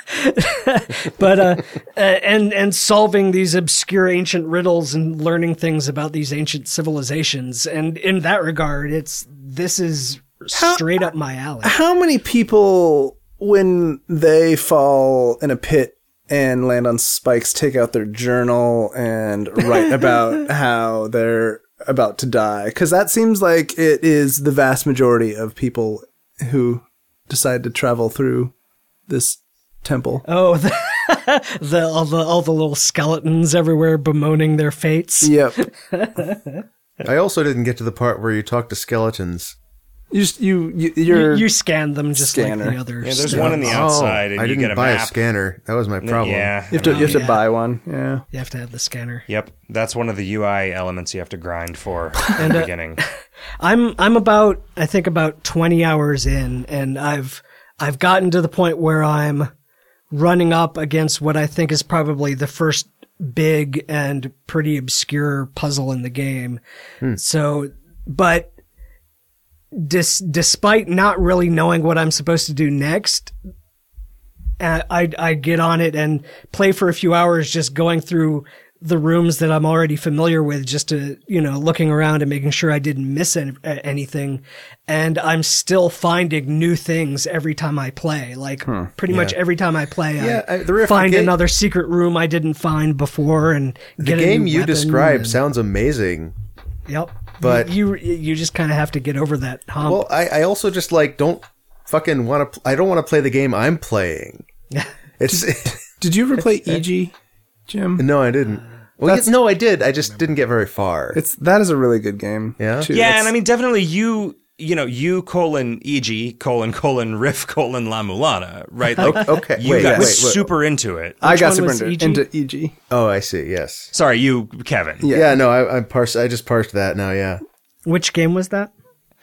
Speaker 1: [LAUGHS] but uh, uh, and and solving these obscure ancient riddles and learning things about these ancient civilizations. And in that regard, it's this is straight up my alley.
Speaker 4: How many people, when they fall in a pit and land on spikes, take out their journal and write [LAUGHS] about how they're about to die? Because that seems like it is the vast majority of people who decide to travel through this temple.
Speaker 1: Oh, the, [LAUGHS] the all the all the little skeletons everywhere bemoaning their fates.
Speaker 4: Yep.
Speaker 3: I also didn't get to the part where you talk to skeletons.
Speaker 4: [LAUGHS] You, s- you, you,
Speaker 1: You,
Speaker 4: you're,
Speaker 1: you scan them just
Speaker 4: Scanner.
Speaker 1: like the others.
Speaker 2: Yeah, there's one in the outside, and
Speaker 3: Oh, I
Speaker 2: you
Speaker 3: didn't
Speaker 2: get a
Speaker 3: buy
Speaker 2: map.
Speaker 3: a scanner. That was my problem.
Speaker 2: Yeah.
Speaker 4: you have to, you have
Speaker 1: yeah.
Speaker 4: to buy one. Yeah.
Speaker 1: You have to have the scanner.
Speaker 2: Yep, that's one of the UI elements you have to grind for in the beginning.
Speaker 1: I'm I'm about I think about 20 hours in, and I've I've gotten to the point where I'm running up against what I think is probably the first big and pretty obscure puzzle in the game. So, but dis- despite not really knowing what I'm supposed to do next, uh, I I get on it and play for a few hours, just going through the rooms that I'm already familiar with, just to you know looking around and making sure I didn't miss any, uh, anything. And I'm still finding new things every time I play. Like pretty much every time I play,
Speaker 3: Yeah,
Speaker 1: I
Speaker 3: I- the riff-
Speaker 1: find
Speaker 3: the ga-
Speaker 1: another secret room I didn't find before, and
Speaker 3: The
Speaker 1: get a
Speaker 3: game
Speaker 1: new
Speaker 3: you
Speaker 1: weapon
Speaker 3: described
Speaker 1: and-
Speaker 3: sounds amazing.
Speaker 1: Yep.
Speaker 3: But-
Speaker 1: you you, you just kind of have to get over that hump.
Speaker 3: Well, I, I also just like don't fucking want to. I don't want to play the game I'm
Speaker 4: [LAUGHS]
Speaker 3: playing. It's [LAUGHS]
Speaker 4: Did you ever play [LAUGHS] EG, Jim?
Speaker 3: no, I didn't. Well, yes, no, I did. I just didn't get very far.
Speaker 4: It's that is a really good game.
Speaker 3: Yeah?
Speaker 4: too.
Speaker 2: yeah,
Speaker 4: It's-
Speaker 2: and I mean definitely you. You know, you colon eg colon colon [LAUGHS] riff colon la mulana, right? Like,
Speaker 3: okay,
Speaker 2: you
Speaker 3: wait,
Speaker 2: got
Speaker 3: wait, Uh, wait.
Speaker 2: super into it.
Speaker 4: I got
Speaker 1: one
Speaker 4: super
Speaker 1: was
Speaker 4: into
Speaker 1: EG?
Speaker 4: into E EG.
Speaker 3: oh, I see. Yes.
Speaker 2: Sorry, you, Kevin.
Speaker 4: Yeah.
Speaker 3: Yeah. no, I, I parsed. I just parsed that now. Yeah.
Speaker 1: Which game was that?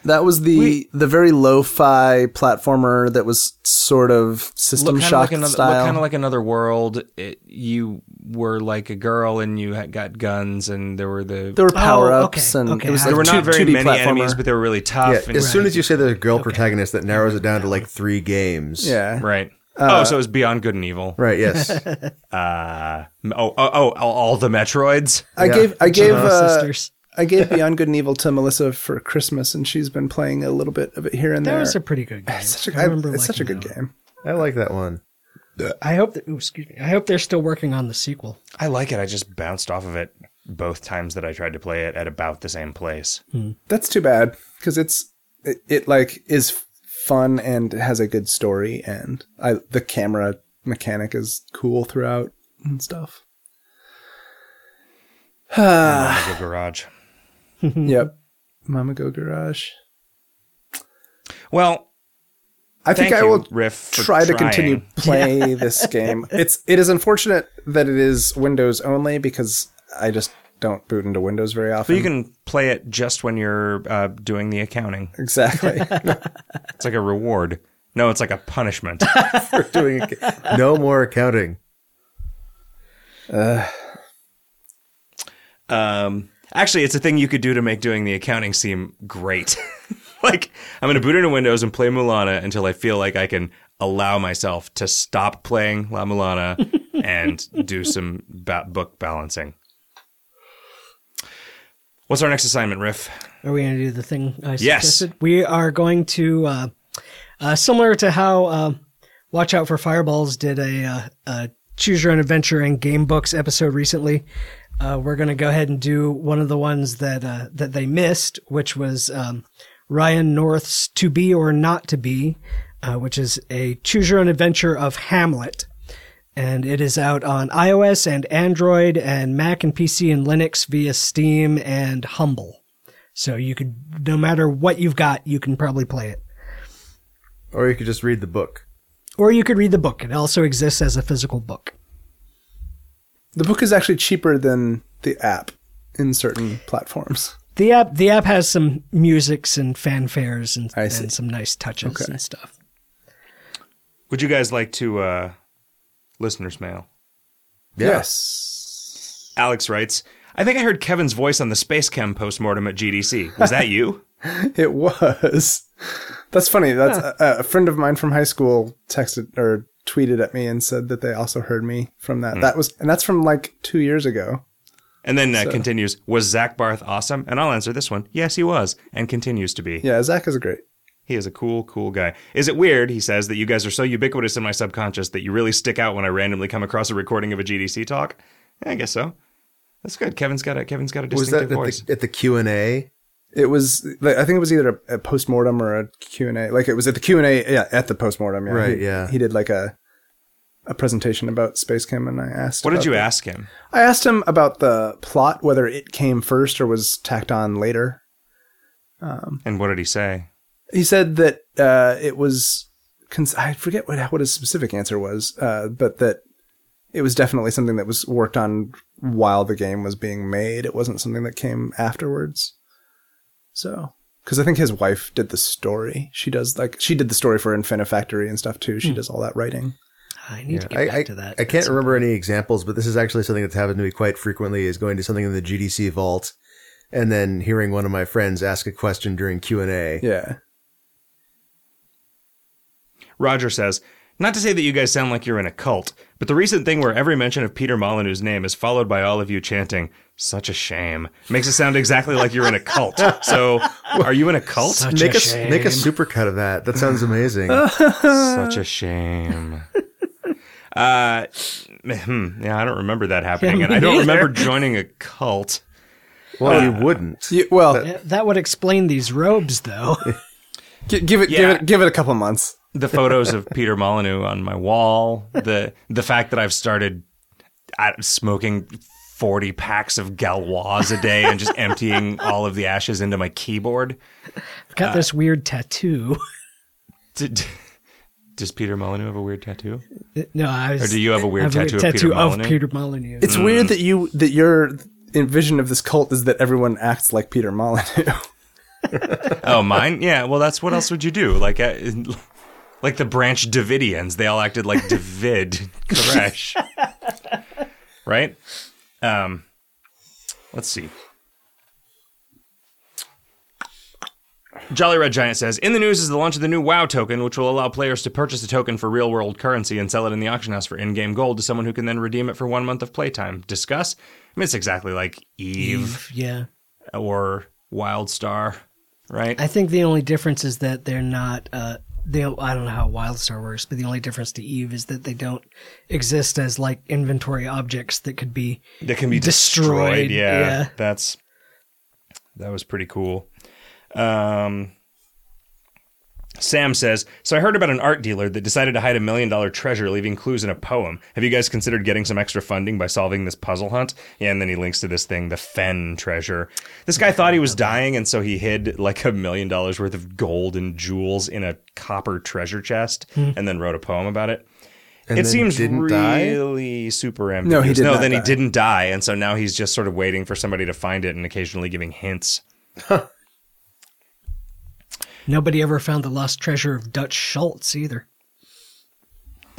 Speaker 4: That was the the very lo-fi platformer that was sort of
Speaker 2: Look,
Speaker 4: System
Speaker 2: kind of
Speaker 4: Shock
Speaker 2: like another,
Speaker 4: style.
Speaker 2: kind of like another world. It, you were like a girl, and you had, got guns, and there were the
Speaker 4: there were power-ups
Speaker 1: okay,
Speaker 4: and
Speaker 1: okay,
Speaker 4: it was
Speaker 1: I-
Speaker 4: like
Speaker 2: there were
Speaker 4: two,
Speaker 2: not very
Speaker 4: 2D
Speaker 2: many
Speaker 4: platformer.
Speaker 2: enemies, but they were really tough.
Speaker 3: Yeah.
Speaker 2: and-
Speaker 3: As soon as you say there's a girl protagonist, that narrows it down to like three games.
Speaker 4: yeah.
Speaker 2: [LAUGHS] right. oh, so it was Beyond Good and Evil.
Speaker 3: Uh, Right.
Speaker 4: [LAUGHS]
Speaker 3: Yes.
Speaker 2: Oh, oh, oh, all, all the Metroids.
Speaker 4: I gave I gave uh,
Speaker 1: Sisters.
Speaker 4: I gave Beyond Good and Evil to Melissa for Christmas, and she's been playing a little bit of it here and
Speaker 1: That
Speaker 4: there.
Speaker 1: was a pretty good game.
Speaker 4: It's such a-
Speaker 1: I
Speaker 4: I-
Speaker 1: remember
Speaker 4: it's such a
Speaker 1: liking
Speaker 4: good
Speaker 1: that
Speaker 4: game.
Speaker 3: I like that one. [LAUGHS]
Speaker 1: one. I hope that. Ooh, excuse me. I hope they're still working on the sequel.
Speaker 2: I like it. I just bounced off of it both times that I tried to play it at about the same place.
Speaker 4: That's too bad because it's it, it like is fun and it has a good story, and I the camera mechanic is cool throughout and stuff.
Speaker 2: The garage.
Speaker 4: Yep. Mama Go Garage.
Speaker 2: Well,
Speaker 4: I think I will
Speaker 2: Riff for
Speaker 4: try to continue
Speaker 2: [LAUGHS] trying. [LAUGHS]
Speaker 4: play this game. It's it is unfortunate that it is Windows only because I just don't boot into Windows very often.
Speaker 2: But you can play it just when you're uh, doing the accounting.
Speaker 4: [LAUGHS]
Speaker 2: [LAUGHS]
Speaker 4: exactly.
Speaker 2: It's like a reward. No, it's like a punishment.
Speaker 3: We're doing a- no more accounting.
Speaker 2: um, actually, it's a thing you could do to make doing the accounting seem great. [LAUGHS] like I'm going to boot into Windows and play Mulana until I feel like I can allow myself to stop playing La Mulana and do some ba- book balancing. What's our next assignment, Riff?
Speaker 1: Are we going to do the thing I
Speaker 2: Yes.
Speaker 1: suggested? We are going to, uh, uh, similar to how uh, Watch Out for Fireballs did a, uh, a Choose Your Own Adventure and Game Books episode recently. Uh, we're going to go ahead and do one of the ones that uh, that they missed, which was um, Ryan North's "To Be or Not to Be," uh, which is a Choose Your Own Adventure of Hamlet and it is out on iOS and Android and Mac and PC and Linux via Steam and Humble. So you could, no matter what you've got, you can probably play it.
Speaker 3: Or you could just read the book.
Speaker 1: Or you could read the book. It also exists as a physical book.
Speaker 4: the book is actually cheaper than the app in certain platforms. [LAUGHS]
Speaker 1: The app, the app has some musics and fanfares and,
Speaker 4: I see.
Speaker 1: and some nice touches and stuff.
Speaker 2: Would you guys like to uh, listeners' mail.
Speaker 4: Yes.
Speaker 2: Alex writes, I think I heard Kevin's voice on the Space Chem postmortem at GDC. Was that you?
Speaker 4: It was. That's funny. That's a, a friend of mine from high school texted or tweeted at me and said that they also heard me from
Speaker 2: Hmm.
Speaker 4: that. That was and that's from like 2 years ago.
Speaker 2: And then uh, continues, Was Zach Barth awesome? And I'll answer this one. Yes, he was, and continues to be.
Speaker 4: Yeah, Zach is great.
Speaker 2: He is a cool, cool guy. Is it weird, he says, that you guys are so ubiquitous in my subconscious that you really stick out when I randomly come across a recording of a GDC talk? Yeah, I guess so. That's good. Kevin's got a Kevin's got a
Speaker 3: Was
Speaker 2: distinctive
Speaker 3: that at the,
Speaker 2: voice.
Speaker 3: at the Q and A?
Speaker 4: It was like, I think it was either a, a postmortem or a Q&A. Like it was at the Q&A yeah, at the postmortem. Yeah.
Speaker 3: Right,
Speaker 4: He-
Speaker 3: yeah.
Speaker 4: He did like a a presentation about Space Chem and I asked
Speaker 2: What did
Speaker 4: about
Speaker 2: you
Speaker 4: the-
Speaker 2: ask him?
Speaker 4: I asked him about the plot, whether it came first or was tacked on later. Um,
Speaker 2: And what did he say?
Speaker 4: He said that uh, it was. Cons- I forget what what his specific answer was, uh, but that it was definitely something that was worked on while the game was being made. It wasn't something that came afterwards. So, because I think his wife did the story. She does like she did the story for Infinifactory and stuff
Speaker 2: Hmm.
Speaker 4: too. She does all that writing.
Speaker 1: I need to get
Speaker 3: I,
Speaker 1: back
Speaker 3: I,
Speaker 1: to that.
Speaker 3: I can't remember any examples, but this is actually something that's happened to me quite frequently. Is going to something in the GDC vault, and then hearing one of my friends ask a question during Q and A.
Speaker 4: Yeah.
Speaker 2: Roger says, Not to say that you guys sound like you're in a cult, but the recent thing where every mention of Peter Molyneux's name is followed by all of you chanting, such a shame, makes it sound exactly like you're in a cult. So, are you in a cult? [LAUGHS] Such,
Speaker 1: Such
Speaker 3: Make
Speaker 1: a
Speaker 3: a,
Speaker 1: shame.
Speaker 3: make a supercut of that. That
Speaker 2: [LAUGHS]
Speaker 3: sounds amazing.
Speaker 2: a shame. Uh, hmm, yeah, I don't remember that happening,
Speaker 1: Yeah,
Speaker 2: and
Speaker 1: me
Speaker 2: I don't
Speaker 1: neither.
Speaker 2: remember joining a cult.
Speaker 3: well, you wouldn't.
Speaker 4: You, well,
Speaker 1: Yeah, that would explain these robes,
Speaker 3: [LAUGHS]
Speaker 1: though.
Speaker 4: gi- give it
Speaker 2: Yeah.
Speaker 4: give it give it a couple months.
Speaker 2: the photos of Peter Molyneux on my wall, the the fact that I've started uh, smoking 40 packs of Galois a day and just emptying all of the ashes into my keyboard.
Speaker 1: Got this weird tattoo. [LAUGHS]
Speaker 2: Did, does Peter Molyneux have a weird tattoo?
Speaker 1: No, I was.
Speaker 2: Or do you have a weird
Speaker 1: I
Speaker 2: tattoo of Peter Molyneux?
Speaker 1: Peter Molyneux?
Speaker 2: Hmm.
Speaker 4: It's weird that you that your vision of this cult is that everyone acts like Peter Molyneux.
Speaker 2: Oh, mine? Yeah, well, that's what else would you do? Like, uh, like the Branch Davidians, they all acted like David Koresh. right? Um, let's see. Jolly Red Giant says In the news is the launch of the new WoW token, which will allow players to purchase a token for real world currency and sell it in the auction house for in game gold to someone who can then redeem it for one month of playtime. Discuss? I mean, it's exactly like Eve
Speaker 1: Yeah,
Speaker 2: or Wildstar, right?
Speaker 1: I think the only difference is that they're not. Uh, they don't- I don't know how Wildstar works, but the only difference to Eve is that they don't exist as like inventory objects that could be.
Speaker 2: that can be
Speaker 1: destroyed,
Speaker 2: destroyed. Yeah,
Speaker 1: yeah.
Speaker 2: that's that was pretty cool. Um, Sam says, "So I heard about an art dealer that decided to hide a million dollar treasure, leaving clues in a poem. Have you guys considered getting some extra funding by solving this puzzle hunt?" Yeah, and then he links to this thing, the Fen treasure. This guy thought he was dying, and so he hid like a million dollars worth of gold and jewels in a copper treasure chest,
Speaker 1: Hmm.
Speaker 2: and then wrote a poem about it
Speaker 3: And
Speaker 2: it
Speaker 3: then
Speaker 2: seems
Speaker 3: didn't die.
Speaker 2: really super ambiguous.
Speaker 4: No, he did
Speaker 2: No,
Speaker 4: not
Speaker 2: then he
Speaker 4: die.
Speaker 2: didn't die, and so now he's just sort of waiting for somebody to find it and occasionally giving hints.
Speaker 1: Nobody ever found the lost treasure of Dutch Schultz either.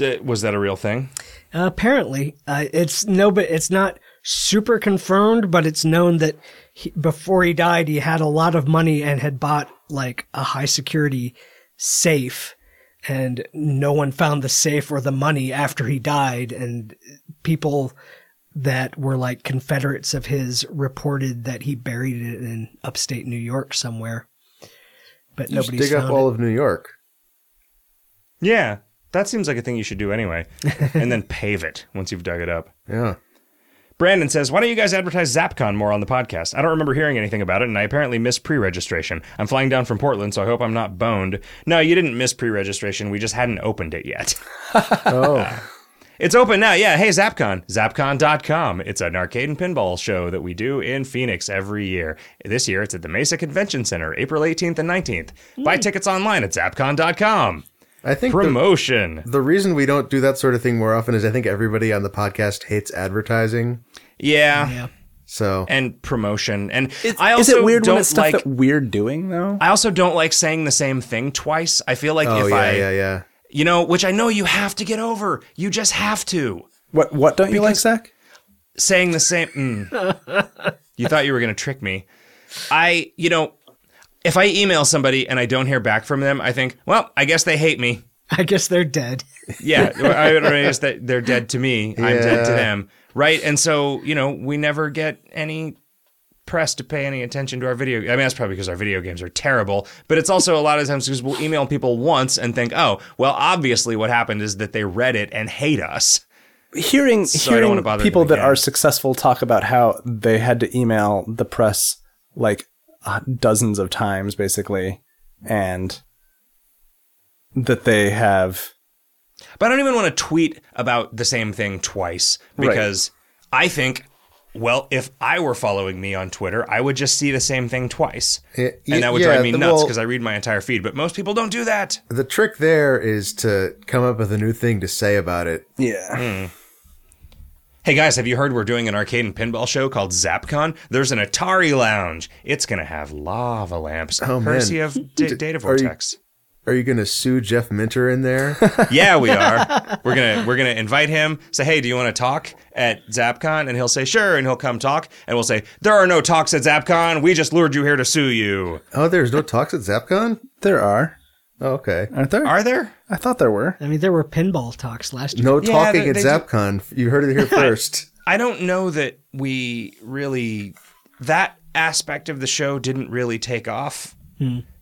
Speaker 2: Uh, Was that a real thing?
Speaker 1: Uh, apparently, uh, it's no, but it's not super confirmed. But it's known that he, before he died, he had a lot of money and had bought like a high security safe, and no one found the safe or the money after he died. And people that were like Confederates of his reported that he buried it in upstate New York somewhere, but
Speaker 3: Just
Speaker 1: nobody's
Speaker 3: dig up
Speaker 1: found
Speaker 3: all
Speaker 1: it.
Speaker 3: of New York.
Speaker 2: Yeah, that seems like a thing you should do
Speaker 4: [LAUGHS]
Speaker 2: anyway, and then pave it once you've dug it up.
Speaker 3: Yeah.
Speaker 2: Brandon says, Why don't you guys advertise ZapCon more on the podcast? I don't remember hearing anything about it, and I apparently missed pre registration. I'm flying down from Portland, so I hope I'm not boned. No, you didn't miss pre registration. We just hadn't opened it
Speaker 4: [LAUGHS]
Speaker 2: yet.
Speaker 3: Oh,
Speaker 2: [LAUGHS] It's open now. Yeah. Hey, ZapCon. ZapCon.com. It's an arcade and pinball show that we do in Phoenix every year. This year, it's at the Mesa Convention Center, April 18th and 19th. Buy tickets online at ZapCon.com.
Speaker 3: I think the-
Speaker 2: Promotion.
Speaker 3: The reason we don't do that sort of thing more often is I think everybody on the podcast hates advertising.
Speaker 2: Yeah.
Speaker 1: yeah. [LAUGHS]
Speaker 3: So
Speaker 2: And promotion. And I also
Speaker 4: [LAUGHS] is it weird
Speaker 2: don't
Speaker 4: when it's
Speaker 2: like.
Speaker 4: stuff that we're doing though?
Speaker 2: I also don't like saying the same thing twice. I feel like
Speaker 3: oh
Speaker 2: if
Speaker 3: yeah,
Speaker 2: I
Speaker 3: yeah, yeah.
Speaker 2: You know, which I know you have to get over. You just have to.
Speaker 4: What what don't you like, Zach?
Speaker 2: saying the same. mm.
Speaker 3: [LAUGHS]
Speaker 2: you thought you were going to trick me. I, you know, if I email somebody and I don't hear back from them, I think, well, I guess they hate me.
Speaker 1: I guess they're dead.
Speaker 3: [LAUGHS]
Speaker 2: Yeah, I would guess that they're dead to me. I'm dead to
Speaker 3: Yeah.
Speaker 2: them, right? And so, you know, we never get any press to pay any attention to our video. I mean, that's probably because our video games are terrible. But it's also a lot of times because we'll email people once and think, oh, well, obviously what happened is that they read it and hate us.
Speaker 4: Hearing
Speaker 2: I don't
Speaker 4: hearing
Speaker 2: wanna bother
Speaker 4: people
Speaker 2: them
Speaker 4: that
Speaker 2: again.
Speaker 4: are successful talk about how they had to email the press like uh, dozens of times, basically, and that they have
Speaker 2: But I don't even want to tweet about the same thing twice because I think, well, if I were following me on Twitter, I would just see the same thing twice.
Speaker 3: Yeah,
Speaker 2: and that would
Speaker 3: yeah,
Speaker 2: drive me
Speaker 3: the-
Speaker 2: nuts
Speaker 3: well-
Speaker 2: because I read my entire feed. But most people don't do that.
Speaker 3: The trick there is to come up with a new thing to say about it.
Speaker 4: yeah.
Speaker 2: Hmm. Hey guys, have you heard we're doing an arcade and pinball show called ZapCon? There's an Atari lounge. It's going to have lava lamps,
Speaker 3: Oh, man.
Speaker 2: courtesy
Speaker 3: [LAUGHS]
Speaker 2: of D- Data
Speaker 3: are you-
Speaker 2: Vortex.
Speaker 3: Are you going to sue Jeff Minter in
Speaker 4: [LAUGHS]
Speaker 3: there?
Speaker 2: yeah, we are. We're gonna we're gonna invite him. Say, hey, do you want to talk at ZapCon? And he'll say, sure. And he'll come talk. And we'll say, there are no talks at ZapCon. We just lured you here to sue you.
Speaker 3: oh, there's no talks at ZapCon?
Speaker 4: There are,
Speaker 3: Oh, okay.
Speaker 4: aren't there?
Speaker 2: Are there?
Speaker 4: I thought there were.
Speaker 2: Hmm.
Speaker 1: I mean, there were pinball talks last year.
Speaker 3: No
Speaker 2: Yeah,
Speaker 3: talking
Speaker 2: they-
Speaker 3: at
Speaker 2: they do-
Speaker 3: ZapCon. You heard
Speaker 2: [LAUGHS]
Speaker 3: it here first.
Speaker 2: I don't know that we really that aspect of the show didn't really take off.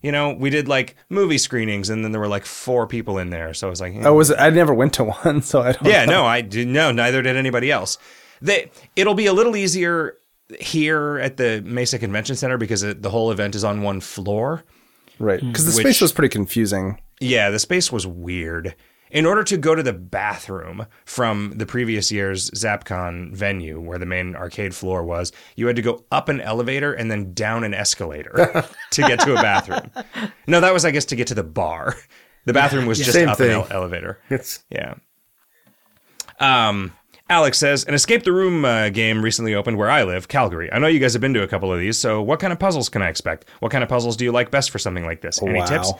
Speaker 2: You know, we did like movie screenings, and then there were like four people in there. So I was like, eh.
Speaker 4: Oh, was it? I never went to [LAUGHS] one, so I don't.
Speaker 2: Yeah,
Speaker 4: know.
Speaker 2: no, I did. No, neither did anybody else. They, it'll be a little easier here at the Mesa Convention Center because it, the whole event is on one floor.
Speaker 4: right because the
Speaker 2: Hmm. Which-
Speaker 4: space was pretty confusing.
Speaker 2: Yeah, the space was weird. In order to go to the bathroom from the previous year's ZapCon venue, where the main arcade floor was, you had to go up an elevator and then down an
Speaker 3: [LAUGHS]
Speaker 2: escalator to get to a bathroom. No, that was, I guess, to get to the bar. The bathroom was just
Speaker 3: Same
Speaker 2: up an
Speaker 3: thing.
Speaker 2: ele- elevator.
Speaker 3: It's
Speaker 2: Yeah. Um, Alex says an escape the room uh, game recently opened where I live, Calgary. I know you guys have been to a couple of these, so what kind of puzzles can I expect? What kind of puzzles do you like best for something like this? Any
Speaker 4: Wow.
Speaker 2: tips?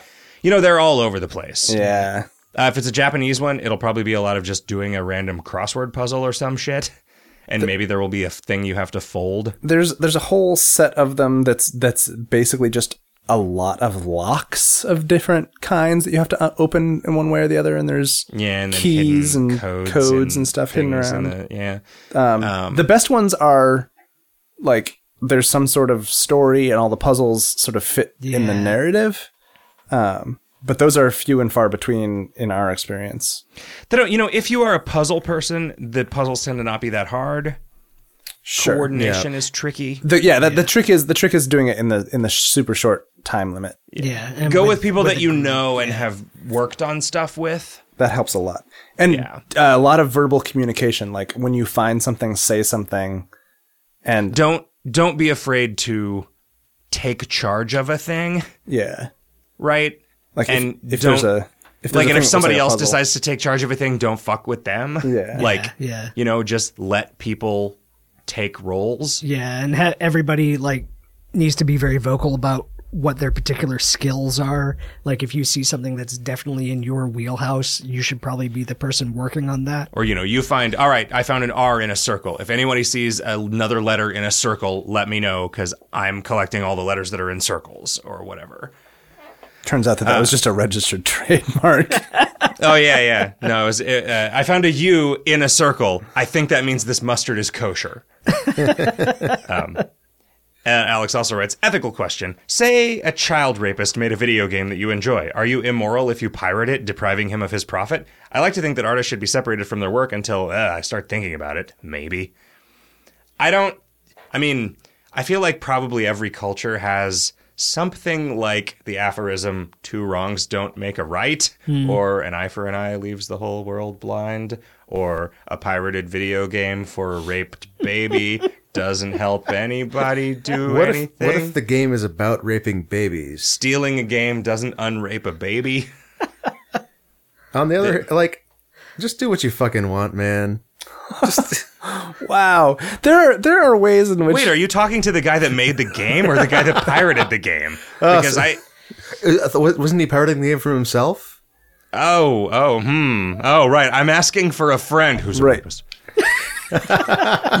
Speaker 2: You know, they're all over the place.
Speaker 4: Yeah,
Speaker 2: Uh, if it's a Japanese one, it'll probably be a lot of just doing a random crossword puzzle or some shit. And maybe there will be a thing you have to fold.
Speaker 4: there's there's a whole set of them that's that's basically just a lot of locks of different kinds that you have to uh, open in one way or the other, and there's
Speaker 2: Yeah, and then
Speaker 4: keys
Speaker 2: hidden
Speaker 4: and codes, and, stuff hidden
Speaker 2: things in the-
Speaker 4: around.
Speaker 2: yeah.
Speaker 4: the best ones are like there's some sort of story, and all the puzzles sort of fit in the
Speaker 1: Yeah.
Speaker 4: narrative. Um, but those are few and far between in our experience.
Speaker 2: They don't, you know, if you are a puzzle person, the puzzles tend to not be that hard.
Speaker 4: Sure.
Speaker 2: Coordination is tricky.
Speaker 4: The, yeah, the, the trick is the trick is doing it in the in the sh- super short time limit.
Speaker 1: Yeah, and
Speaker 2: Go with people
Speaker 1: with
Speaker 2: that you know and have worked on stuff with.
Speaker 4: That helps a lot, and
Speaker 2: Yeah.
Speaker 4: uh, a lot of verbal communication. Like when you find something, say something, and
Speaker 2: Don't don't be afraid to take charge of a thing,
Speaker 4: yeah,
Speaker 2: right?
Speaker 4: like
Speaker 2: and
Speaker 4: if, if
Speaker 2: don't
Speaker 4: there's a if there's
Speaker 2: like
Speaker 4: a
Speaker 2: and
Speaker 4: thing
Speaker 2: if
Speaker 4: that
Speaker 2: somebody
Speaker 4: looks
Speaker 2: else
Speaker 4: like a puzzle-
Speaker 2: decides to take charge of a thing, don't fuck with them.
Speaker 4: Yeah.
Speaker 2: [LAUGHS] Like
Speaker 1: yeah.
Speaker 2: you know, just let people take roles.
Speaker 1: Yeah, and ha- everybody like needs to be very vocal about what their particular skills are. Like if you see something that's definitely in your wheelhouse, you should probably be the person working on that.
Speaker 2: Or you know, you find all right. I found an R in a circle. If anybody sees another letter in a circle, let me know because I'm collecting all the letters that are in circles or whatever.
Speaker 4: turns out that that
Speaker 2: Uh.
Speaker 4: was just a registered [LAUGHS] trademark.
Speaker 2: Oh yeah, yeah. No, it was, it, uh, I found a U in a circle. I think that means this mustard is kosher. um, and Alex also writes ethical question. Say a child rapist made a video game that you enjoy. Are you immoral if you pirate it, depriving him of his profit? I like to think that artists should be separated from their work until uh, I start thinking about it. Maybe. I don't. I mean, I feel like probably every culture has something like the aphorism two wrongs don't make a right
Speaker 3: Hmm.
Speaker 2: or an eye for an eye leaves the whole world blind or a pirated video game for a raped
Speaker 3: [LAUGHS]
Speaker 2: baby doesn't help anybody do
Speaker 3: what if,
Speaker 2: anything
Speaker 3: what if the game is about raping babies?
Speaker 2: stealing a game doesn't unrape a baby
Speaker 3: On the other, like, just do what you fucking want, man.
Speaker 4: wow, there are there are ways in which
Speaker 2: wait are you talking to the guy that made the game or the guy
Speaker 3: [LAUGHS] Oh,
Speaker 2: that pirated the game because i
Speaker 3: Uh, th- wa- wasn't he pirating the game from himself?
Speaker 2: Oh, oh, hmm. Oh, right. I'm asking for a friend who's a
Speaker 4: Right.
Speaker 2: rapist.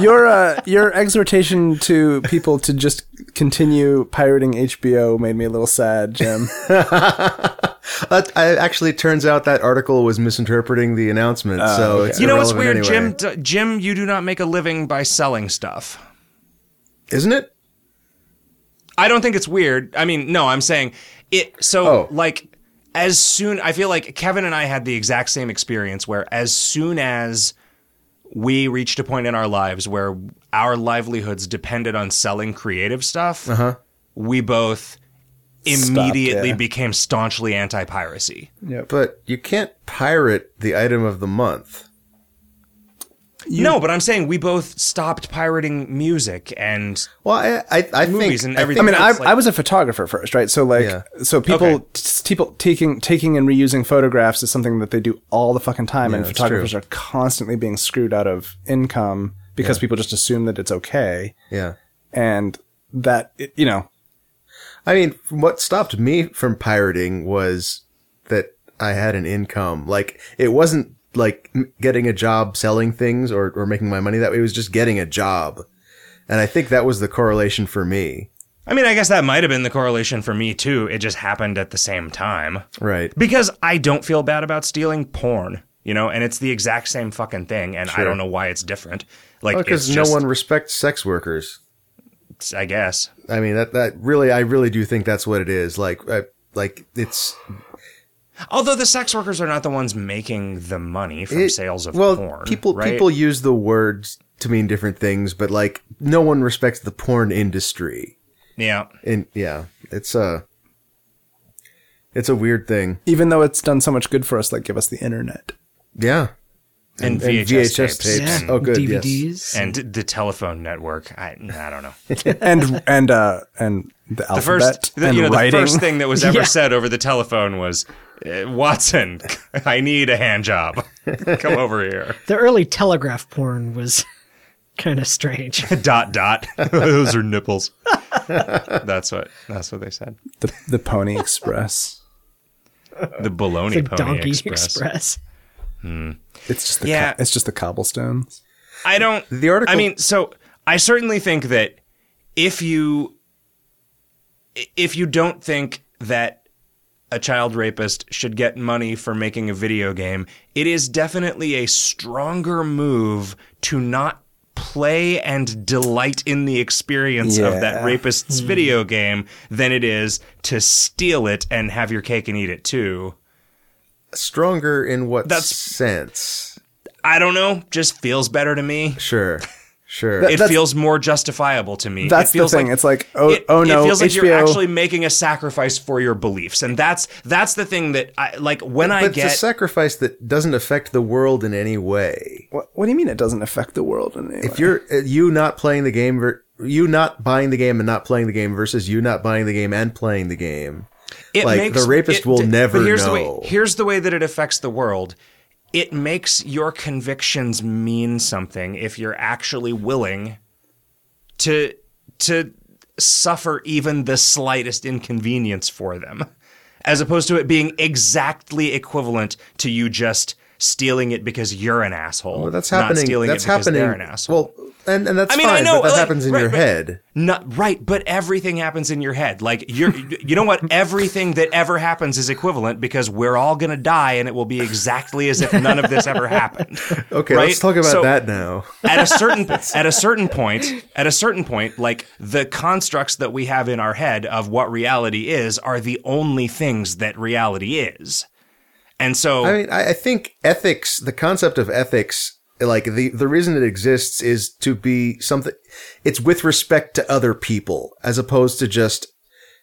Speaker 4: your uh, your exhortation to people to just continue pirating HBO made me a little
Speaker 3: [LAUGHS]
Speaker 4: sad, Jim.
Speaker 3: That, Uh, I, actually, it turns out that article was misinterpreting the announcement,
Speaker 4: Ah,
Speaker 3: so it's
Speaker 2: You know what's weird,
Speaker 3: irrelevant
Speaker 2: Jim?
Speaker 3: anyway.
Speaker 2: D- Jim, you do not make a living by selling stuff.
Speaker 3: Isn't it?
Speaker 2: I don't think it's weird. I mean, no, I'm saying it. So,
Speaker 3: Oh.
Speaker 2: like, as soon I feel like Kevin and I had the exact same experience where as soon as we reached a point in our lives where our livelihoods depended on selling creative stuff,
Speaker 3: Uh-huh.
Speaker 2: we both immediately
Speaker 4: yeah.
Speaker 2: became staunchly anti-piracy.
Speaker 3: But you can't pirate the item of the month.
Speaker 2: no, but I'm saying we both stopped pirating music and
Speaker 3: Well, I, I, I
Speaker 2: Movies
Speaker 3: think
Speaker 2: and
Speaker 3: I
Speaker 2: everything.
Speaker 4: I mean, I,
Speaker 2: It's like-
Speaker 4: I was a photographer first, right? So like,
Speaker 3: Yeah.
Speaker 4: so people
Speaker 2: Okay.
Speaker 4: t- people taking taking and reusing photographs is something that they do all the fucking time, and
Speaker 3: that's
Speaker 4: photographers
Speaker 3: true.
Speaker 4: are constantly being screwed out of income because people just assume that it's okay,
Speaker 3: think- yeah.
Speaker 4: and that it- you know,
Speaker 3: I mean, what stopped me from pirating was that I had an income. Like, it wasn't like m- getting a job selling things or, or making my money that way. It was just getting a job. And I think that was the correlation for me.
Speaker 2: I mean, I guess that might have been the correlation for me too. It just happened at the same time.
Speaker 3: Right.
Speaker 2: Because I don't feel bad about stealing porn, you know, and it's the exact same fucking thing, and I don't know why it's different. Like, it's
Speaker 3: Because Oh, no
Speaker 2: just,
Speaker 3: one respects sex workers.
Speaker 2: I guess.
Speaker 3: I mean, that, that really, I really do think that's what it is. Like, I, like it's
Speaker 2: Although the sex workers are not the ones making the money from
Speaker 3: it-
Speaker 2: sales of
Speaker 3: well,
Speaker 2: porn.
Speaker 3: people
Speaker 2: right?
Speaker 3: people use the words to mean different things, but like no one respects the porn industry.
Speaker 2: yeah.
Speaker 3: And yeah, it's a it's a weird thing.
Speaker 4: even though it's done so much good for us, like give us the internet.
Speaker 3: Yeah,
Speaker 2: And,
Speaker 3: and
Speaker 2: VHS,
Speaker 3: VHS
Speaker 2: tapes.
Speaker 3: tapes.
Speaker 1: Yeah.
Speaker 3: Oh, good, yes.
Speaker 1: DVDs.
Speaker 2: And the telephone network. I, I
Speaker 3: [LAUGHS]
Speaker 2: don't know.
Speaker 4: and and uh and the alphabet
Speaker 2: The first, the,
Speaker 4: and
Speaker 2: you know, the
Speaker 4: writing.
Speaker 2: first thing that was ever
Speaker 3: [LAUGHS]
Speaker 1: Yeah.
Speaker 2: said over the telephone was, "Eh, "Watson, [LAUGHS] I need a hand job. [LAUGHS] Come over here."
Speaker 1: The early telegraph porn was [LAUGHS] kind of strange.
Speaker 2: dot dot. [LAUGHS] Those are nipples. [LAUGHS] that's what. That's what they said.
Speaker 4: [LAUGHS] the, the Pony Express.
Speaker 2: The baloney
Speaker 1: The
Speaker 2: pony
Speaker 1: Donkey
Speaker 2: express.
Speaker 1: Express.
Speaker 4: It's just the
Speaker 2: Yeah.
Speaker 4: yeah. it's just the cobblestones.
Speaker 2: I don't.
Speaker 3: The article-
Speaker 2: I mean, so I certainly think that if you if you don't think that a child rapist should get money for making a video game, it is definitely a stronger move to not play and delight in the experience of that
Speaker 4: Yeah. Hmm.
Speaker 2: rapist's video game than it is to steal it and have your cake and eat it too.
Speaker 3: Stronger in what
Speaker 2: That's-
Speaker 3: sense?
Speaker 2: I don't know, just feels better to me.
Speaker 3: Sure, sure.
Speaker 2: It
Speaker 4: That's-
Speaker 2: feels more justifiable to me.
Speaker 4: That's
Speaker 2: it feels
Speaker 4: the thing.
Speaker 2: Like,
Speaker 4: it's like oh
Speaker 2: it,
Speaker 4: oh no,
Speaker 2: it feels like
Speaker 4: HBO.
Speaker 2: you're actually making a sacrifice for your beliefs, and that's that's the thing that I like when I
Speaker 3: but
Speaker 2: get.
Speaker 3: it's a sacrifice that doesn't affect the world in any way.
Speaker 4: what, what do you mean it doesn't affect the world? In any
Speaker 3: If you're uh, you not playing the game, ver- you not buying the game and not playing the game versus you not buying the game and playing the game.
Speaker 2: it
Speaker 3: like,
Speaker 2: makes,
Speaker 3: the rapist
Speaker 2: it-
Speaker 3: will
Speaker 2: but
Speaker 3: never
Speaker 2: here's The
Speaker 3: know.
Speaker 2: way, here's the way that it affects the world. It makes your convictions mean something if you're actually willing to to suffer even the slightest inconvenience for them, as opposed to it being exactly equivalent to you just stealing it because you're an asshole.
Speaker 3: Well, that's
Speaker 2: Not
Speaker 3: happening.
Speaker 2: stealing
Speaker 3: That's
Speaker 2: it because
Speaker 3: happening.
Speaker 2: They're an asshole.
Speaker 3: Well, and and that's
Speaker 2: I mean, I
Speaker 3: fine.
Speaker 2: know,
Speaker 3: but that
Speaker 2: like,
Speaker 3: happens in
Speaker 2: right,
Speaker 3: your
Speaker 2: but-
Speaker 3: head.
Speaker 2: Not right, but everything happens in your head. Like
Speaker 3: [LAUGHS]
Speaker 2: you're, you know what? Everything that ever happens is equivalent because we're all gonna die, and it will be exactly as if none of this ever happened.
Speaker 3: Okay,
Speaker 2: right?
Speaker 3: let's talk about
Speaker 2: So-
Speaker 3: that now.
Speaker 2: at a certain
Speaker 3: [LAUGHS]
Speaker 2: at a certain point at a certain point like the constructs that we have in our head of what reality is are the only things that reality is and so
Speaker 3: I mean, I, I think ethics, the concept of ethics, like the, the reason it exists is to be something, it's with respect to other people as opposed to just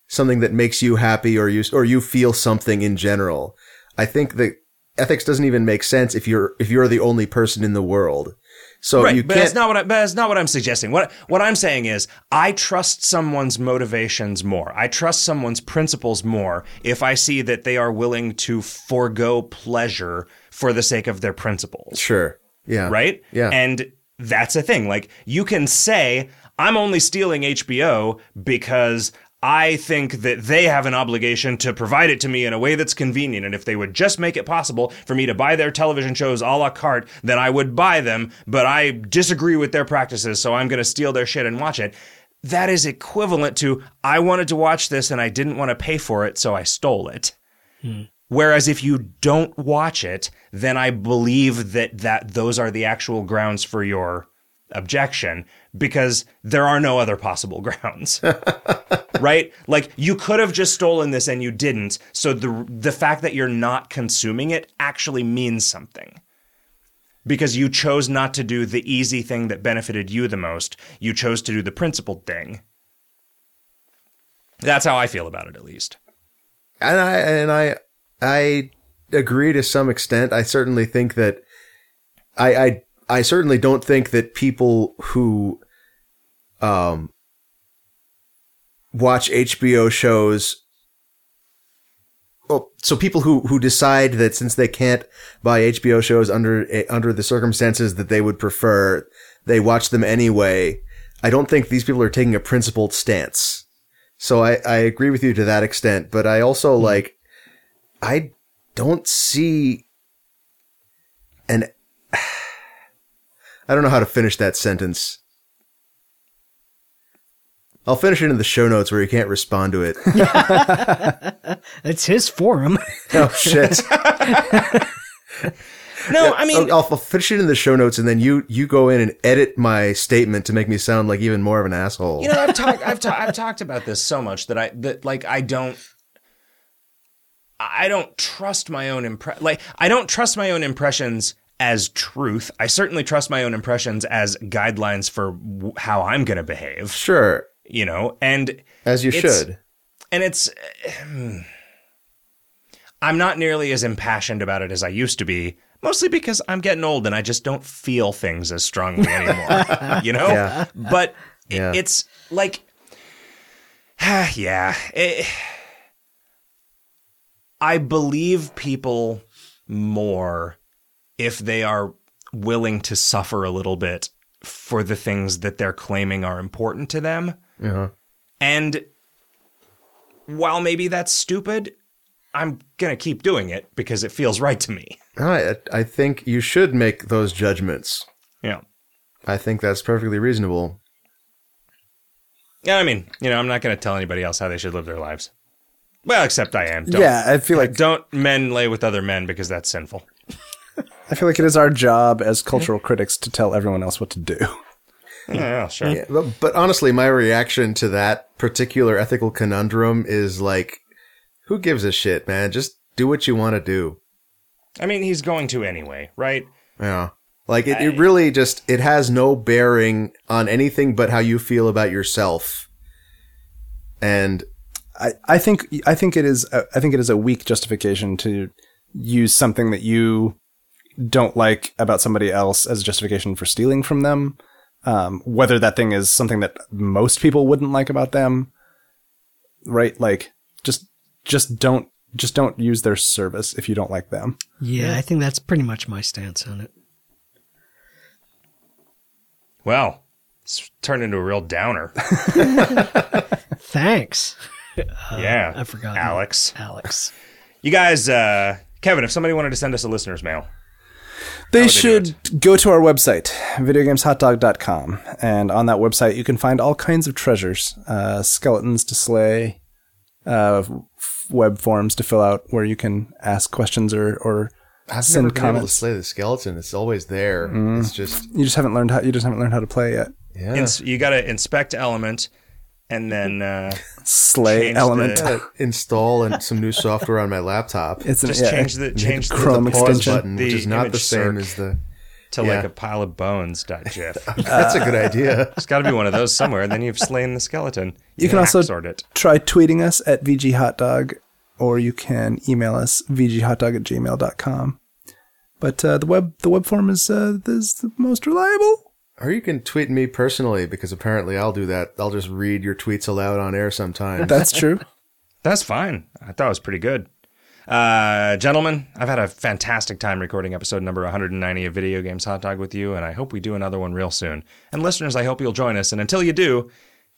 Speaker 3: something that makes you happy or you, or you feel something in general. I think that ethics doesn't even make sense if you're, if you're the only person in the world. So
Speaker 2: right
Speaker 3: you
Speaker 2: but that's
Speaker 3: can't,
Speaker 2: not what I, but that's not what I'm suggesting what what I'm saying is I trust someone's motivations more I trust someone's principles more if I see that they are willing to forego pleasure for the sake of their principles
Speaker 3: sure. Yeah.
Speaker 2: right?
Speaker 3: Yeah.
Speaker 2: And that's a thing. Like you can say, I'm only stealing HBO because I think that they have an obligation to provide it to me in a way that's convenient. And if they would just make it possible for me to buy their television shows a la carte, then I would buy them. But I disagree with their practices, so I'm going to steal their shit and watch it. That is equivalent to I wanted to watch this and I didn't want to pay for it, so I stole it. Whereas if you don't watch it, then I believe that, that those are the actual grounds for your objection because there are no other possible [LAUGHS] grounds. right? Like you could have just stolen this and you didn't. So the the fact that you're not consuming it actually means something. Because you chose not to do the easy thing that benefited you the most. You chose to do the principled thing. That's how I feel about it at least.
Speaker 3: and I and I I agree to some extent. I certainly think that I I I certainly don't think that people who um watch HBO shows well, so people who who decide that since they can't buy HBO shows under eh, under the circumstances that they would prefer, they watch them anyway. I don't think these people are taking a principled stance. So I, I agree with you to that extent, but I also
Speaker 2: Hmm.
Speaker 3: like I don't see an [SIGHS] I don't know how to finish that sentence. I'll finish it in the show notes where you can't respond
Speaker 2: [LAUGHS]
Speaker 3: to it.
Speaker 1: It's his forum. [LAUGHS]
Speaker 3: oh shit.
Speaker 2: [LAUGHS] No, I mean
Speaker 3: I'll, I'll finish it in the show notes and then you you go in and edit my statement to make me sound like even more of an asshole.
Speaker 2: You know, I've talked, I've, ta- I've talked about this so much that I that like I don't, I don't trust my own impre- Like I don't trust my own impressions as truth. I certainly trust my own impressions as guidelines for w- how I'm going to behave.
Speaker 3: sure,
Speaker 2: You know, and
Speaker 3: as you
Speaker 2: It's-
Speaker 3: should.
Speaker 2: and it's [SIGHS] I'm not nearly as impassioned about it as I used to be, mostly because I'm getting old and I just don't feel things as strongly
Speaker 3: [LAUGHS]
Speaker 2: anymore, you know?
Speaker 3: Yeah.
Speaker 2: But i-
Speaker 3: Yeah.
Speaker 2: it's like [SIGHS] yeah, it- I believe people more if they are willing to suffer a little bit for the things that they're claiming are important to them.
Speaker 3: Uh-huh.
Speaker 2: And while maybe that's stupid, I'm going to keep doing it because it feels right to me.
Speaker 3: No, I, I think you should make those judgments.
Speaker 2: Yeah.
Speaker 3: I think that's perfectly reasonable.
Speaker 2: Yeah, I mean, you know, I'm not going to tell anybody else how they should live their lives. Well, except I am. Don't,
Speaker 4: yeah, I feel like
Speaker 2: Don't men lay with other men because that's sinful.
Speaker 4: I feel like it is our job as cultural critics to tell everyone else what to do.
Speaker 2: Yeah, yeah, sure.
Speaker 3: Yeah, but, but honestly, my reaction to that particular ethical conundrum is like, who gives a shit, man? Just do what you want to do.
Speaker 2: I mean, he's going to anyway, right?
Speaker 3: Yeah. Like it, it really just it has no bearing on anything but how you feel about yourself. And
Speaker 4: I, I think I think it is a, I think it is a weak justification to use something that you don't like about somebody else as justification for stealing from them. Um, whether that thing is something that most people wouldn't like about them, right? Like just just don't just don't use their service if you don't like them.
Speaker 1: yeah, I think that's pretty much my stance on it.
Speaker 2: Well, it's turned into a real downer.
Speaker 1: Thanks,
Speaker 2: yeah.
Speaker 1: I forgot.
Speaker 2: Alex.
Speaker 1: Alex.
Speaker 2: You guys, uh, Kevin, if somebody wanted to send us a listener's mail,
Speaker 4: They
Speaker 2: would they do
Speaker 4: should go to our website, videogameshotdog.com, and on that website you can find all kinds of treasures, uh, skeletons to slay, uh, f- web forms to fill out where you can ask questions or, or
Speaker 3: I've
Speaker 4: Send
Speaker 3: never been able to
Speaker 4: comments. Mm-hmm.
Speaker 3: slay the skeleton. It's always there. It's just
Speaker 4: you just haven't learned how you just haven't learned how to play yet.
Speaker 3: yeah.
Speaker 2: ins- you got to inspect element and then uh,
Speaker 4: Slay
Speaker 2: Change [LAUGHS]
Speaker 4: element.
Speaker 2: the-
Speaker 3: install and some new software on my laptop.
Speaker 4: It's an,
Speaker 2: just
Speaker 4: yeah,
Speaker 2: change the change the,
Speaker 4: Chrome
Speaker 3: the pause
Speaker 4: extension.
Speaker 3: button, which
Speaker 2: The
Speaker 3: is not
Speaker 2: image
Speaker 3: the same
Speaker 2: circ.
Speaker 3: as the.
Speaker 2: to
Speaker 3: Yeah.
Speaker 2: like a pile of bones.
Speaker 3: [LAUGHS]
Speaker 2: dot GIF.
Speaker 3: That's a good idea.
Speaker 2: There's got to be one of those somewhere. And then you've slain the skeleton. You,
Speaker 4: can also-
Speaker 2: sort it.
Speaker 4: Try tweeting us at vghotdog, or you can email us vghotdog at gmail.com. But uh, the web the web form is uh, is the most reliable.
Speaker 3: Or you can tweet me personally because apparently I'll do that. I'll just read your tweets aloud on air sometimes.
Speaker 2: [LAUGHS]
Speaker 4: That's true.
Speaker 2: That's fine. I thought it was pretty good. Uh, gentlemen, I've had a fantastic time recording episode number 190 of Video Games Hot Dog with you, and I hope we do another one real soon. And listeners, I hope you'll join us. And until you do,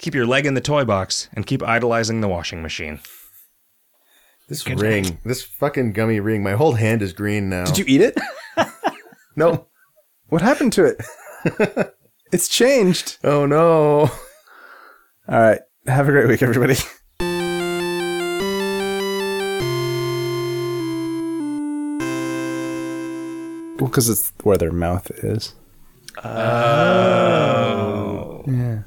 Speaker 2: Keep your leg in the toy box and keep idolizing the washing machine.
Speaker 3: This ring, this fucking gummy ring. My whole hand is green now.
Speaker 4: Did you eat it?
Speaker 3: No.
Speaker 4: Oh. [LAUGHS] What happened to it? [LAUGHS] it's changed.
Speaker 3: Oh no.
Speaker 4: All right. Have a great week, everybody. [LAUGHS] Well, because it's where their mouth is. Oh. Yeah.